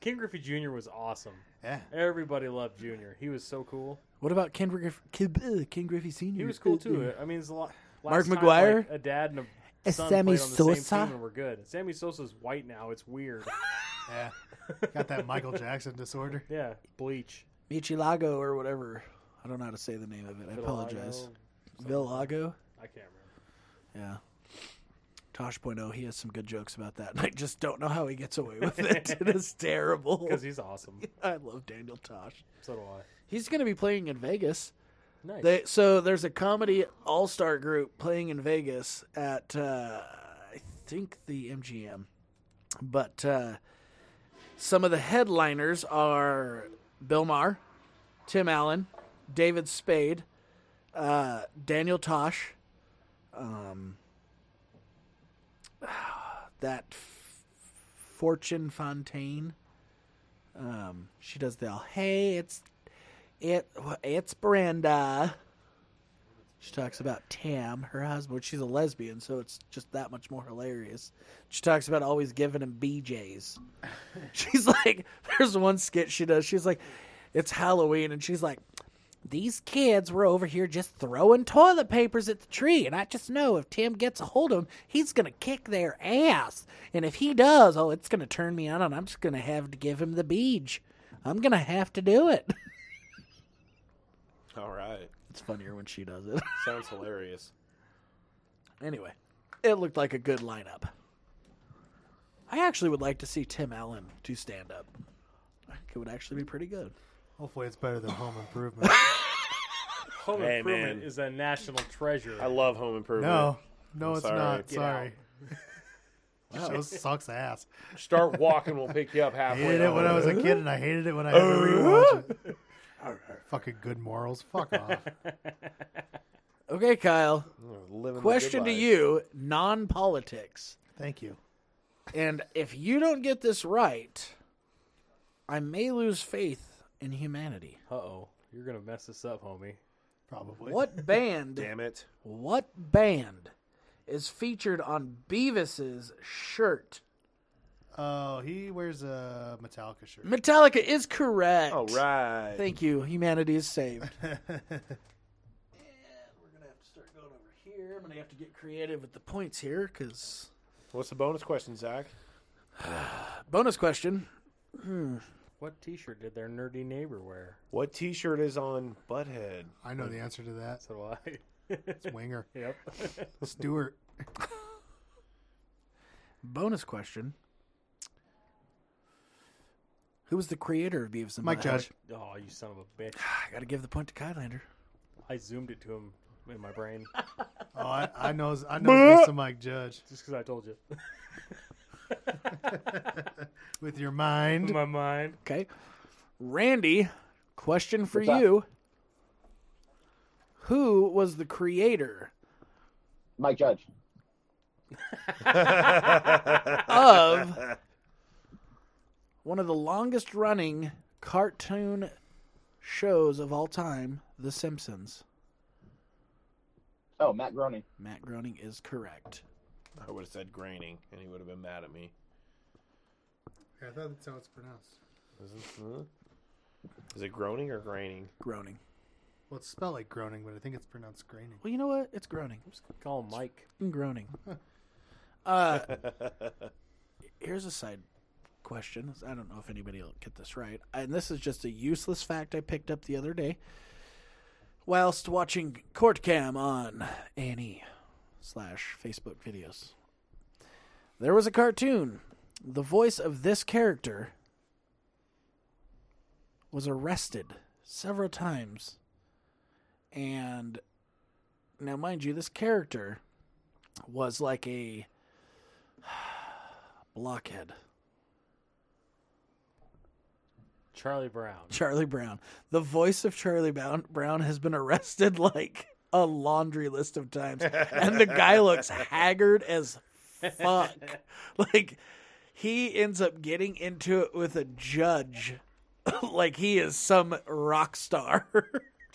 King Griffey Jr. was awesome. Yeah, Everybody loved Jr. He was so cool. what about Ken, Griff- Ken, uh, Ken Griffey Sr.? He was cool too. I mean, it's a lot. Mark last time, McGuire? like, a dad and Mm-hmm. a Is son Sammy played on the same Sosa? team and were good. Sammy Sosa's white now. It's weird. yeah. Got that Michael Jackson disorder. Yeah, bleach. Michilago or whatever. I don't know how to say the name of it. I apologize. Vitiligo. Villago? I can't remember. Yeah. Tosh.0, he has some good jokes about that. and I just don't know how he gets away with it. it is terrible. Because he's awesome. I love Daniel Tosh. So do I. He's going to be playing in Vegas. Nice. They So there's a comedy all star group playing in Vegas at, uh, I think, the MGM. But uh, some of the headliners are Bill Maher, Tim Allen, David Spade, uh, Daniel Tosh, um, that f- Fortune Fontaine. Um, she does the hey, it's it, it's Brenda. She talks about Tam, her husband. which She's a lesbian, so it's just that much more hilarious. She talks about always giving him BJ's. She's like, there's one skit she does. She's like, it's Halloween, and she's like, these kids were over here just throwing toilet papers at the tree, and I just know if Tim gets a hold of them, he's gonna kick their ass. And if he does, oh, it's gonna turn me on, and I'm just gonna have to give him the beej. I'm gonna have to do it. All right. It's funnier when she does it. Sounds hilarious. anyway, it looked like a good lineup. I actually would like to see Tim Allen do stand up. I think it would actually be pretty good. Hopefully, it's better than Home Improvement. Home Hey, Improvement man. is a national treasure. I love Home Improvement. no, no, it's sorry. not. Get Sorry. That show sucks ass. Start walking, we'll pick you up I halfway. hated it when I was a home. kid, and I hated it when I had to rewatch it. Fucking good morals. Fuck off. Okay, Kyle. Living the Question good to life. you, non politics. Thank you. And if you don't get this right, I may lose faith in humanity. Uh oh, you're gonna mess this up, homie. Probably. What band Damn it. what band is featured on Beavis's shirt? Oh, he wears a Metallica shirt. Metallica is correct. All right. Thank you. Humanity is saved. That's We're gonna have to start going over here. I'm gonna have to get creative with the points here, because What's the bonus question, Zach? bonus question. What T-shirt did their nerdy neighbor wear? What T-shirt is on Butthead? I know the answer to that. So do It's Winger. I. yep. Stewart. Bonus question. Who was the creator of Beavis and Mike Butthead? Ah, Judge. Oh, you son of a bitch! I gotta give the point to Kylander. I zoomed it to him in my brain Oh, I, I know. I know Mr. Mike Judge. just because I told you. With your mind. In my mind. Okay. Randy, question for What's up? you. Who was the creator Mike Judge. of one of the longest running cartoon shows of all time, The Simpsons? Oh, Matt Groening. Matt Groening is correct. I would have said graining, and he would have been mad at me. I thought that's how it's pronounced. Is it, huh? Is it groaning or graining? Groening. Well, it's spelled like groaning, but I think it's pronounced graining. Well, you know what? It's groaning. Just call him Mike. fucking groaning. Uh, here's a side question. I don't know if anybody will get this right. And this is just a useless fact I picked up the other day whilst watching Court Cam on Annie slash Facebook videos. There was a cartoon. The voice of this character was arrested several times. And now, mind you, this character was like a blockhead. Charlie Brown. Charlie Brown. The voice of Charlie Brown, Brown has been arrested like a laundry list of times. And the guy looks haggard as fuck. Like, he ends up getting into it with a judge. like, he is some rock star. Do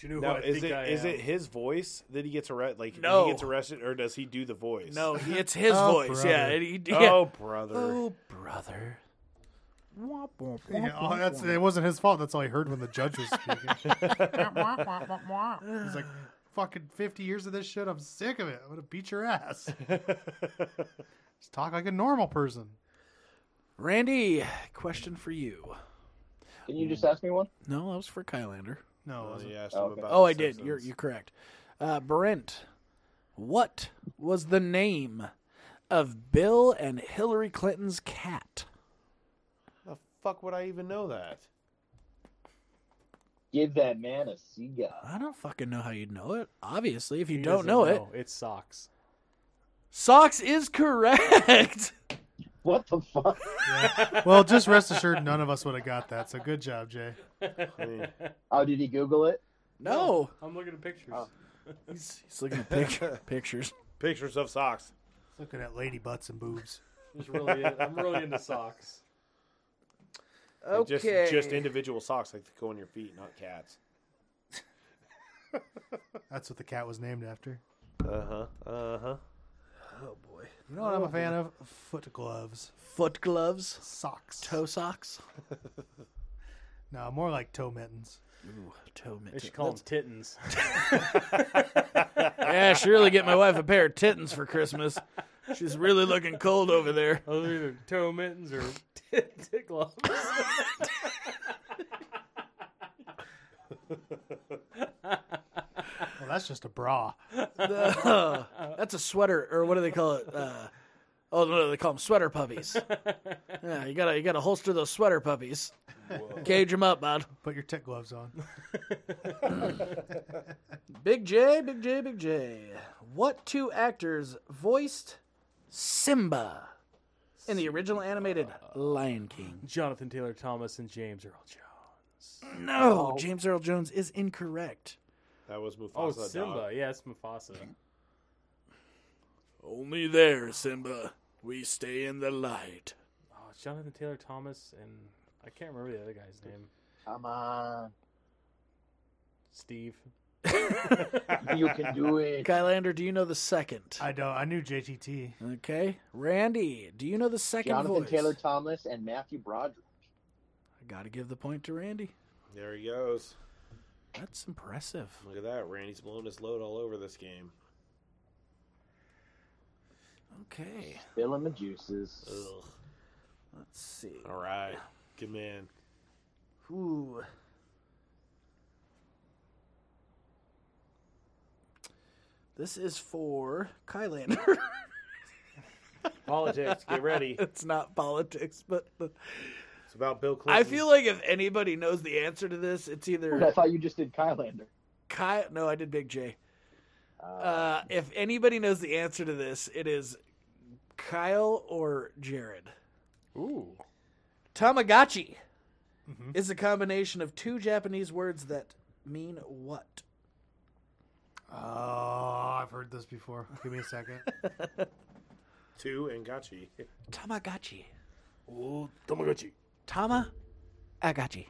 you know Now, who I is think it I is am? it his voice that he gets arrested? Like No. he gets arrested, or does he do the voice? no, it's his Oh, voice. Yeah. brother. and he- yeah. Oh brother. Oh, brother. Womp, womp, womp, Yeah, oh, womp, that's, womp. it wasn't his fault. That's all I heard when the judge was speaking. He's like, fucking 50 years of this shit. I'm sick of it. I'm going to beat your ass. Just talk like a normal person. Randy, question for you. Can you just ask me one? No, that was for Kylander. No, it Oh, wasn't. you asked him Okay. about Oh, The I did. You're Simpsons. you're correct. Uh, Brent, what was the name of Bill and Hillary Clinton's cat? How the fuck would I even know that? Give that man a seagull. I don't fucking know how you'd know it. Obviously, if you He don't doesn't know, it, It's socks. socks is correct. What the fuck? Well, just rest assured, none of us would have got that. So good job, Jay. I mean, Oh, did he Google it? no, Oh. I'm looking at pictures. he's, he's looking at picture, pictures. pictures of socks. Looking at lady butts and boobs. It's really, I'm really into socks. Like, Just just individual socks, like that go on your feet, not cats. That's what the cat was named after. Uh huh. Uh huh. oh boy, You know what I'm a fan of? Foot gloves. foot gloves, Socks. toe socks. No, more like toe mittens. Ooh, toe They mittens. should call them tittens. Yeah, surely get my wife a pair of tittens for Christmas. She's really looking cold over there. Those are either toe mittens or tit, tit gloves. Well, that's just a bra. Uh, that's a sweater, or what do they call it? Uh, Oh no, they call them sweater puppies. yeah, you gotta you gotta holster those sweater puppies. Cage them up, bud. Put your tech gloves on. Big J, Big J, Big J. What two actors voiced Simba in the original animated Lion King? Jonathan Taylor Thomas and James Earl Jones. No, Oh, James Earl Jones is incorrect. That was Mufasa. Oh, dog. Simba. Yeah, it's Mufasa. Only there, Simba. We stay in the light. Oh, it's Jonathan Taylor Thomas and I can't remember the other guy's name. Come on, Steve. you can do it. Kylander, do you know the second? I don't. I knew JTT. Okay. Randy, do you know the second Jonathan voice? Taylor Thomas and Matthew Broderick. I gotta give the point to Randy. There he goes. That's impressive. Look at that. Randy's blowing his load all over this game. Okay. Spilling the juices. Ugh. Let's see. All right. Good man. Ooh. This is for Kylander. Politics. Get ready. it's not politics, but the- It's about Bill Clinton. I feel like if anybody knows the answer to this, it's I either thought you just did Kylander. Kyle. No, I did Big J. Uh, if anybody knows the answer to this, it is Kyle or Jared. Ooh. Tamagotchi is a combination of two Japanese words that mean what? Oh, I've heard this before. Give me a second. two and Gachi. Tamagotchi. Ooh, Oh, Tamagotchi. Tama Agachi.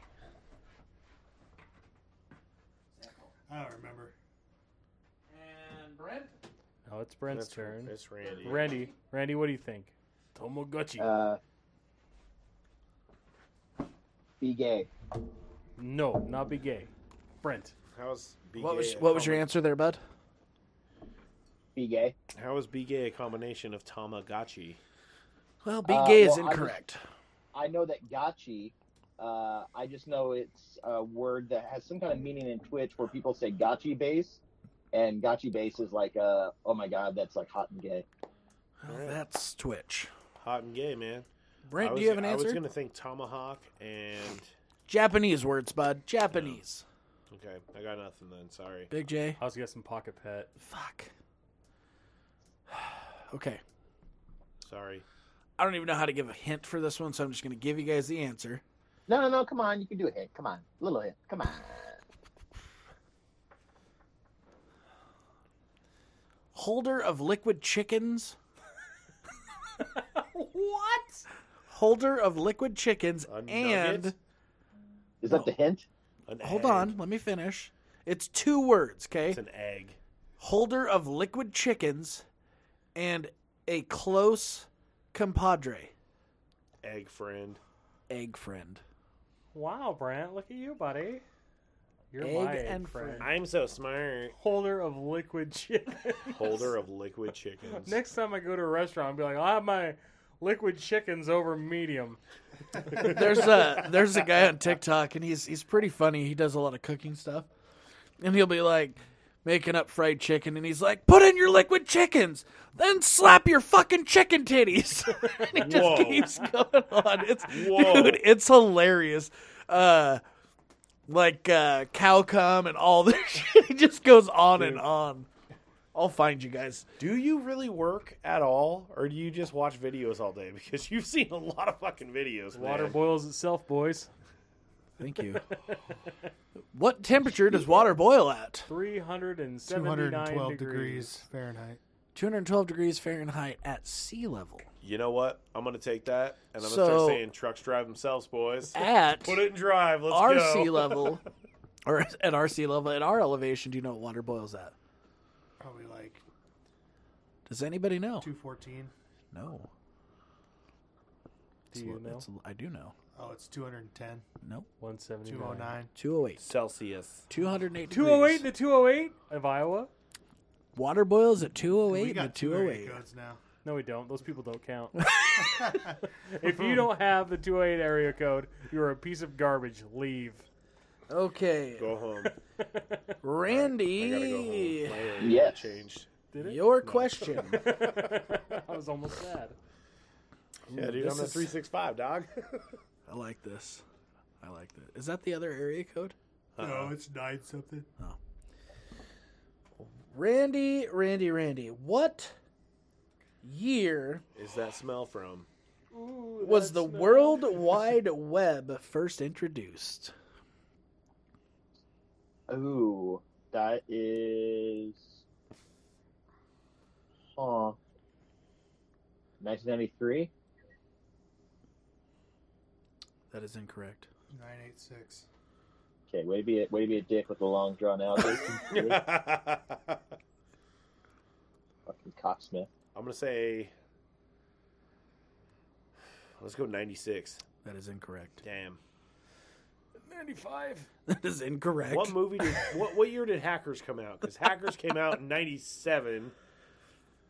I don't remember. And Brent? No, it's Brent's That's turn. It's Randy. Randy. Randy, what do you think? Tomoguchi. Uh, be gay. no, not be gay. Brent. How's B What gay was a what was your combi- answer there, bud? Be gay. How is B gay a combination of Tamagotchi? Well, be Uh, gay is well, I was- incorrect. I know that gotchi. Uh, I just know it's a word that has some kind of meaning in Twitch where people say gotchi base, and gotchi base is like, uh, oh my god, that's like hot and gay. Well, that's Twitch. Hot and gay, man. Brent, I was, do you have an I answer? was gonna think tomahawk and Japanese words, bud. Japanese. okay, I got nothing then. Sorry. Big J. I was guessing Pocket Pet. Fuck. okay. Sorry. I don't even know how to give a hint for this one, so I'm just going to give you guys the answer. No, no, no, come on, you can do a hit. Come on, little hit. Come on. Holder of liquid chickens. what? Holder of liquid chickens A and nugget? Is that the hint? An hold egg. on, let me finish. It's two words, okay? It's an egg. holder of liquid chickens and a close compadre, Egg friend. egg friend. Wow, Brent, look at you, buddy. You're Egg my egg and friend. friend. I'm so smart. Holder of liquid chicken. Holder of liquid chickens. Next time I go to a restaurant, I'll be like, I'll have my liquid chickens over medium. There's a there's a guy on TikTok and he's he's pretty funny. He does a lot of cooking stuff. And he'll be like making up fried chicken and he's like, "Put in your liquid chickens, then slap your fucking chicken titties." and he Whoa. just keeps going on. It's Whoa. dude, it's hilarious. Uh like uh cow cum and all this shit. He just goes on and on. I'll find you guys. Do you really work at all, or do you just watch videos all day? Because you've seen a lot of fucking videos. Water man. boils itself, boys. Thank you. what temperature does water boil at? 379 212 degrees. degrees Fahrenheit. 212 degrees Fahrenheit at sea level. You know what? I'm gonna take that, and I'm gonna So- start saying trucks drive themselves, boys. At Put it in drive. Let's our go. sea level, or at our sea level, at our elevation, do you know what water boils at? Probably like Does anybody know? 214. No. Do you know? It's- I do know. Oh, it's 210. Nope. 179. 209. 208. Celsius. 208. 208 degrees. to 208 of oh Iowa? Water boils at 208 We and got the 208 208. codes now. No, we don't. Those people don't count. if you don't have the 208 area code, you're a piece of garbage. Leave. Okay. Go home. I gotta go Randy, home. My area Yes. changed. your question. I was almost sad. Yeah, dude, this I'm a is- three six five dog. I like this. I like that. Is that the other area code? No, Oh, it's nine something. Randy, Randy, Randy. What year Is that smell from? was the World Wide Web first introduced? Ooh, that is. Huh. 1993? That is incorrect. Nine eight six. Okay, way to be a, way to be a dick with a long drawn out. I'm Fucking gonna cocksmith. say. Let's go ninety six. That is incorrect. Damn. 95. That is incorrect. What movie did what what year did Hackers come out? Because Hackers came out in ninety seven.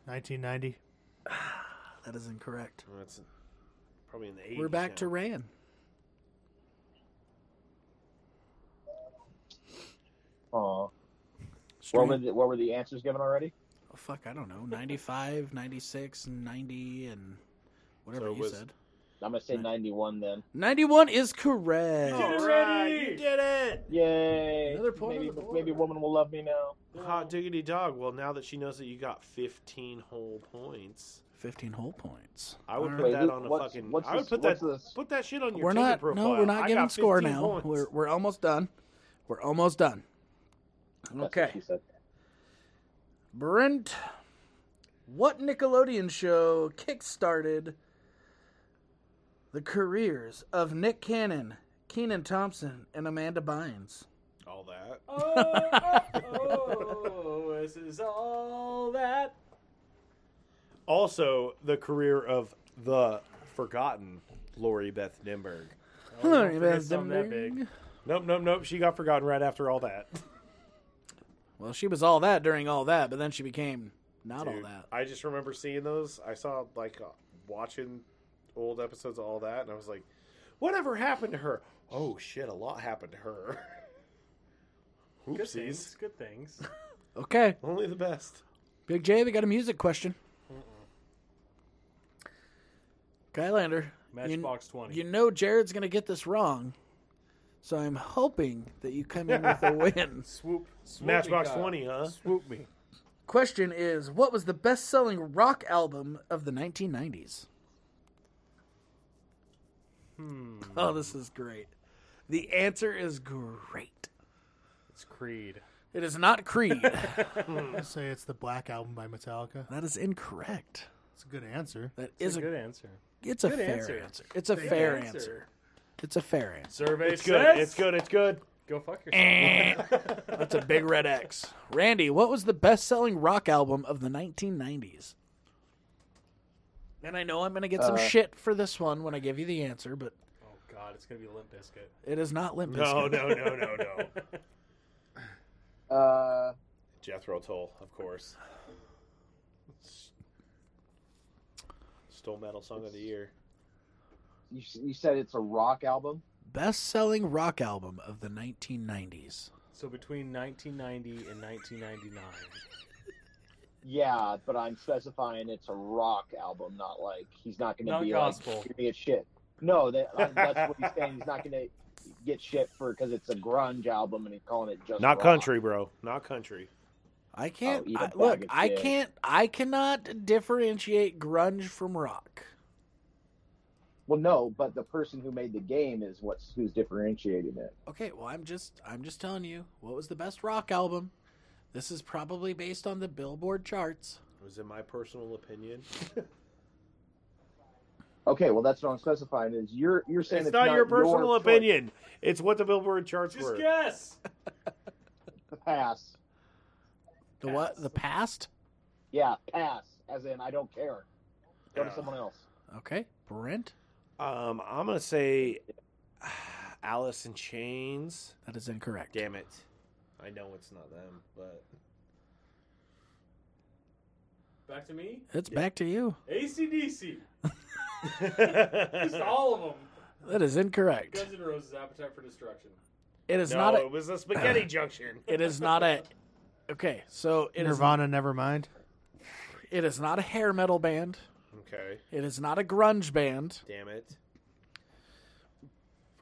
Nineteen ninety. that is incorrect. That's probably in the eighties. We're back to Ran. Aw. What Straight- were, the, what were the answers given already? oh, fuck, I don't know. 95, 96, 90, and whatever So it you was- said. I'm going to say 91 then. 91 is correct. Oh. you did it. Yay! Another point Maybe, on the board. maybe a woman will love me now. Hot diggity dog. Well, now that she knows that you got fifteen whole points, 15 whole points. I would All put Wait, that who- on a what's- fucking. what's I would this- put what's that. this? Put that shit on your we're ticket not profile. no we're I not got getting score 15 now points. we're, we're almost done we're almost done That's what okay she said. brent what nickelodeon show kickstarted the careers of nick cannon keenan thompson and amanda bynes all that. oh, oh, oh, this is all that. Also, the career of the forgotten Lori Beth Nimberg. Hello, Oh, forget Beth something that Denberg. big. Nope, nope, nope. She got forgotten right after all that. well she was all that during all that but then she became not all Dude, that I just remember seeing those. I saw like uh, watching old episodes of all that, and I was like, "Whatever happened to her? Oh shit, a lot happened to her." Good Oopsies. things. Good things. okay Only the best. big j we got a music question Kylander, you- Matchbox 20. You know Jared's going to get this wrong, so I'm hoping that you come in with a win. Swoop. swoop Matchbox me, Kyle. Twenty, huh? Swoop me. Question is, what was the best-selling rock album of the 1990s? Hmm. Oh, this is great. The answer is great. It's Creed. It is not Creed. I say it's the Black Album by Metallica. that is incorrect. It's a good answer. That It's is a a, good answer. it's a good fair answer. answer. It's a fair answer. answer. It's a fair answer. Survey It's good. It's good. It's good. Go fuck yourself. That's a big red X. Randy, what was the best-selling rock album of the 1990s? And I know I'm going to get some Uh, shit for this one when I give you the answer, but oh, God. It's going to be Limp Biscuit. It is not Limp No, Bizkit. no, no, no, no. Uh, Jethro Tull, of course. Stole metal song of the year. you, s- you said it's a rock album. Best-selling rock album of the 1990s. So between 1990 and 1999. Yeah, but I'm specifying it's a rock album, not like he's not going to Not be gospel. like give me a shit. No, that, I- that's what he's saying. He's not going to get shit for because it's a grunge album and he's calling it just Not rock. country, bro. Not country. I can't Oh, eat a I- bag look. of I shit. can't. I cannot differentiate grunge from rock. Well, no, but the person who made the game is what's who's differentiating it. Okay, well, I'm just. I'm just telling you what was the best rock album. This is probably based on the Billboard charts. It was in my personal opinion. Okay, well that's what I'm specifying is you're you're saying It's not your personal choice. opinion. It's what the Billboard charts Just were. guess. Pass. The what? The past. Yeah, pass. As in, I don't care. Go Yeah. to someone else. Okay, Brent. Um, I'm gonna say Alice in Chains. That is incorrect. Damn it! I know it's not them, but Back to me. It's back to you. ACDC. Just all of them. That is incorrect. Guns N' Roses' Appetite for Destruction. It is no, not. A, it was a spaghetti junction. it is not a. Okay, so it is. Nirvana, never mind. It is not a hair metal band. Okay. It is not a grunge band. Damn it.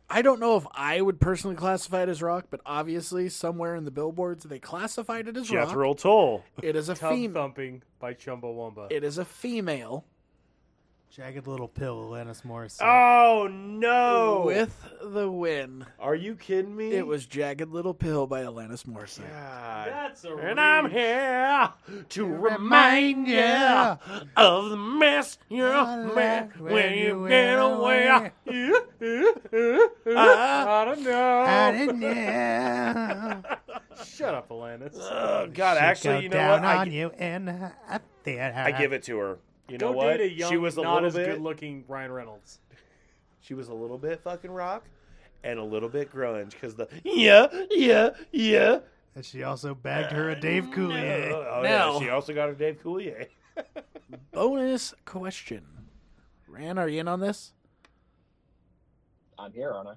I don't know if I would personally classify it as rock, but obviously somewhere in the billboards they classified it as rock. Jethro Tull. It is a Tub female. thumping by Chumbawamba. It is a female Jagged Little Pill, Alanis Morris. Oh no! with the win. Are you kidding me? It was Jagged Little Pill by Alanis Morrison. God. That's a And I'm reach. here to remind you of the mess you I make like when you get away. Uh, I don't know. I didn't know. Shut up, Alanis. Oh, God, Should go actually, you know down what? on I, you and up there. I give it to her. You Go know what? date a young, she was a not little as bit. good-looking Ryan Reynolds. She was a little bit fucking rock, and a little bit grunge because the yeah yeah yeah. And she also bagged her a Dave Coulier. Oh, oh, Now- yeah, she also got her Dave Coulier. Bonus question. Ran, are you in on this? I'm here, aren't I?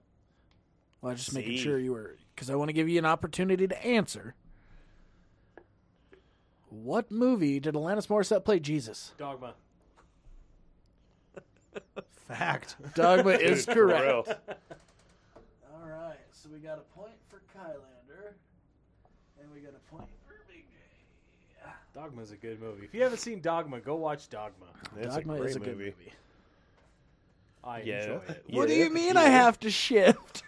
Well, I was just making See. sure you were, because I want to give you an opportunity to answer. What movie did Alanis Morissette play Jesus? Dogma. Fact. Dogma is Dude, for correct. real. All right, so we got a point for Kylander, and we got a point for Big J. Dogma's a good movie. If you haven't seen Dogma, go watch Dogma. That's Dogma a great is a good movie. I Yeah. enjoy it. What do Yeah, you mean I yeah. have to shift?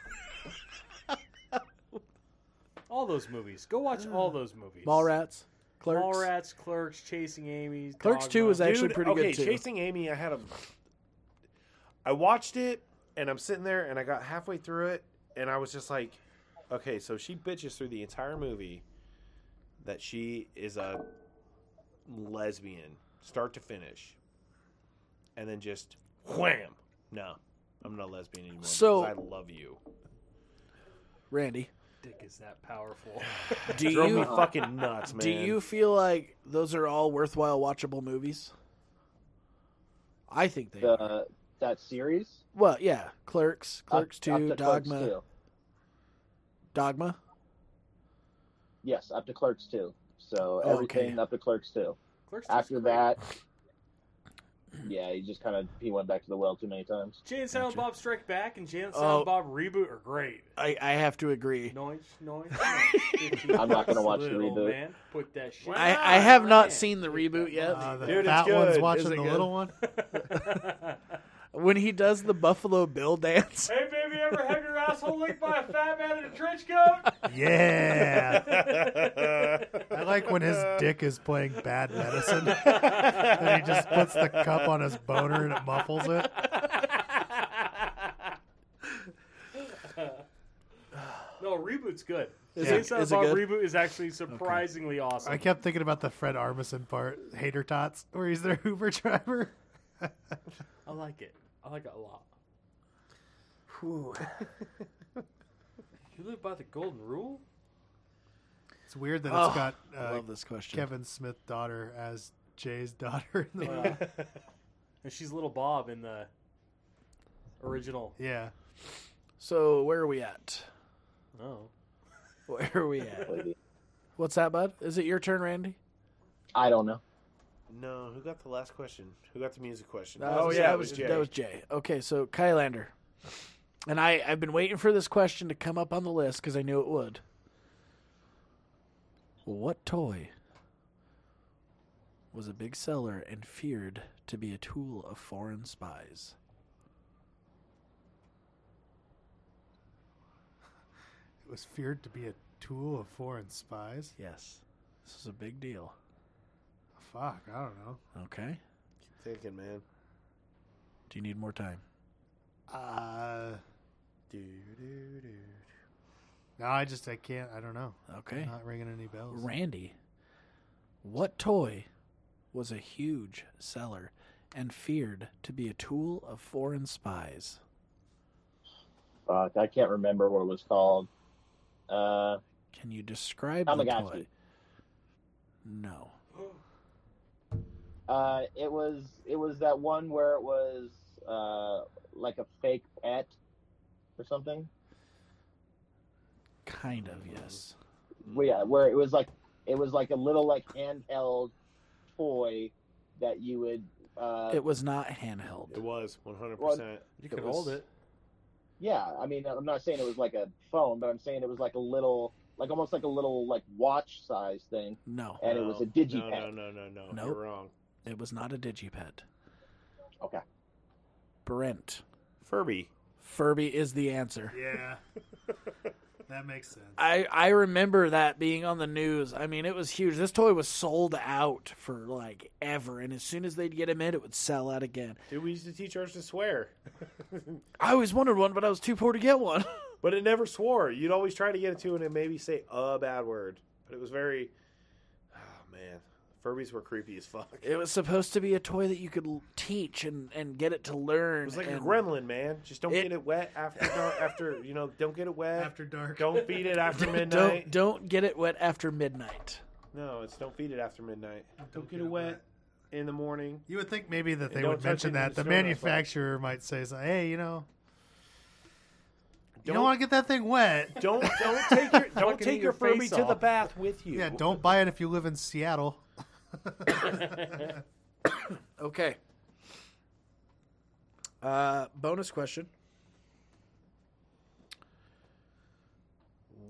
All those movies. Go watch all those movies. Mallrats, Clerks. Mallrats, Clerks, Chasing Amy. Clerks 2 was that? actually Dude, pretty good, okay, too. Chasing Amy, I had a. I watched it and I'm sitting there and I got halfway through it and I was just like, okay, so she bitches through the entire movie that she is a lesbian, start to finish, and then just wham, no, I'm not a lesbian anymore. So- because I love you. Randy, Dick is that powerful. do Drove me you fucking nuts, man. do you feel like those are all worthwhile watchable movies? I think they. are. The that series. Well, yeah, Clerks, Up- Clerks up Two, to Clerks Dogma, 2. Dogma. Yes, up to Clerks two. So Oh, everything okay. up to Clerks two. Clerks 2's After great. that, yeah, he just kind of he went back to the well too many times. Jay and Silent Bob Strike Back and Jay and Oh. Silent Bob Reboot are great. I, I have to agree. Noise, noise. noise. I'm not gonna watch the Little reboot. Man, put that shit. I, I have not Yeah. seen the reboot yet. Uh, the Dude, it's fat one's good. watching Is the it good? little one. when he does the Buffalo Bill dance, Hey, baby, ever have your asshole licked by a fat man in a trench coat? Yeah. I like when his dick is playing bad medicine. and he just puts the cup on his boner and it muffles it. no, reboot's good. Is Jay it- and Silent is it Bob good? reboot is actually surprisingly awesome. I kept thinking about the Fred Armisen part, Hater Tots, where he's their Uber driver. I like it. I like it a lot. You live by the golden rule? It's weird that Oh, it's got I uh, love this question. Kevin Smith's daughter as Jay's daughter. In the Wow. Uh, and she's little Bob in the original. yeah. So where are we at? Oh. Where are we at? Maybe. What's that, bud? Is it your turn, Randy? I don't know. No, who got the last question? Who got the music question? That was- that Oh, was That was Jay. Okay, so Kylander, and I I've been waiting for this question to come up on the list because I knew it would. What toy was a big seller and feared to be a tool of foreign spies? It was feared to be a tool of foreign spies. Yes, this is a big deal. Fuck, I don't know. Okay, thinking, man. do you need more time? Uh, Do, do, do. no, I just, I can't, I don't know. Okay, Not ringing any bells. Randy, what toy was a huge seller and feared to be a tool of foreign spies? Fuck, I can't remember what it was called. Uh, Can you describe the Tamagotchi. toy? No. uh, it was it was that one where it was uh like a fake pet or something. Kind of, yes. Mm. Well, yeah, where it was like it was like a little like handheld toy that you would Uh, It was not handheld. It was 100%. You could hold it. Yeah, I mean, I'm not saying it was like a phone, but I'm saying it was like a little, like almost like a little like watch size thing, No, and it was a No, digipad. No, no, no, no, no. Nope. You're wrong. it was not a digipet. Okay. Brent. Furby. Furby is the answer. Yeah. that makes sense. I, I remember that being on the news. I mean, it was huge. This toy was sold out for like ever, and as soon as they'd get him in, it would sell out again. Dude, we used to teach ours to swear, I always wanted one, but I was too poor to get one. but it never swore. You'd always try to get it to, and it maybe say a bad word. But it was very, oh man, Furbies were creepy as fuck. It it was supposed to be a toy that you could l- teach and, and get it to learn. was like a and- gremlin, man. Just don't It- get it wet after dark, after you know. Don't get it wet. After dark. Don't feed it after Don't midnight. don't get it wet after midnight. No, it's don't feed it after midnight. Don't, get, get it it wet, in the morning. You would think maybe that they don't would touch mention it in that. the The snow, that's manufacturer might say, something, hey, you know, you Don't- don't want to get that thing wet. Don't don't take your don't Fucking take eat your your Furby face to the off. bath. with you. Yeah, don't buy it if you live in Seattle. Okay. Uh, bonus question.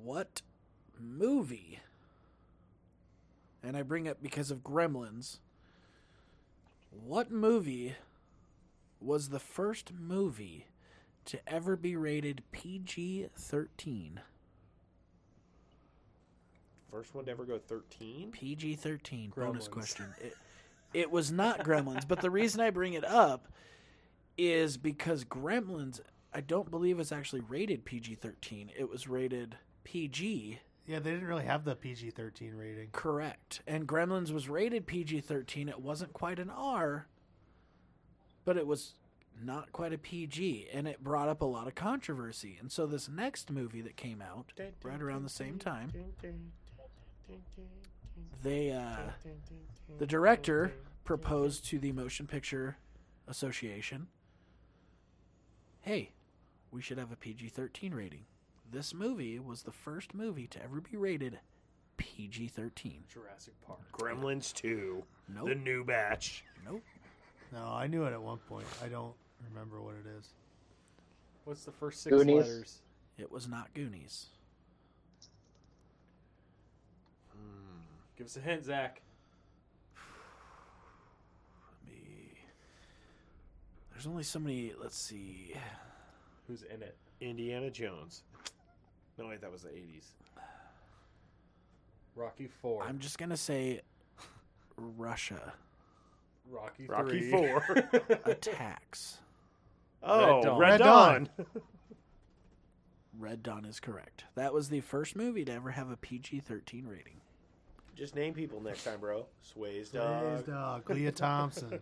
What movie? And I bring up because of Gremlins. What movie was the first movie to ever be rated PG 13? First one to ever go thirteen. PG 13 bonus Gremlins. question. It, it was not Gremlins, but the reason I bring it up is because Gremlins, I don't believe, is actually rated PG 13. It was rated PG, Yeah, they didn't really have the PG 13 rating. correct. And Gremlins was rated PG 13. It wasn't quite an R, but it was not quite a PG, and it brought up a lot of controversy. And so this next movie that came out right around the same time, they. Uh, The director proposed to the Motion Picture Association hey, we should have a PG 13 rating. This movie was the first movie to ever be rated PG 13. Jurassic Park. Gremlins two. Nope. The new batch. Nope. No, I knew it at one point. I don't remember what it is. What's the first six Goonies. letters? It was not Goonies. Give us a hint, Zach. Let me. There's only so many. Let's see. Who's in it? Indiana Jones. No wait, that was the eighties. Rocky Four. I'm just going to say Russia Rocky Three. Rocky Four. attacks. Oh, Red Red Dawn. Dawn. Red Dawn. Red Dawn is correct. That was the first movie to ever have a PG 13 rating. Just name people next time, bro. Sways Blaze dog. Dog, Leah Thompson,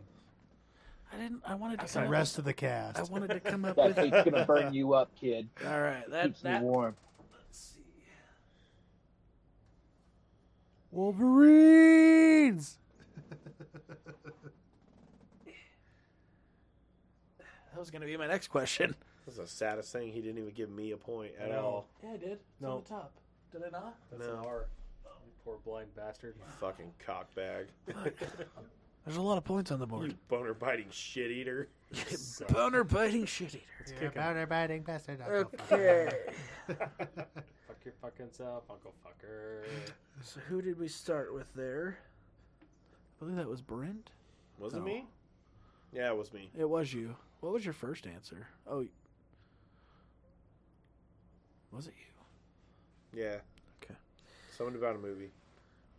I didn't. I wanted to. the come up- rest of the I cast. wanted to come up That with. thing's gonna burn you up, kid. All right, that Keeps that. you warm. Let's see. Wolverines! That was gonna be my next question. This is the saddest thing. He didn't even give me a point I at know. all. Yeah, I did. It's No. the top. Did I not? That's No. an R. You poor blind bastard. Fucking cockbag. There's a lot of points on the you board. boner biting shit eater. Suck. Boner biting shit eater. You're a powder biting bastard. I'll go fuck Okay. you. Fuck your fucking self, Uncle Fucker. so who did we start with there? I believe that was Brent. Was it No. me? Yeah, it was me. It was you. What was your first answer? Oh, y- was it you? Yeah. Okay. Something about a movie.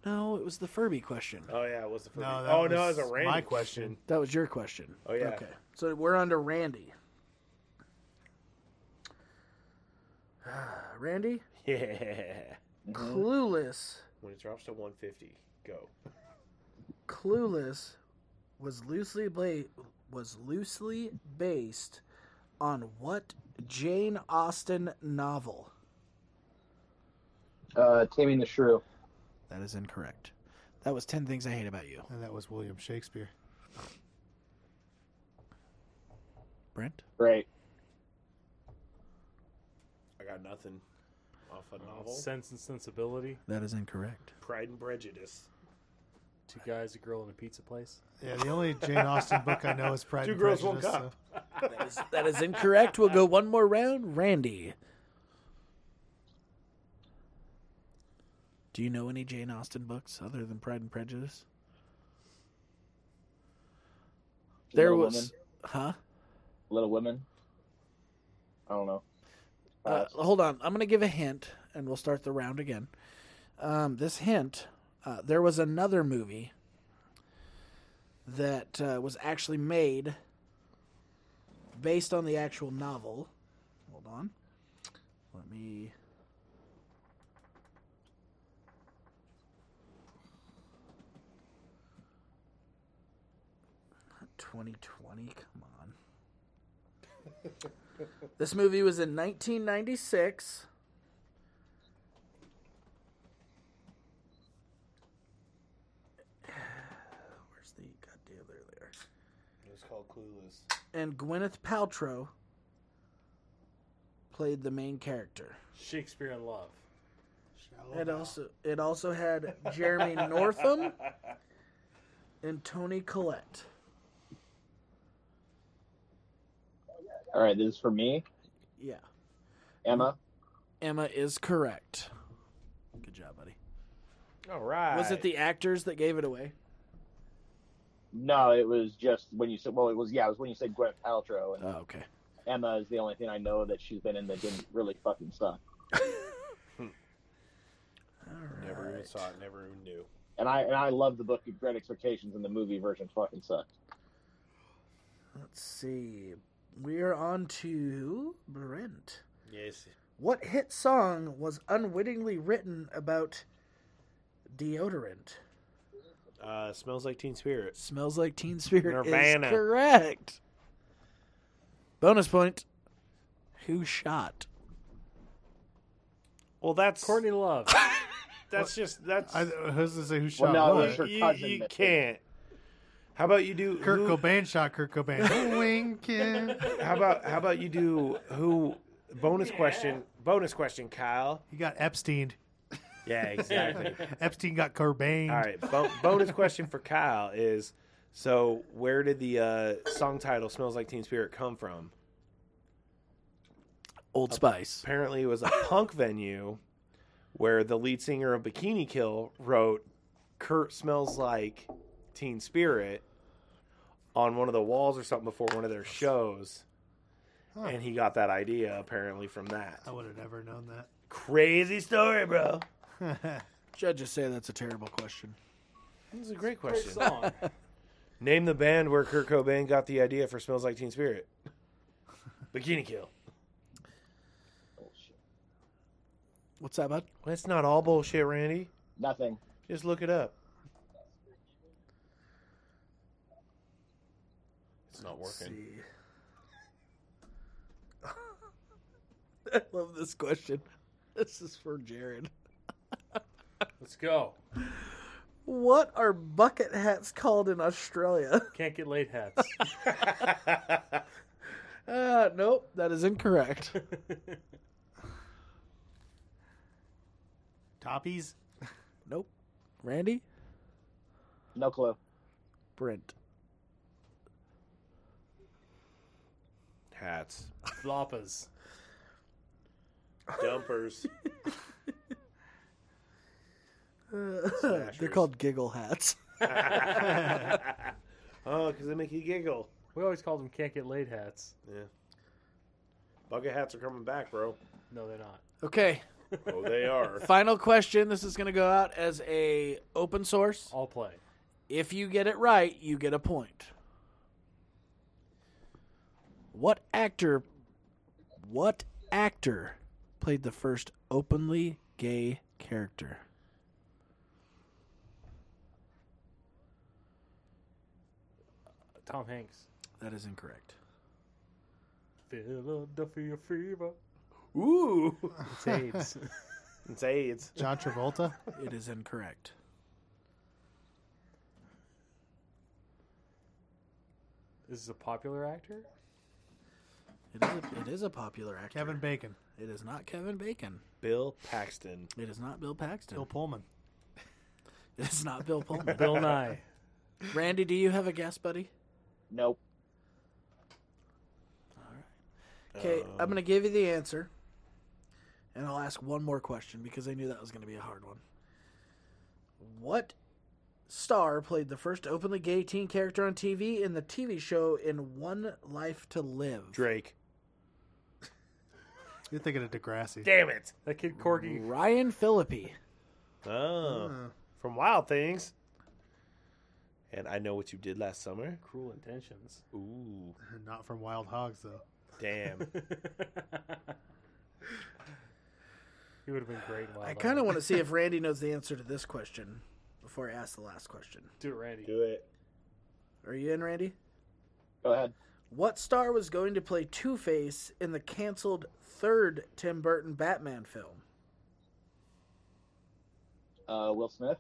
No, it was the Furby question. Oh yeah, it was the first. No, that oh no, it was was a random my question. That was your question. Oh, yeah. Okay. So we're on to Randy. Randy, Yeah. Mm-hmm. Clueless, When it drops to 150, go. Clueless was loosely ba- was loosely based on what Jane Austen novel? Uh, Taming the Shrew. That is incorrect. That was 10 things I hate about you. and that was William Shakespeare. Brent? Great. I got nothing off a novel. Sense and sensibility. That is incorrect. Pride and Prejudice. Two guys, a girl, and a pizza place. Yeah, the only Jane Austen book I know is Pride Two and girls, one Prejudice. cup. so- That is, that is incorrect. We'll go one more round. Randy. Do you know any Jane Austen books other than Pride and Prejudice? There Little was. Women. Huh? Little Women. I don't know. Uh, hold on. I'm going to give a hint, and we'll start the round again. Um, this hint uh, there was another movie that uh, was actually made based on the actual novel. Hold on. Let me. Twenty twenty, come on. This movie was in 1996. Where's the goddamn there they are. It was called Clueless. And Gwyneth Paltrow played the main character. Shakespeare in Love. It also it also had Jeremy Northam and Tony Collette. All right, this is for me, Yeah. Emma. Emma is correct. Good job, buddy. All right. Was it the actors that gave it away? No, it was just when you said. Well, it was yeah. It was when you said Gwyneth Paltrow and Oh, okay. Emma is the only thing I know that she's been in that didn't really fucking suck. Never even saw it. Never even knew. And I and I love the book of Great Expectations, and the movie version fucking sucked. Let's see. We are on to Brent. Yes. What hit song was unwittingly written about deodorant? Uh, smells like Teen Spirit. Smells like Teen Spirit Nirvana. is correct. Bonus point. Who shot? Well, that's Courtney Love. That's just that's. I, I was gonna say who Well, shot no, what? it was her you, cousin you that did it. can't. How about you do Kurt who- Cobain shot Kurt Cobain. Winking. How about how about you do who? Bonus question. Bonus question, Kyle. He got Epstein. Yeah, exactly. Epstein got Cobain. All right. Bo- bonus question for Kyle is: So, where did the uh, song title "Smells Like Teen Spirit" come from? Old Spice. Apparently, it was a punk venue where the lead singer of Bikini Kill wrote "Kurt smells like Teen Spirit" on one of the walls or something before one of their shows, and he got that idea apparently from that. I would have never known that. Crazy story, bro. Judges say that's a terrible question. This is a great Great question. song. Name the band where Kurt Cobain got the idea for "Smells Like Teen Spirit." Bikini Kill. What's that, bud? Well, that's not all bullshit, Randy. Nothing. Just look it up. It's not working. see. I love this question. This is for Jared. Let's go. What are bucket hats called in Australia? Can't get late hats. Uh, nope, that is incorrect. Toppies. nope. Randy? No clue. Brent. Hats. Floppas. Dumpers. They're called giggle hats. Oh, because they make you giggle. We always called them can't get laid hats. Yeah. Bucket hats are coming back, bro. No, they're not. Okay, Oh, they are. final question. This is going to go out as a open source. I'll play. If you get it right, you get a point. What actor what actor played the first openly gay character? Tom Hanks. That is incorrect. Philadelphia Fever. Ooh. It's AIDS. It's AIDS. John Travolta. It is incorrect. This is a popular actor. It is a, it is a popular actor. Kevin Bacon. It is not Kevin Bacon. Bill Paxton. It is not Bill Paxton. Bill Pullman. It's not Bill Pullman. Bill Nye. Randy, do you have a guess, buddy? Nope. Okay, I'm going to give you the answer, and I'll ask one more question because I knew that was going to be a hard one. What star played the first openly gay teen character on TV in the TV show In One Life to Live? Drake. You're thinking of Degrassi. Damn it. That kid Corky. Ryan Philippi. Oh. From Wild Things. And I know what you did last summer. Cruel intentions. Ooh. Not from Wild Hogs though. Damn. He would have been great. I kind of want to see if Randy knows the answer to this question before I ask the last question. do it, Randy. Do it. Are you in, Randy? Go ahead. What star was going to play Two Face in the canceled third Tim Burton Batman film? Uh, Will Smith.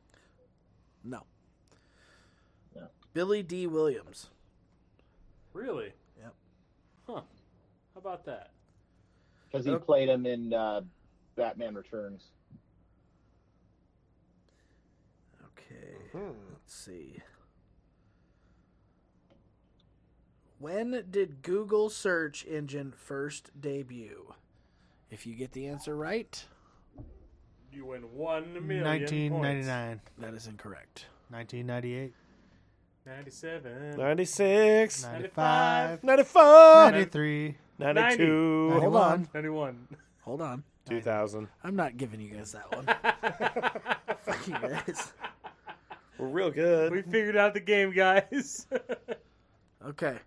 No. No. Billy D. Williams. Really? Yep. Huh. How about that? Because he Okay. played him in uh, Batman Returns. Okay, Hmm. let's see. When did Google search engine first debut? If you get the answer right, You win one million. Nineteen ninety points. nine. that is incorrect. Nineteen ninety eight. 97. 96. 95. 94. 93. 92. Ninety- Hold on. 91. Hold on. 2000. I'm not giving you guys that one. Fuck you guys. We're real we good. figured out the game, guys. Okay.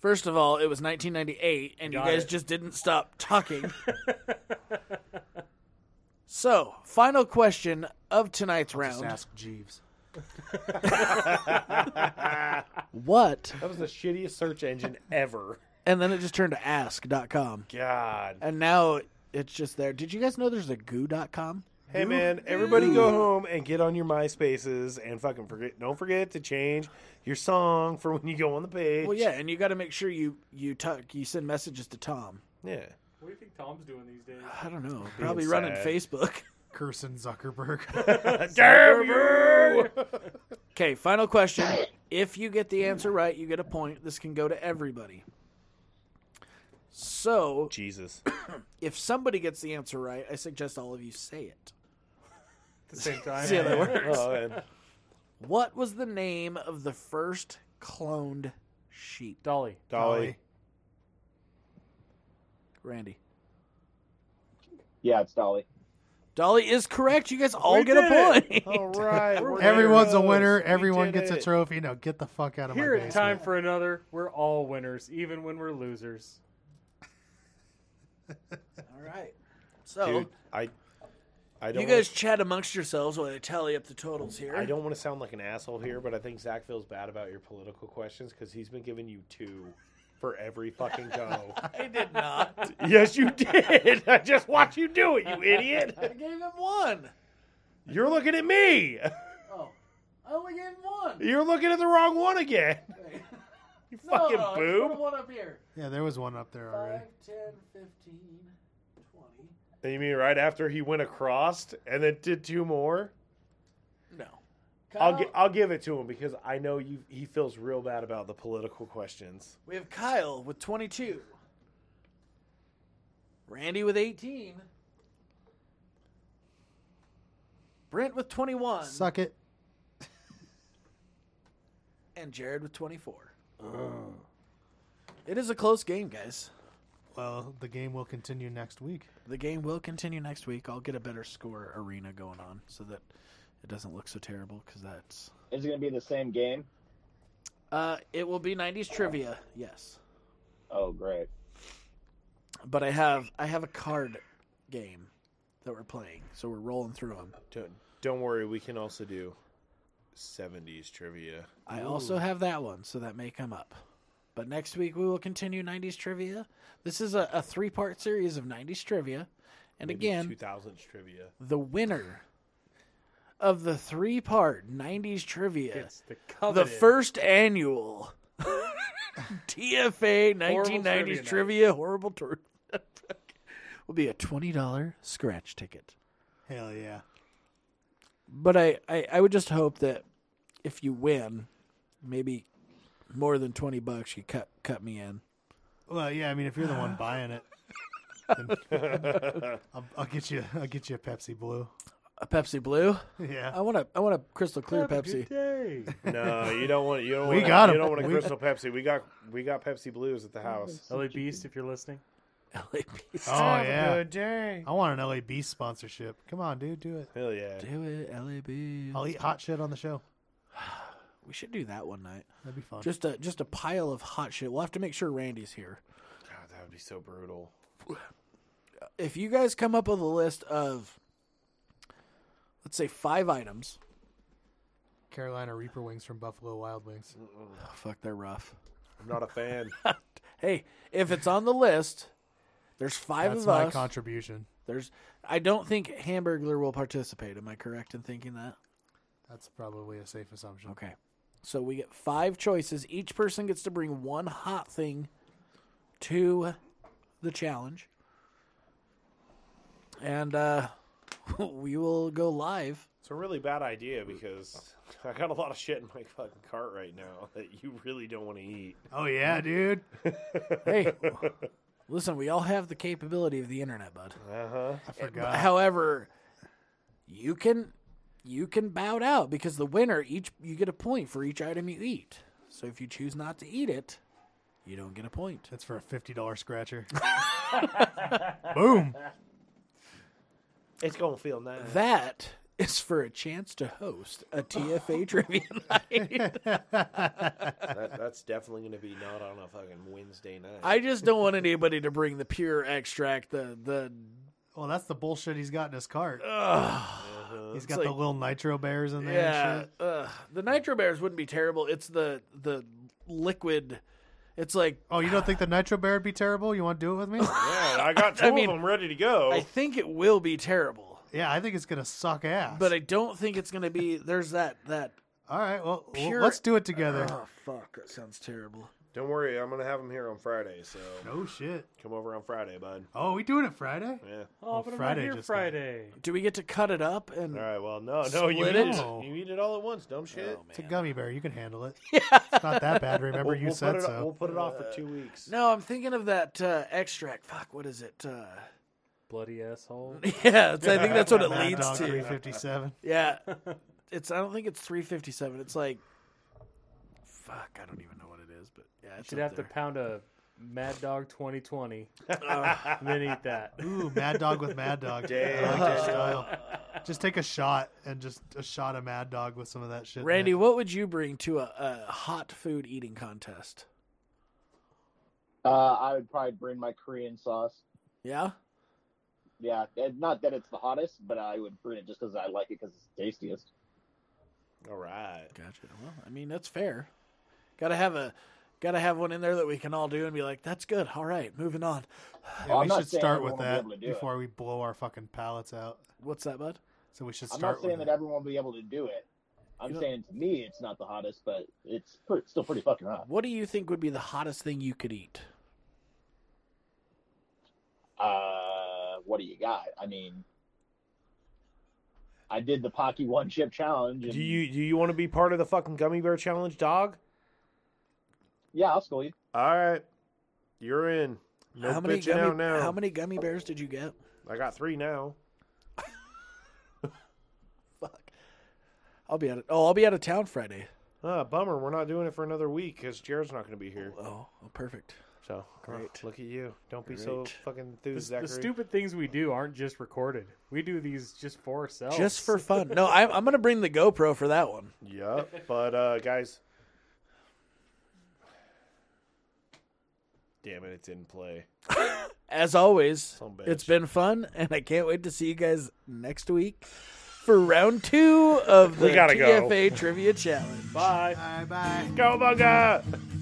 First of all, it was 1998, and Got you guys it. just didn't stop talking. so, final question of tonight's Just round. ask Jeeves. What? That was the shittiest search engine ever. And then it just turned to ask.com. God. And now it's just there. Did you guys know there's a goo.com? Hey man, everybody go home and get on your MySpaces and fucking forget. Don't forget to change your song for when you go on the page. Well, yeah, and you got to make sure you you talk, you send messages to Tom. yeah. what do you think Tom's doing these days? I don't know. Probably sad. running Facebook. Kirsten Zuckerberg. Damn you! Okay, final question. If you get the answer right, you get a point. This can go to everybody. So, Jesus. if somebody gets the answer right, I suggest all of you say it. At the same time. See how that works? Oh, man. What was the name of the first cloned sheep? Dolly. Dolly. Randy. Yeah, it's Dolly. Dolly is correct. You guys all We get a did point. All right. we're Everyone's a winners. winner. We Everyone did gets a it. trophy. No, get the fuck out of Here my at Time for Another, we're all winners, even when we're losers. All right. So, Dude, I, I don't. you guys chat amongst yourselves while I tally up the totals here. I don't want to sound like an asshole here, but I think Zach feels bad about your political questions because he's been giving you two for every fucking go. I did not. yes, you did. I just watched you do it, you I idiot. gave him one. You're looking at me. Oh, I only gave him one. You're looking at the wrong one again. You fucking no, no, boob. One up here. Yeah, there was one up there already. 5, 10, 15, 20. And you mean right after he went across and then did two more? No. I'll, Kyle- gi- I'll give it to him because I know you. he feels real bad about the political questions. we have Kyle with 22. Randy with 18. Brent with 21. Suck it. And Jared with 24. It is a close game, guys. Well, the game will continue next week. The game will continue next week. I'll get a better score arena going on so that it doesn't look so terrible because that's. Is it going to be the same game? Uh, it will be 90s trivia, yes. Oh, great. but I have I have a card game that we're playing, so we're rolling through them. Don't, don't worry, we can also do 70s trivia. I also have that one, so that may come up. But next week we will continue '90s trivia. This is a, a three-part series of '90s trivia, and again, 2000s trivia. the winner of the three-part '90s trivia, It's the the coveted. first annual TFA 1990s Trivia trivia, Night. horrible tour, will be a twenty-dollar scratch ticket. Hell yeah. But I, I, I would just hope that if you win, maybe more than twenty bucks, you cut cut me in. Well, yeah. I mean, if you're the one buying it, then I'll, I'll get you. I'll get you a Pepsi Blue. A Pepsi Blue. Yeah. I want a I want a crystal clear Have a good Pepsi. day. No, you don't want. You don't We want. got you 'em. don't want a We- Crystal Pepsi. We got we got Pepsi Blues at the house. LA Beast, if you're listening. LAPC. Oh yeah. day. I want an LA Beast sponsorship. Come on, dude, do it. Hell yeah. Do it, LAB. I'll eat hot shit on the show. We should do that one night. That'd be fun. Just a just a pile of hot shit. We'll have to make sure Randy's here. God, that would be so brutal. If you guys come up with a list of let's say five items. Carolina Reaper wings from Buffalo Wild Wings. Oh, fuck, they're rough. I'm not a fan. Hey, if it's on the list, there's five That's of my us. contribution. there's I don't think Hamburglar will participate. Am I correct in thinking that? That's probably a safe assumption. Okay. So we get five choices. Each person gets to bring one hot thing to the challenge. And uh, we will go live. It's a really bad idea because I got a lot of shit in my fucking cart right now that you really don't want to eat. Oh yeah, dude. Hey, listen, we all have the capability of the internet, bud. Uh huh. I forgot. However, you can you can bow it out because the winner each you get a point for each item you eat. So if you choose not to eat it, you don't get a point. That's for a fifty dollar scratcher. Boom. It's gonna feel nice. That is for a chance to host a TFA trivia night. That, that's definitely gonna be not on a fucking Wednesday night. I just don't want anybody to bring the pure extract, the the Well, that's the bullshit he's got in his cart. Uh-huh. he's got like- the little nitro bears in there. And yeah. shit. Ugh. The nitro bears wouldn't be terrible. It's the the liquid. It's like Oh, you don't think the nitro bear would be terrible? You want to do it with me? Yeah, I got two mean, of them ready to go. I think it will be terrible, yeah, I think it's gonna suck ass. but I don't think it's gonna be. There's that that. all right, well, well, Pure- let's do it together. Oh fuck, that sounds terrible. Don't worry, I'm gonna have them here on Friday. So oh shit. come over on Friday, bud. Oh, we doing it Friday? Yeah. Oh, but Friday I'm not here just got- Friday. Do we get to cut it up and? All Uh, right. Well, no, no, you eat Split it. it? You eat it all at once. Dumb shit. Oh, It's a man. gummy bear. You can handle it. It's not that bad. Remember we'll, you we'll said put it, so. We'll put it off for two weeks. Uh, No, I'm thinking of that uh, extract. Fuck, what is it? Uh, Bloody asshole. yeah, it's, I think that's what it Mad leads Dog to. 357. Yeah. It's I don't think it's 357. It's like fuck, I don't even know what it is, but yeah, it's Should up have to there. pound a Mad Dog 2020 and then eat that. Ooh, Mad Dog with Mad Dog. Damn, I like that damn. style. Just take a shot and just a shot of Mad Dog with some of that shit. in Randy, it. what would you bring to a, a hot food eating contest? Uh, I would probably bring my Korean sauce. Yeah? Yeah, and not that it's the hottest, but I would bring it just because I like it because it's the tastiest. All right. Gotcha. Well, I mean, that's fair. Got to have a got to have one in there that we can all do and be like, that's good. All right, moving on. Yeah, I'm we not should saying start everyone will with be that able to do it. before we blow our fucking pallets out. What's that, bud? So we should I'm not start saying with that it. everyone will be able to do it. I'm You don't- saying to me it's not the hottest, but it's pretty, still pretty fucking hot. What do you think would be the hottest thing you could eat? Uh, what do you got? I mean, I did the Pocky one chip challenge. And, Do you do you want to be part of the fucking gummy bear challenge, dog? Yeah, I'll school you. All right, you're in. No how many bitching gummy out now. How many gummy bears did you get? I got three now. Fuck. I'll be out of, Oh, I'll be out of town Friday. Ah, bummer. We're not doing it for another week because Jared's not going to be here. Oh, oh perfect. So Great. Look at you. Don't be so Great. fucking The, enthused, the Zachary. stupid things we do aren't just recorded. We do these just for ourselves. Just for fun. No, I, I'm going to bring the GoPro for that one. Yep. But uh, guys, damn it, it's in play. As always, Some bitch. it's been fun, and I can't wait to see you guys next week for round two of the We gotta go. TFA Trivia Challenge. Bye. Bye bye. Go, Bunga!